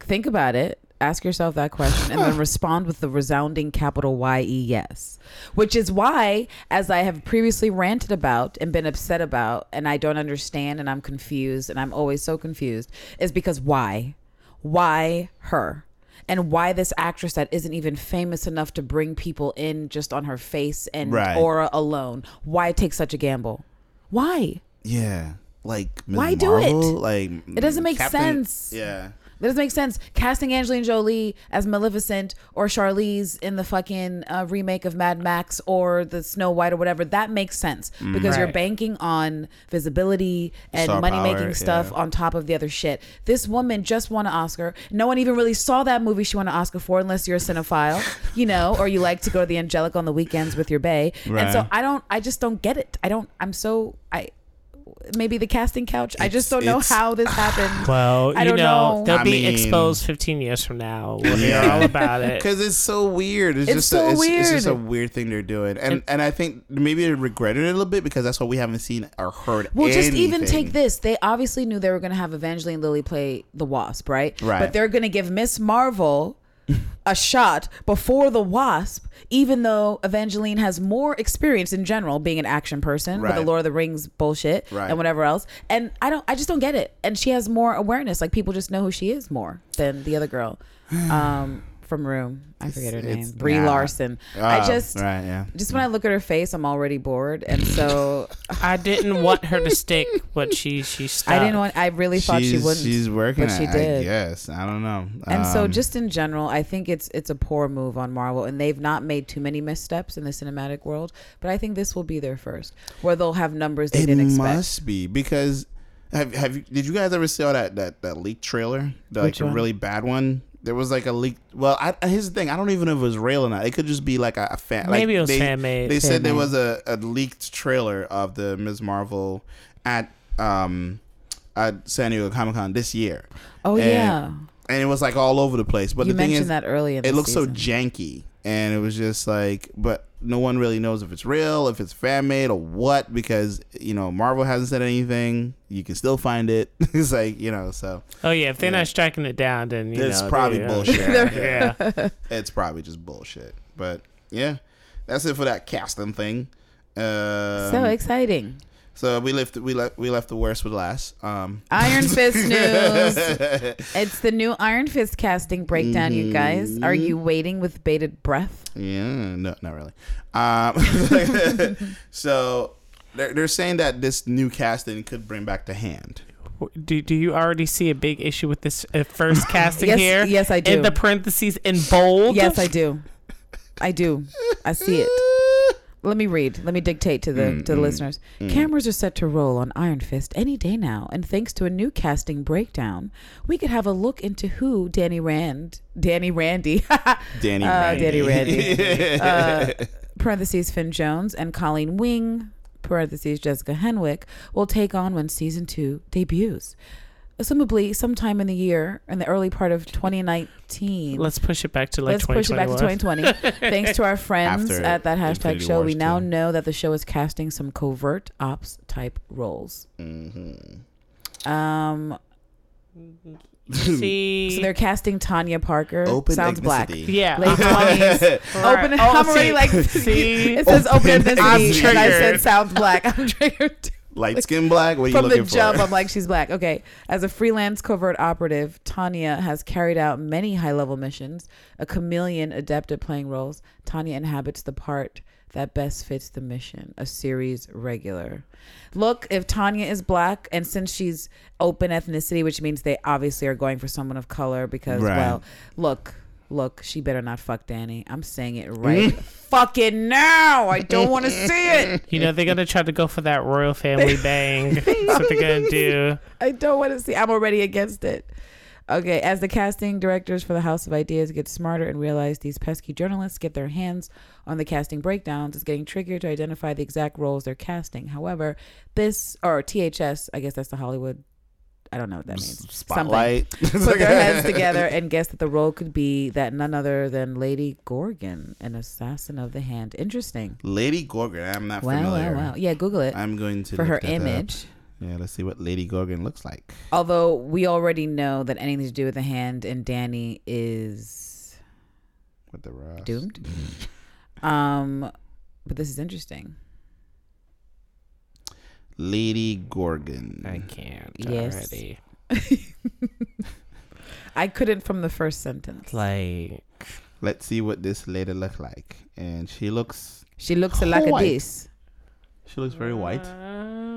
Speaker 3: Think about it. Ask yourself that question and then respond with the resounding capital Y E yes. Which is why, as I have previously ranted about and been upset about, and I don't understand and I'm confused and I'm always so confused, is because why? Why her? And why this actress that isn't even famous enough to bring people in just on her face and
Speaker 2: Right.
Speaker 3: aura alone? Why take such a gamble? Why?
Speaker 2: Yeah. Like Ms.
Speaker 3: Why do it?
Speaker 2: Marvel? Like
Speaker 3: It doesn't make
Speaker 2: Captain-
Speaker 3: sense.
Speaker 2: Yeah.
Speaker 3: That doesn't make sense. Casting Angelina Jolie as Maleficent or Charlize in the fucking uh, remake of Mad Max or the Snow White or whatever, that makes sense because you're
Speaker 1: Right.
Speaker 3: banking on visibility and
Speaker 2: Mm-hmm. Star
Speaker 3: money
Speaker 2: power,
Speaker 3: making stuff
Speaker 2: yeah.
Speaker 3: on top of the other shit. This woman just won an Oscar. No one even really saw that movie she won an Oscar for unless you're a cinephile, *laughs* you know, or you like to go to the Angelic on the weekends with your bae. And so
Speaker 2: Right.
Speaker 3: I don't, I just don't get it. I don't, I'm so, I, maybe the casting couch. I just
Speaker 2: It's-
Speaker 3: don't know
Speaker 2: it's-
Speaker 3: how this
Speaker 1: *laughs*
Speaker 3: happened.
Speaker 1: Well,
Speaker 3: I
Speaker 1: you
Speaker 3: don't
Speaker 1: know,
Speaker 3: know.
Speaker 1: they'll
Speaker 2: I
Speaker 1: be
Speaker 2: mean-
Speaker 1: exposed 15 years from now. We'll hear
Speaker 2: *laughs* Yeah.
Speaker 1: all about it.
Speaker 2: Because it's so weird. It's,
Speaker 3: It's
Speaker 2: just
Speaker 3: so
Speaker 2: a, it's, it's just a
Speaker 3: weird.
Speaker 2: weird thing they're doing, and and, I think maybe they regret it a little bit because that's why we haven't seen or heard.
Speaker 3: Well, just even
Speaker 2: anything.
Speaker 3: take this. They obviously knew they were going to have Evangeline Lilly play the Wasp, right?
Speaker 2: Right.
Speaker 3: But they're going to give Miss Marvel a shot before the Wasp, even though Evangeline has more experience in general being an action person with
Speaker 2: Right.
Speaker 3: the Lord of the Rings bullshit
Speaker 2: Right.
Speaker 3: and whatever else. And I don't, I just don't get it. And she has more awareness. Like people just know who she is more than the
Speaker 2: *sighs*
Speaker 3: other girl um, from Room. I forget her
Speaker 2: it's-
Speaker 3: name. Brie
Speaker 2: nah.
Speaker 3: Larson. I
Speaker 2: Ah,
Speaker 3: just.
Speaker 2: right, yeah.
Speaker 3: Just when I look at her face, I'm already bored,
Speaker 2: *laughs*
Speaker 3: and so
Speaker 1: I didn't want her to stick, but she she stuck.
Speaker 3: I didn't want. I really thought she
Speaker 2: she's,
Speaker 3: wouldn't.
Speaker 2: She's working.
Speaker 3: but she
Speaker 2: at- I
Speaker 3: did.
Speaker 2: guess I don't know.
Speaker 3: and so,
Speaker 2: Um,
Speaker 3: just in general, I think it's it's a poor move on Marvel, and they've not made too many missteps in the cinematic world. But I think this will be their first, where they'll have numbers they
Speaker 2: it
Speaker 3: didn't expect.
Speaker 2: must be because have have you, did you guys ever see all that that that leaked trailer? The, like
Speaker 3: Which
Speaker 2: a
Speaker 3: one?
Speaker 2: really bad one. There was like a leak. Well, I, here's the thing. I don't even know if it was real or not. It could just be like a, a fan. like,
Speaker 1: Maybe it was
Speaker 2: they-
Speaker 1: fan-made.
Speaker 2: They said there
Speaker 3: Fan-made.
Speaker 2: was a, a leaked trailer of the Ms. Marvel at um at San Diego Comic Con this year.
Speaker 3: Oh
Speaker 2: And-
Speaker 3: yeah,
Speaker 2: and it was like all over the place. But
Speaker 3: you
Speaker 2: the thing
Speaker 3: mentioned
Speaker 2: is,
Speaker 3: that early in the
Speaker 2: it looks
Speaker 3: season.
Speaker 2: so janky and it was just like but no one really knows if it's real if it's fan made or what because you know marvel hasn't said anything you can still find it *laughs* it's like you know so
Speaker 1: Oh yeah, if they're not striking it down, then you
Speaker 2: it's
Speaker 1: know,
Speaker 2: probably
Speaker 1: yeah.
Speaker 2: bullshit
Speaker 1: *laughs* Yeah.
Speaker 2: it's probably just bullshit but yeah that's it for that casting thing um,
Speaker 3: so exciting.
Speaker 2: so we left we left we left the worst for last um *laughs*
Speaker 3: Iron Fist news. It's the new Iron Fist casting breakdown, you guys. Are
Speaker 2: Mm-hmm.
Speaker 3: you waiting with bated breath?
Speaker 2: Yeah, no, not really. Um, *laughs* so they're, they're saying that this new casting could bring back the
Speaker 3: *laughs*
Speaker 2: hand.
Speaker 1: Do, do you already see a big issue with this uh, first *laughs* casting
Speaker 3: Yes,
Speaker 1: here?
Speaker 3: yes, I
Speaker 1: In
Speaker 3: do.
Speaker 1: the
Speaker 2: *laughs*
Speaker 1: parentheses in bold.
Speaker 3: Yes, I do. I do. I see it. Let me read. Let me dictate to the
Speaker 2: Mm,
Speaker 3: to the
Speaker 2: mm,
Speaker 3: listeners.
Speaker 2: mm.
Speaker 3: Cameras are set to roll on Iron Fist any day now, and thanks to a new casting breakdown, we could have a look into who Danny Rand, Danny Randy, *laughs*
Speaker 2: Danny
Speaker 3: Uh,
Speaker 2: Randy.
Speaker 3: Danny Randy. Uh, parentheses Finn Jones and Colleen Wing, parentheses Jessica Henwick, will take on when season two debuts. Assumably, sometime in the year, in the early part of 2019.
Speaker 1: Let's push it back to like
Speaker 3: Let's push it back to
Speaker 1: 2021.
Speaker 3: 2020. Thanks to our friends
Speaker 2: After
Speaker 3: at that hashtag
Speaker 2: Infinity
Speaker 3: show, we
Speaker 2: Wars
Speaker 3: now
Speaker 2: too.
Speaker 3: know that the show is casting some covert ops type roles.
Speaker 2: Mhm.
Speaker 3: Um, so
Speaker 1: See,
Speaker 3: they're casting Tanya Parker.
Speaker 2: *laughs* Open
Speaker 3: Sounds black.
Speaker 2: ethnicity.
Speaker 1: yeah,
Speaker 3: *laughs* Late
Speaker 1: uh-huh.
Speaker 3: 20s.
Speaker 1: Right. *laughs*
Speaker 3: Open.
Speaker 1: Oh,
Speaker 3: I'm already
Speaker 1: see- *laughs*
Speaker 3: like.
Speaker 1: see? Oh,
Speaker 3: it says open
Speaker 2: Open
Speaker 3: ethnicity.
Speaker 2: ethnicity.
Speaker 3: and I said
Speaker 1: Triggered.
Speaker 3: sounds black. I'm triggered.
Speaker 2: Light skin black. What are you
Speaker 3: From the
Speaker 2: looking for?
Speaker 3: jump,
Speaker 2: *laughs*
Speaker 3: I'm like, she's black. Okay. As a freelance covert operative, Tanya has carried out many high level missions. A chameleon adept at playing roles, Tanya inhabits the part that best fits the mission, a series regular. Look, if Tanya is black, and since she's open ethnicity, which means they obviously are going for someone of color because,
Speaker 2: Right.
Speaker 3: well, look. Look, she better not fuck Danny. I'm saying it
Speaker 2: *laughs*
Speaker 3: right fucking now. I don't want to see it.
Speaker 1: you know they're gonna try to go for that royal *laughs* family bang. That's what they're gonna *laughs* do.
Speaker 3: I don't want to see. I'm already against it. Okay, as the casting directors for the House of Ideas get smarter and realize these pesky journalists get their hands on the casting breakdowns, it's getting trickier to identify the exact roles they're casting. However, this or THS, I guess that's the Hollywood. I don't know what that means.
Speaker 2: Spotlight. *laughs*
Speaker 3: Put their heads together and guess that the role could be that none other than Lady Gorgon, an assassin of the hand. Interesting.
Speaker 2: Lady Gorgon. I'm not
Speaker 3: Wow,
Speaker 2: familiar.
Speaker 3: wow, wow. Yeah, Google it
Speaker 2: I'm going to
Speaker 3: for
Speaker 2: look
Speaker 3: her
Speaker 2: that up.
Speaker 3: image.
Speaker 2: Yeah, let's see what Lady Gorgon looks like.
Speaker 3: Although we already know that anything to do with the hand and Danny is
Speaker 2: With the Ross.
Speaker 3: doomed. um, but this is interesting.
Speaker 2: Lady Gorgon.
Speaker 1: I can't
Speaker 3: Yes.
Speaker 1: already.
Speaker 3: I couldn't from the first sentence.
Speaker 1: Like,
Speaker 2: Let's see what this lady looks like. And she looks
Speaker 3: She looks like
Speaker 2: White.
Speaker 3: a this.
Speaker 2: she looks very white.
Speaker 1: Uh,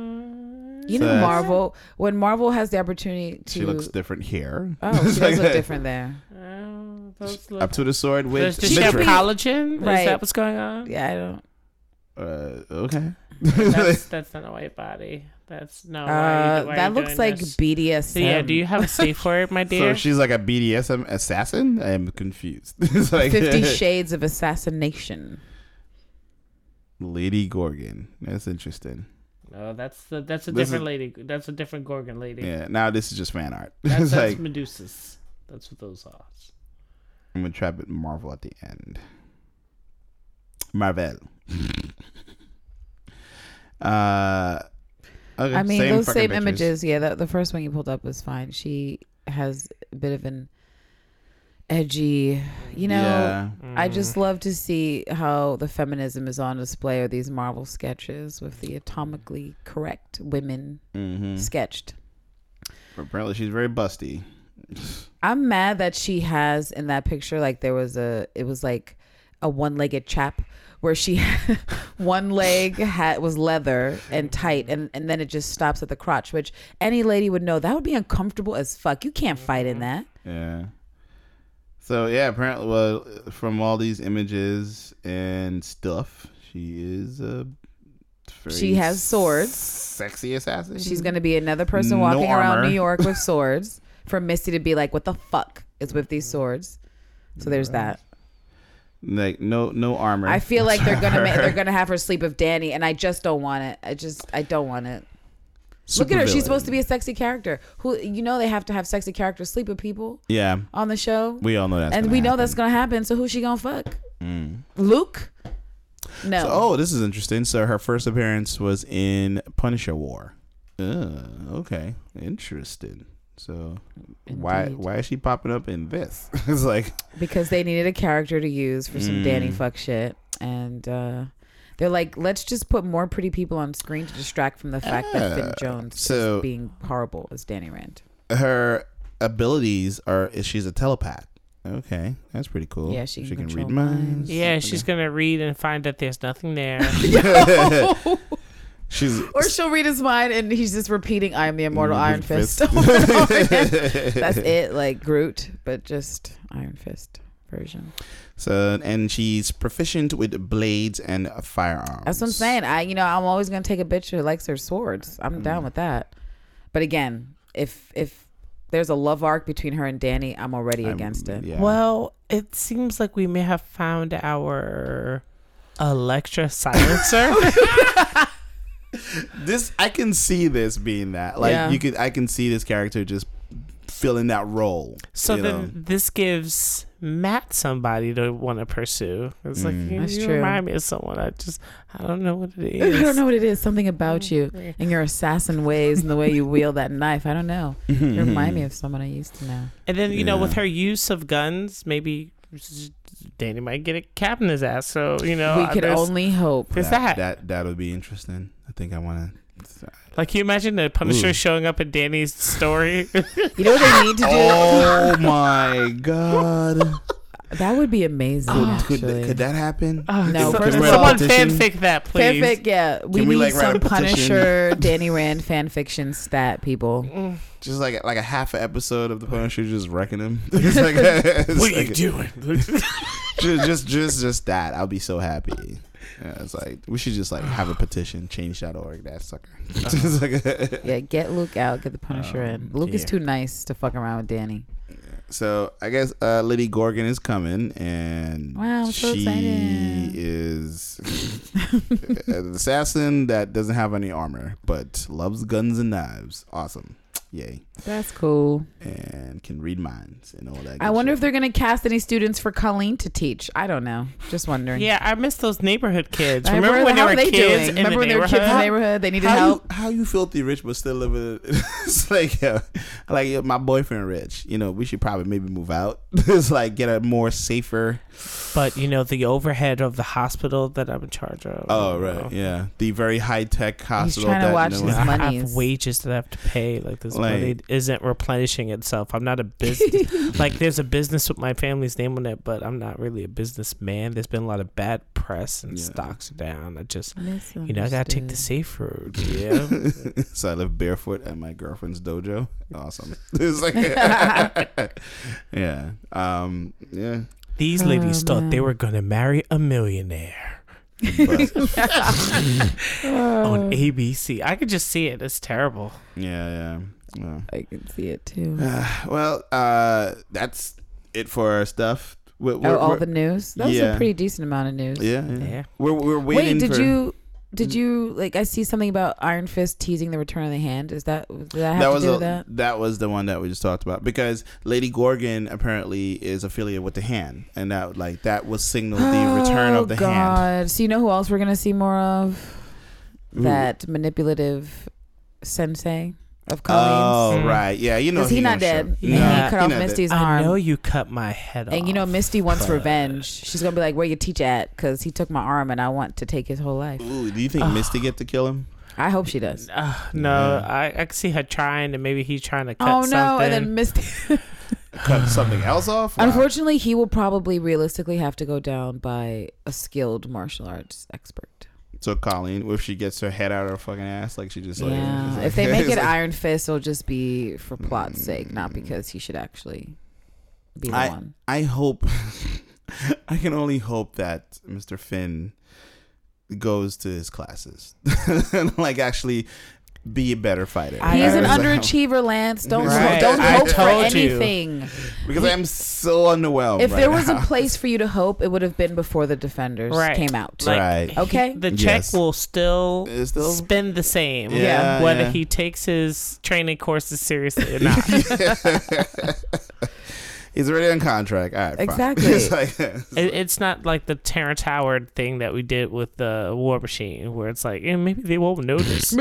Speaker 3: You
Speaker 2: So-
Speaker 3: know, Marvel. When Marvel has the opportunity to,
Speaker 2: She looks different here.
Speaker 3: oh,
Speaker 2: *laughs*
Speaker 3: she does look different there.
Speaker 1: uh,
Speaker 2: Up to the sword with
Speaker 1: Does she
Speaker 3: should
Speaker 1: have
Speaker 3: be-
Speaker 2: Mithra.
Speaker 1: collagen? Is
Speaker 3: Right.
Speaker 1: that what's going on?
Speaker 2: *laughs*
Speaker 3: Yeah, I don't.
Speaker 2: Uh, okay.
Speaker 1: That's, that's not a white body. That's no. why are
Speaker 3: Uh,
Speaker 1: you- why are
Speaker 3: that
Speaker 1: you
Speaker 3: looks
Speaker 1: doing
Speaker 3: like
Speaker 1: this?
Speaker 3: BDSM.
Speaker 1: So yeah, do
Speaker 2: *laughs*
Speaker 1: you have a safe word, my
Speaker 2: *laughs* so
Speaker 1: dear?
Speaker 2: she's like a BDSM assassin? I am confused. *laughs* It's like- *laughs*
Speaker 3: Fifty Shades of Assassination?
Speaker 2: Lady Gorgon. That's interesting.
Speaker 1: no, that's the, that's a
Speaker 2: This
Speaker 1: different
Speaker 2: is-
Speaker 1: lady. That's a different Gorgon lady.
Speaker 2: Yeah. Now this is just fan art. *laughs*
Speaker 1: That's,
Speaker 2: it's
Speaker 1: that's
Speaker 2: like
Speaker 1: Medusa's. That's what those are.
Speaker 2: I'm gonna trap it Marvel at the end. Marvel. *laughs* uh okay,
Speaker 3: I mean, those
Speaker 2: fucking
Speaker 3: same
Speaker 2: pictures.
Speaker 3: images. Yeah, the, the first one you pulled up was fine. She has a bit of an edgy, you know.
Speaker 2: Yeah.
Speaker 3: I just love to see how the feminism is on display or these Marvel sketches with the atomically correct women
Speaker 2: hmm
Speaker 3: sketched.
Speaker 2: Apparently she's very busty. *laughs*
Speaker 3: I'm mad that she has in that picture like there was a it was like a one-legged chap where she *laughs* one leg had was leather and tight and and then it just stops at the crotch which any lady would know that would be uncomfortable as fuck. You can't fight
Speaker 2: Mm-hmm.
Speaker 3: in that.
Speaker 2: Yeah. So yeah, apparently well from all these images and stuff, she is a very
Speaker 3: She has swords.
Speaker 2: Sexy assassin.
Speaker 3: She's going to be another person
Speaker 2: No
Speaker 3: walking around
Speaker 2: armor.
Speaker 3: New York
Speaker 2: *laughs*
Speaker 3: with swords for Misty to be like, what the fuck is with these swords? So there's that.
Speaker 2: like no no armor.
Speaker 3: I feel like they're gonna make, they're gonna have her sleep with Danny, and I just don't want it. I just I don't want it. Look at her; she's supposed to be a sexy character. Who you know they have to have sexy characters sleep with people
Speaker 2: Yeah.
Speaker 3: on the show,
Speaker 2: We all know that.
Speaker 3: and we know that's gonna happen. So who's she gonna fuck? Luke? No.
Speaker 2: So, oh, this is interesting. So her first appearance was in Punisher War. Uh, okay, interesting. So why
Speaker 3: Indeed.
Speaker 2: why is she popping up in this? *laughs* it's like
Speaker 3: because they needed a character to use for some
Speaker 2: Mm.
Speaker 3: Danny fuck shit, and uh, they're like, let's just put more pretty people on screen to distract from the fact that Finn
Speaker 2: Ah,
Speaker 3: Jones
Speaker 2: so-
Speaker 3: is being horrible as Danny Rand.
Speaker 2: her abilities are is she's a telepath. Okay, that's pretty cool.
Speaker 3: Yeah, she can control minds.
Speaker 1: Yeah, she's gonna read and find that there's nothing there.
Speaker 2: she's
Speaker 3: Or *laughs* she'll read his mind, and he's just repeating, "I am the immortal Iron *laughs* Fist." That's it, like Groot, but just Iron Fist. version.
Speaker 2: So and she's proficient with blades and firearms.
Speaker 3: That's what I'm saying. I, you know, I'm always gonna take a bitch who likes her swords. I'm down
Speaker 2: Mm-hmm.
Speaker 3: with that. But again, if if there's a love arc between her and Danny, I'm already
Speaker 2: I'm-
Speaker 3: against
Speaker 2: *laughs*
Speaker 3: it.
Speaker 2: Yeah.
Speaker 1: Well, it seems like we may have found our Electra
Speaker 2: *laughs*
Speaker 1: silencer.
Speaker 3: *laughs*
Speaker 2: this I can see this being that. Like
Speaker 3: Yeah.
Speaker 2: you could, I can see this character just filling that role.
Speaker 1: so
Speaker 2: you
Speaker 1: then
Speaker 2: know?
Speaker 1: this gives Matt somebody to want to pursue. It's like
Speaker 2: Mm.
Speaker 1: you,
Speaker 3: That's
Speaker 1: you
Speaker 3: true.
Speaker 1: remind me of someone. I just I don't know what it
Speaker 3: *laughs* I
Speaker 1: is.
Speaker 3: don't know what it is. Something about you and your assassin ways and the way you wield that knife. I don't know. You
Speaker 2: Mm-hmm.
Speaker 3: remind me of someone I used to know.
Speaker 1: And then you know, with
Speaker 2: Yeah.
Speaker 1: her use of guns, maybe Danny might get a cap in his ass. So you know,
Speaker 3: we could
Speaker 1: there's-
Speaker 3: only hope.
Speaker 1: there's that,
Speaker 2: that that would be interesting. I think I want to.
Speaker 1: Like, can you imagine the Punisher
Speaker 2: Ooh.
Speaker 1: showing up at Danny's story?
Speaker 3: *laughs*
Speaker 1: *laughs*
Speaker 3: You know what they need to do? *laughs*
Speaker 2: Oh my god!
Speaker 3: That would be amazing.
Speaker 2: could,
Speaker 3: actually. Oh,
Speaker 2: could, th- could that happen?
Speaker 3: *laughs* No,
Speaker 1: So-
Speaker 3: Can we
Speaker 2: write a
Speaker 1: someone
Speaker 2: petition?
Speaker 1: fanfic that, please.
Speaker 3: Fanfic, yeah.
Speaker 2: Can
Speaker 3: We need
Speaker 2: we, like, write
Speaker 3: some
Speaker 2: a petition?
Speaker 3: Punisher
Speaker 2: *laughs*
Speaker 3: Danny Rand fan fiction stat people.
Speaker 2: Just like like a half an episode of the Punisher just wrecking him. *laughs* It's
Speaker 3: *laughs*
Speaker 2: like- it's
Speaker 1: What are
Speaker 2: like-
Speaker 1: you
Speaker 2: *laughs*
Speaker 1: doing?
Speaker 2: Just just just just that. I'll be so happy. Yeah, it's like we should just like have a petition, change.org, that sucker. *laughs* It's like-
Speaker 3: Yeah, get Luke out, get the Punisher in. Luke is
Speaker 1: Oh, yeah.
Speaker 3: too nice to fuck around with Danny.
Speaker 2: So I guess uh, Liddy Gorgon is coming, and
Speaker 3: Wow, I'm so
Speaker 2: she
Speaker 3: excited.
Speaker 2: is
Speaker 3: *laughs*
Speaker 2: an assassin that doesn't have any armor, but loves guns and knives. Awesome, yay!
Speaker 3: That's cool.
Speaker 2: And can read minds and all that.
Speaker 3: I wonder if they're gonna cast any students for Colleen to teach. I don't know. Just wondering.
Speaker 1: yeah, I miss those neighborhood kids.
Speaker 3: Like,
Speaker 1: Remember
Speaker 3: where-
Speaker 1: when they
Speaker 3: how
Speaker 1: were
Speaker 3: are
Speaker 1: kids in
Speaker 3: Remember
Speaker 1: the
Speaker 3: when they were
Speaker 1: neighborhood?
Speaker 3: kids in the neighborhood? They needed
Speaker 2: How you,
Speaker 3: help.
Speaker 2: how you filthy rich but still live in *laughs* it's like uh, like uh, my boyfriend rich you know we should probably maybe move out *laughs* it's like get a more safer
Speaker 1: But you know, the overhead of the hospital that I'm in charge of.
Speaker 2: oh
Speaker 1: you
Speaker 2: right
Speaker 1: know,
Speaker 2: yeah the very high tech hospital
Speaker 3: trying to
Speaker 2: that
Speaker 3: watch
Speaker 2: no
Speaker 3: his
Speaker 2: one-
Speaker 3: It's
Speaker 1: I have
Speaker 3: monies.
Speaker 1: wages that I have to pay. Like this
Speaker 2: Like-
Speaker 1: money isn't replenishing itself. I'm not a
Speaker 3: *laughs*
Speaker 1: business. like there's a business with my family's name on it, but I'm not really a businessman. There's been a lot of bad press and
Speaker 2: Yeah.
Speaker 1: stocks are down. I just, you know, I gotta take the safe road.
Speaker 2: *laughs*
Speaker 1: Yeah.
Speaker 2: so I live barefoot at my girlfriend's dojo. Awesome. *laughs* It's
Speaker 3: *laughs*
Speaker 2: like- yeah. Um,
Speaker 3: *laughs*
Speaker 2: yeah.
Speaker 1: These ladies
Speaker 3: Oh,
Speaker 1: thought they
Speaker 3: man.
Speaker 1: were gonna marry a millionaire
Speaker 2: But,
Speaker 3: Oh. *sighs*
Speaker 1: on ABC. I could just see it. It's terrible.
Speaker 2: yeah, yeah. yeah.
Speaker 3: I can see it too.
Speaker 2: Uh, *sighs* well, uh, that's it for our stuff. We're,
Speaker 3: Oh,
Speaker 2: we're-
Speaker 3: all
Speaker 2: we're-
Speaker 3: the news. That was
Speaker 2: Yeah.
Speaker 3: a pretty decent amount of news.
Speaker 2: yeah, yeah.
Speaker 1: Yeah. Mm.
Speaker 2: We're, we're waiting
Speaker 3: Wait, did
Speaker 2: for-
Speaker 3: you did you like I see something about Iron Fist teasing the return of the hand? Is that did that have
Speaker 2: that
Speaker 3: to
Speaker 2: was
Speaker 3: do
Speaker 2: the-
Speaker 3: with that?
Speaker 2: was the one that we just talked about because Lady Gorgon apparently is affiliated with the Hand, and that like that was signal the return
Speaker 3: *gasps* Oh,
Speaker 2: of the Hand.
Speaker 3: God. So you know who else we're gonna see more of?
Speaker 2: Who?
Speaker 3: That manipulative sensei of Colleen's.
Speaker 2: Oh
Speaker 1: Mm.
Speaker 2: right, yeah, you know
Speaker 3: Because he
Speaker 2: he gonna
Speaker 3: not
Speaker 2: show-
Speaker 3: dead.
Speaker 1: He
Speaker 3: And
Speaker 1: not-
Speaker 3: he
Speaker 2: he
Speaker 3: cut off
Speaker 2: not dead.
Speaker 3: Misty's
Speaker 1: I
Speaker 3: arm.
Speaker 1: know you cut my head off.
Speaker 3: and you know Misty wants
Speaker 1: but-
Speaker 3: revenge. She's gonna be like, "Where you teach at?" Because he took my arm, and I want to take his whole life.
Speaker 2: Ooh, do you think Misty get to kill him?
Speaker 3: I hope she does.
Speaker 1: Ugh, uh, no,
Speaker 2: Yeah.
Speaker 1: I, I can see her trying, and maybe he's trying to cut
Speaker 3: oh no!
Speaker 1: something.
Speaker 3: And then Misty.
Speaker 2: Cut something else off? Wow.
Speaker 3: Unfortunately, he will probably realistically have to go down by a skilled martial arts expert.
Speaker 2: So Colleen, if she gets her head out of her fucking ass, like she just like, Mm.
Speaker 3: yeah.
Speaker 2: *laughs*
Speaker 3: if they make it Iron Fist, it'll just be for plot's sake, not because he should actually be the one.
Speaker 2: I hope, *laughs* I can only hope that Mr. Finn goes to his classes *laughs* and like actually be a better fighter.
Speaker 1: I-
Speaker 3: He's an
Speaker 1: I-
Speaker 3: underachiever, Lance. Don't
Speaker 1: Right.
Speaker 3: don't
Speaker 2: I
Speaker 3: hope for
Speaker 1: told you.
Speaker 3: anything.
Speaker 2: *laughs* because I'm so underwhelmed.
Speaker 3: If
Speaker 2: Oh, right
Speaker 3: there was
Speaker 2: now.
Speaker 3: a
Speaker 2: *laughs*
Speaker 3: place for you to hope, it would have been before the Defenders
Speaker 1: Right.
Speaker 3: came out.
Speaker 1: like,
Speaker 2: right,
Speaker 3: *laughs* okay.
Speaker 1: the check
Speaker 2: Yes.
Speaker 1: will still,
Speaker 2: It's still-
Speaker 1: spin the same.
Speaker 2: Yeah,
Speaker 1: Whether
Speaker 2: yeah.
Speaker 1: he takes his training courses seriously or
Speaker 2: *laughs*
Speaker 1: not. it,
Speaker 2: *laughs* he's already on contract. All right, fine.
Speaker 3: Exactly.
Speaker 2: *laughs* It's like-
Speaker 1: it's not like the Terrence Howard thing that we did with the War Machine, where it's like, eh, maybe they won't notice.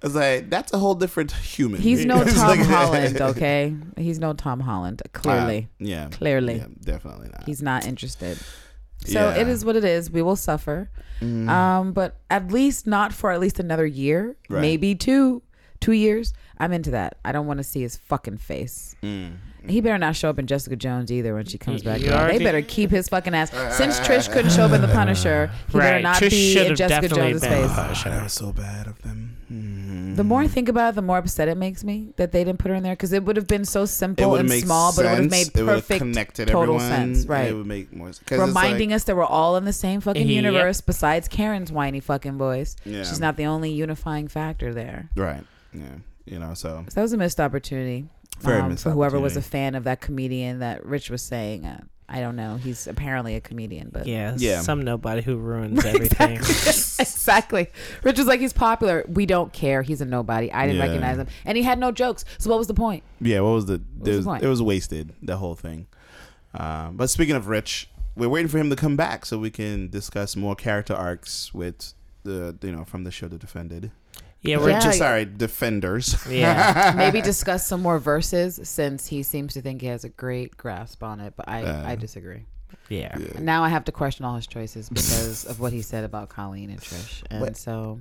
Speaker 2: It's like that's a whole different human.
Speaker 3: He's
Speaker 2: *laughs*
Speaker 3: no
Speaker 2: It's
Speaker 3: Tom
Speaker 2: like-
Speaker 3: Holland, okay? He's no Tom Holland. Clearly.
Speaker 2: Uh, yeah.
Speaker 3: Clearly.
Speaker 2: Yeah, definitely not.
Speaker 3: He's not interested. So
Speaker 2: Yeah. Mm.
Speaker 3: it is what it is. We will suffer. Um, but at least not for at least another year,
Speaker 2: Right.
Speaker 3: maybe two, two years. I'm into that. I don't want to see his fucking face.
Speaker 2: Hmm.
Speaker 3: He better not show up in Jessica Jones either when she comes back.
Speaker 1: You
Speaker 3: around.
Speaker 1: already-
Speaker 3: They better keep his fucking ass.
Speaker 2: Uh,
Speaker 3: Since Trish couldn't show up in The Punisher, he better
Speaker 1: right.
Speaker 3: not
Speaker 1: Trish
Speaker 3: be
Speaker 1: should
Speaker 3: in
Speaker 1: have
Speaker 3: Jessica
Speaker 1: definitely
Speaker 3: Jones'
Speaker 1: been.
Speaker 3: face.
Speaker 2: that was so bad of them.
Speaker 3: The more I think about it, the more upset it makes me that they didn't put her in there because it would have been so
Speaker 2: it
Speaker 3: simple
Speaker 2: would
Speaker 3: and
Speaker 2: make
Speaker 3: small, but it would have
Speaker 2: sense.
Speaker 3: made
Speaker 2: It would have
Speaker 3: perfect
Speaker 2: connected
Speaker 3: total
Speaker 2: everyone.
Speaker 3: sense, right.
Speaker 2: It would make more sense. 'Cause it's
Speaker 3: reminding
Speaker 2: like,
Speaker 3: us that we're all in the same fucking
Speaker 1: Yep.
Speaker 3: universe besides Karen's whiny fucking voice.
Speaker 2: Yeah.
Speaker 3: She's not the only unifying factor there.
Speaker 2: Right. Yeah. You know, so
Speaker 3: So that was a missed opportunity
Speaker 2: Very
Speaker 3: um,
Speaker 2: missed
Speaker 3: for whoever was a
Speaker 2: opportunity.
Speaker 3: fan of that comedian that Rich was saying. Uh, I don't know. He's apparently a comedian, *laughs* but
Speaker 1: Yeah,
Speaker 2: Yeah.
Speaker 1: some nobody who ruins everything.
Speaker 3: exactly. Rich was like, he's popular. We don't care. He's a nobody. I didn't
Speaker 2: Yeah.
Speaker 3: recognize him, and he had no jokes. So what was the point?
Speaker 2: yeah, what was the,
Speaker 3: the
Speaker 2: there's
Speaker 3: point?
Speaker 2: it was wasted the whole thing. Um, but speaking of Rich, we're waiting for him to come back so we can discuss more character arcs with the you know from the show The Defended.
Speaker 1: Yeah,
Speaker 2: Or
Speaker 1: we're
Speaker 3: Yeah.
Speaker 2: just- sorry, Defenders.
Speaker 3: *laughs*
Speaker 1: yeah.
Speaker 3: Maybe discuss some more verses, since he seems to think he has a great grasp on it. But I,
Speaker 2: Uh,
Speaker 3: I disagree.
Speaker 1: yeah.
Speaker 3: Now I have to question all his choices because of what he said about Colleen and Trish, and
Speaker 2: But-
Speaker 3: so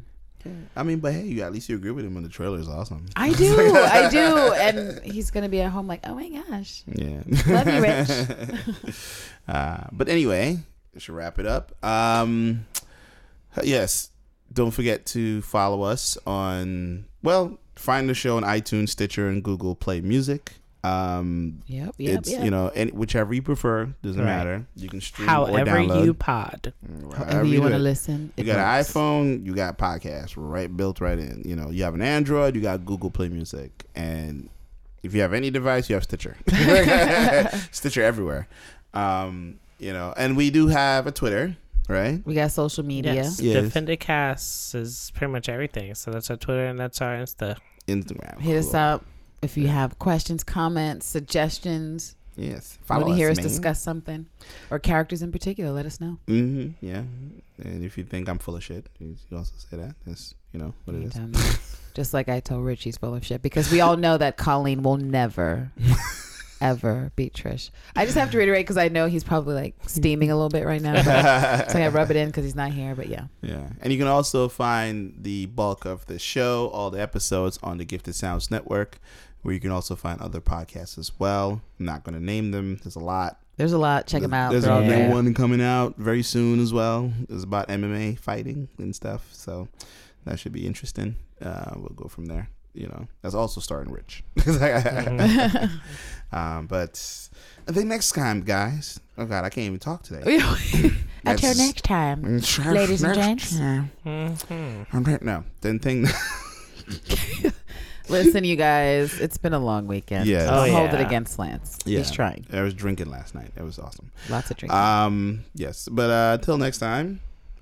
Speaker 2: I mean, but hey, you at least you agree with him when the trailer is awesome.
Speaker 3: I
Speaker 2: *laughs*
Speaker 3: do, I do, and he's gonna be at home like, oh my gosh,
Speaker 2: Yeah.
Speaker 3: love you, Rich.
Speaker 2: *laughs* Uh, but anyway, we should wrap it up. Um, yes, don't forget to follow us on, well, find the show on iTunes, Stitcher, and Google Play Music. Um,
Speaker 3: Yep, yep,
Speaker 2: it's,
Speaker 3: yep.
Speaker 2: you know, any, whichever you prefer, doesn't
Speaker 1: Right.
Speaker 2: matter. You can stream or
Speaker 1: However
Speaker 2: download.
Speaker 1: you pod.
Speaker 3: However you
Speaker 2: do
Speaker 3: want
Speaker 2: it.
Speaker 3: to listen.
Speaker 2: You
Speaker 3: it
Speaker 2: got an
Speaker 3: works.
Speaker 2: iPhone, you got podcasts right built right in. You know, you have an Android, you got Google Play Music, and if you have any device, you have Stitcher. *laughs* Stitcher everywhere. Um, you know, and we do have a Twitter, right?
Speaker 3: We got social media.
Speaker 1: Yes.
Speaker 2: Yes.
Speaker 1: Defender Cast is pretty much everything. So that's our Twitter and that's our Insta.
Speaker 2: Instagram.
Speaker 3: Hit us
Speaker 2: Cool.
Speaker 3: up if you have questions, comments, suggestions.
Speaker 2: Yes.
Speaker 3: Want
Speaker 2: Follow
Speaker 3: to hear us
Speaker 2: man.
Speaker 3: discuss something or characters in particular? Let us know.
Speaker 2: Mhm, Yeah. And if you think I'm full of shit, you can also say that. That's you know what it is.
Speaker 3: Anytime. Just like I told Rich, he's full of shit because we all know that Colleen will *laughs* never, ever beat Trish. I just have to reiterate because I know he's probably like steaming a little bit right *laughs* now. so I gotta
Speaker 2: *laughs*
Speaker 3: rub it in because he's not here. But yeah,
Speaker 2: Yeah. And you can also find the bulk of the show, all the episodes on the Gifted Sounds Network, where you can also find other podcasts as well. I'm not going to name them. There's a lot.
Speaker 3: there's a lot. Check him out.
Speaker 2: There's
Speaker 3: They're all
Speaker 2: a new
Speaker 3: there.
Speaker 2: one coming out very soon as well. It's about MMA fighting and stuff. So that should be interesting. Uh, we'll go from there. You know, that's also starring Rich. *laughs*
Speaker 3: Mm-hmm.
Speaker 2: um, but I think next time, guys. Oh, God, I can't even talk
Speaker 3: *laughs*
Speaker 2: today.
Speaker 3: Until
Speaker 2: That's-
Speaker 3: next *laughs* time, ladies and gents.
Speaker 1: Mm-hmm.
Speaker 2: I'm right now. Then thing.
Speaker 3: Listen, you guys, it's been a long weekend.
Speaker 2: Yes.
Speaker 3: Don't
Speaker 1: Oh,
Speaker 3: hold it
Speaker 1: yeah.
Speaker 3: against Lance.
Speaker 2: Yeah.
Speaker 3: He's trying.
Speaker 2: *laughs* I was drinking last night. It was awesome.
Speaker 3: Lots of drinking.
Speaker 2: Um, yes, but uh, till next time,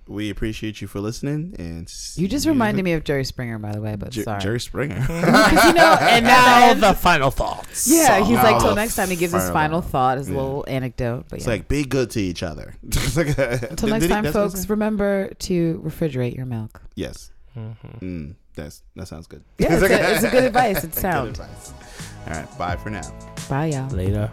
Speaker 2: we appreciate you for listening. And
Speaker 3: you just reminded me of Jerry Springer, by the way. But sorry.
Speaker 2: Jerry Springer.
Speaker 3: *laughs*
Speaker 2: *laughs*
Speaker 3: 'Cause you know, and
Speaker 1: Now
Speaker 3: now
Speaker 1: the final thoughts.
Speaker 3: Yeah, he's like,
Speaker 2: Now
Speaker 3: till
Speaker 2: the
Speaker 3: next time, he gives his
Speaker 2: final-
Speaker 3: final thought, his
Speaker 2: Yeah.
Speaker 3: little anecdote. But
Speaker 2: it's
Speaker 3: yeah.
Speaker 2: like be good to each other. *laughs* Until *laughs*
Speaker 3: Until next time, folks, remember to refrigerate your milk.
Speaker 2: Yes,
Speaker 1: Mhm.
Speaker 2: mm, that's that sounds good.
Speaker 3: Yeah, *laughs* it's, a, it's a good advice. It's
Speaker 2: Good
Speaker 3: sound.
Speaker 2: advice. All right, bye for now.
Speaker 3: Bye, y'all.
Speaker 1: Later.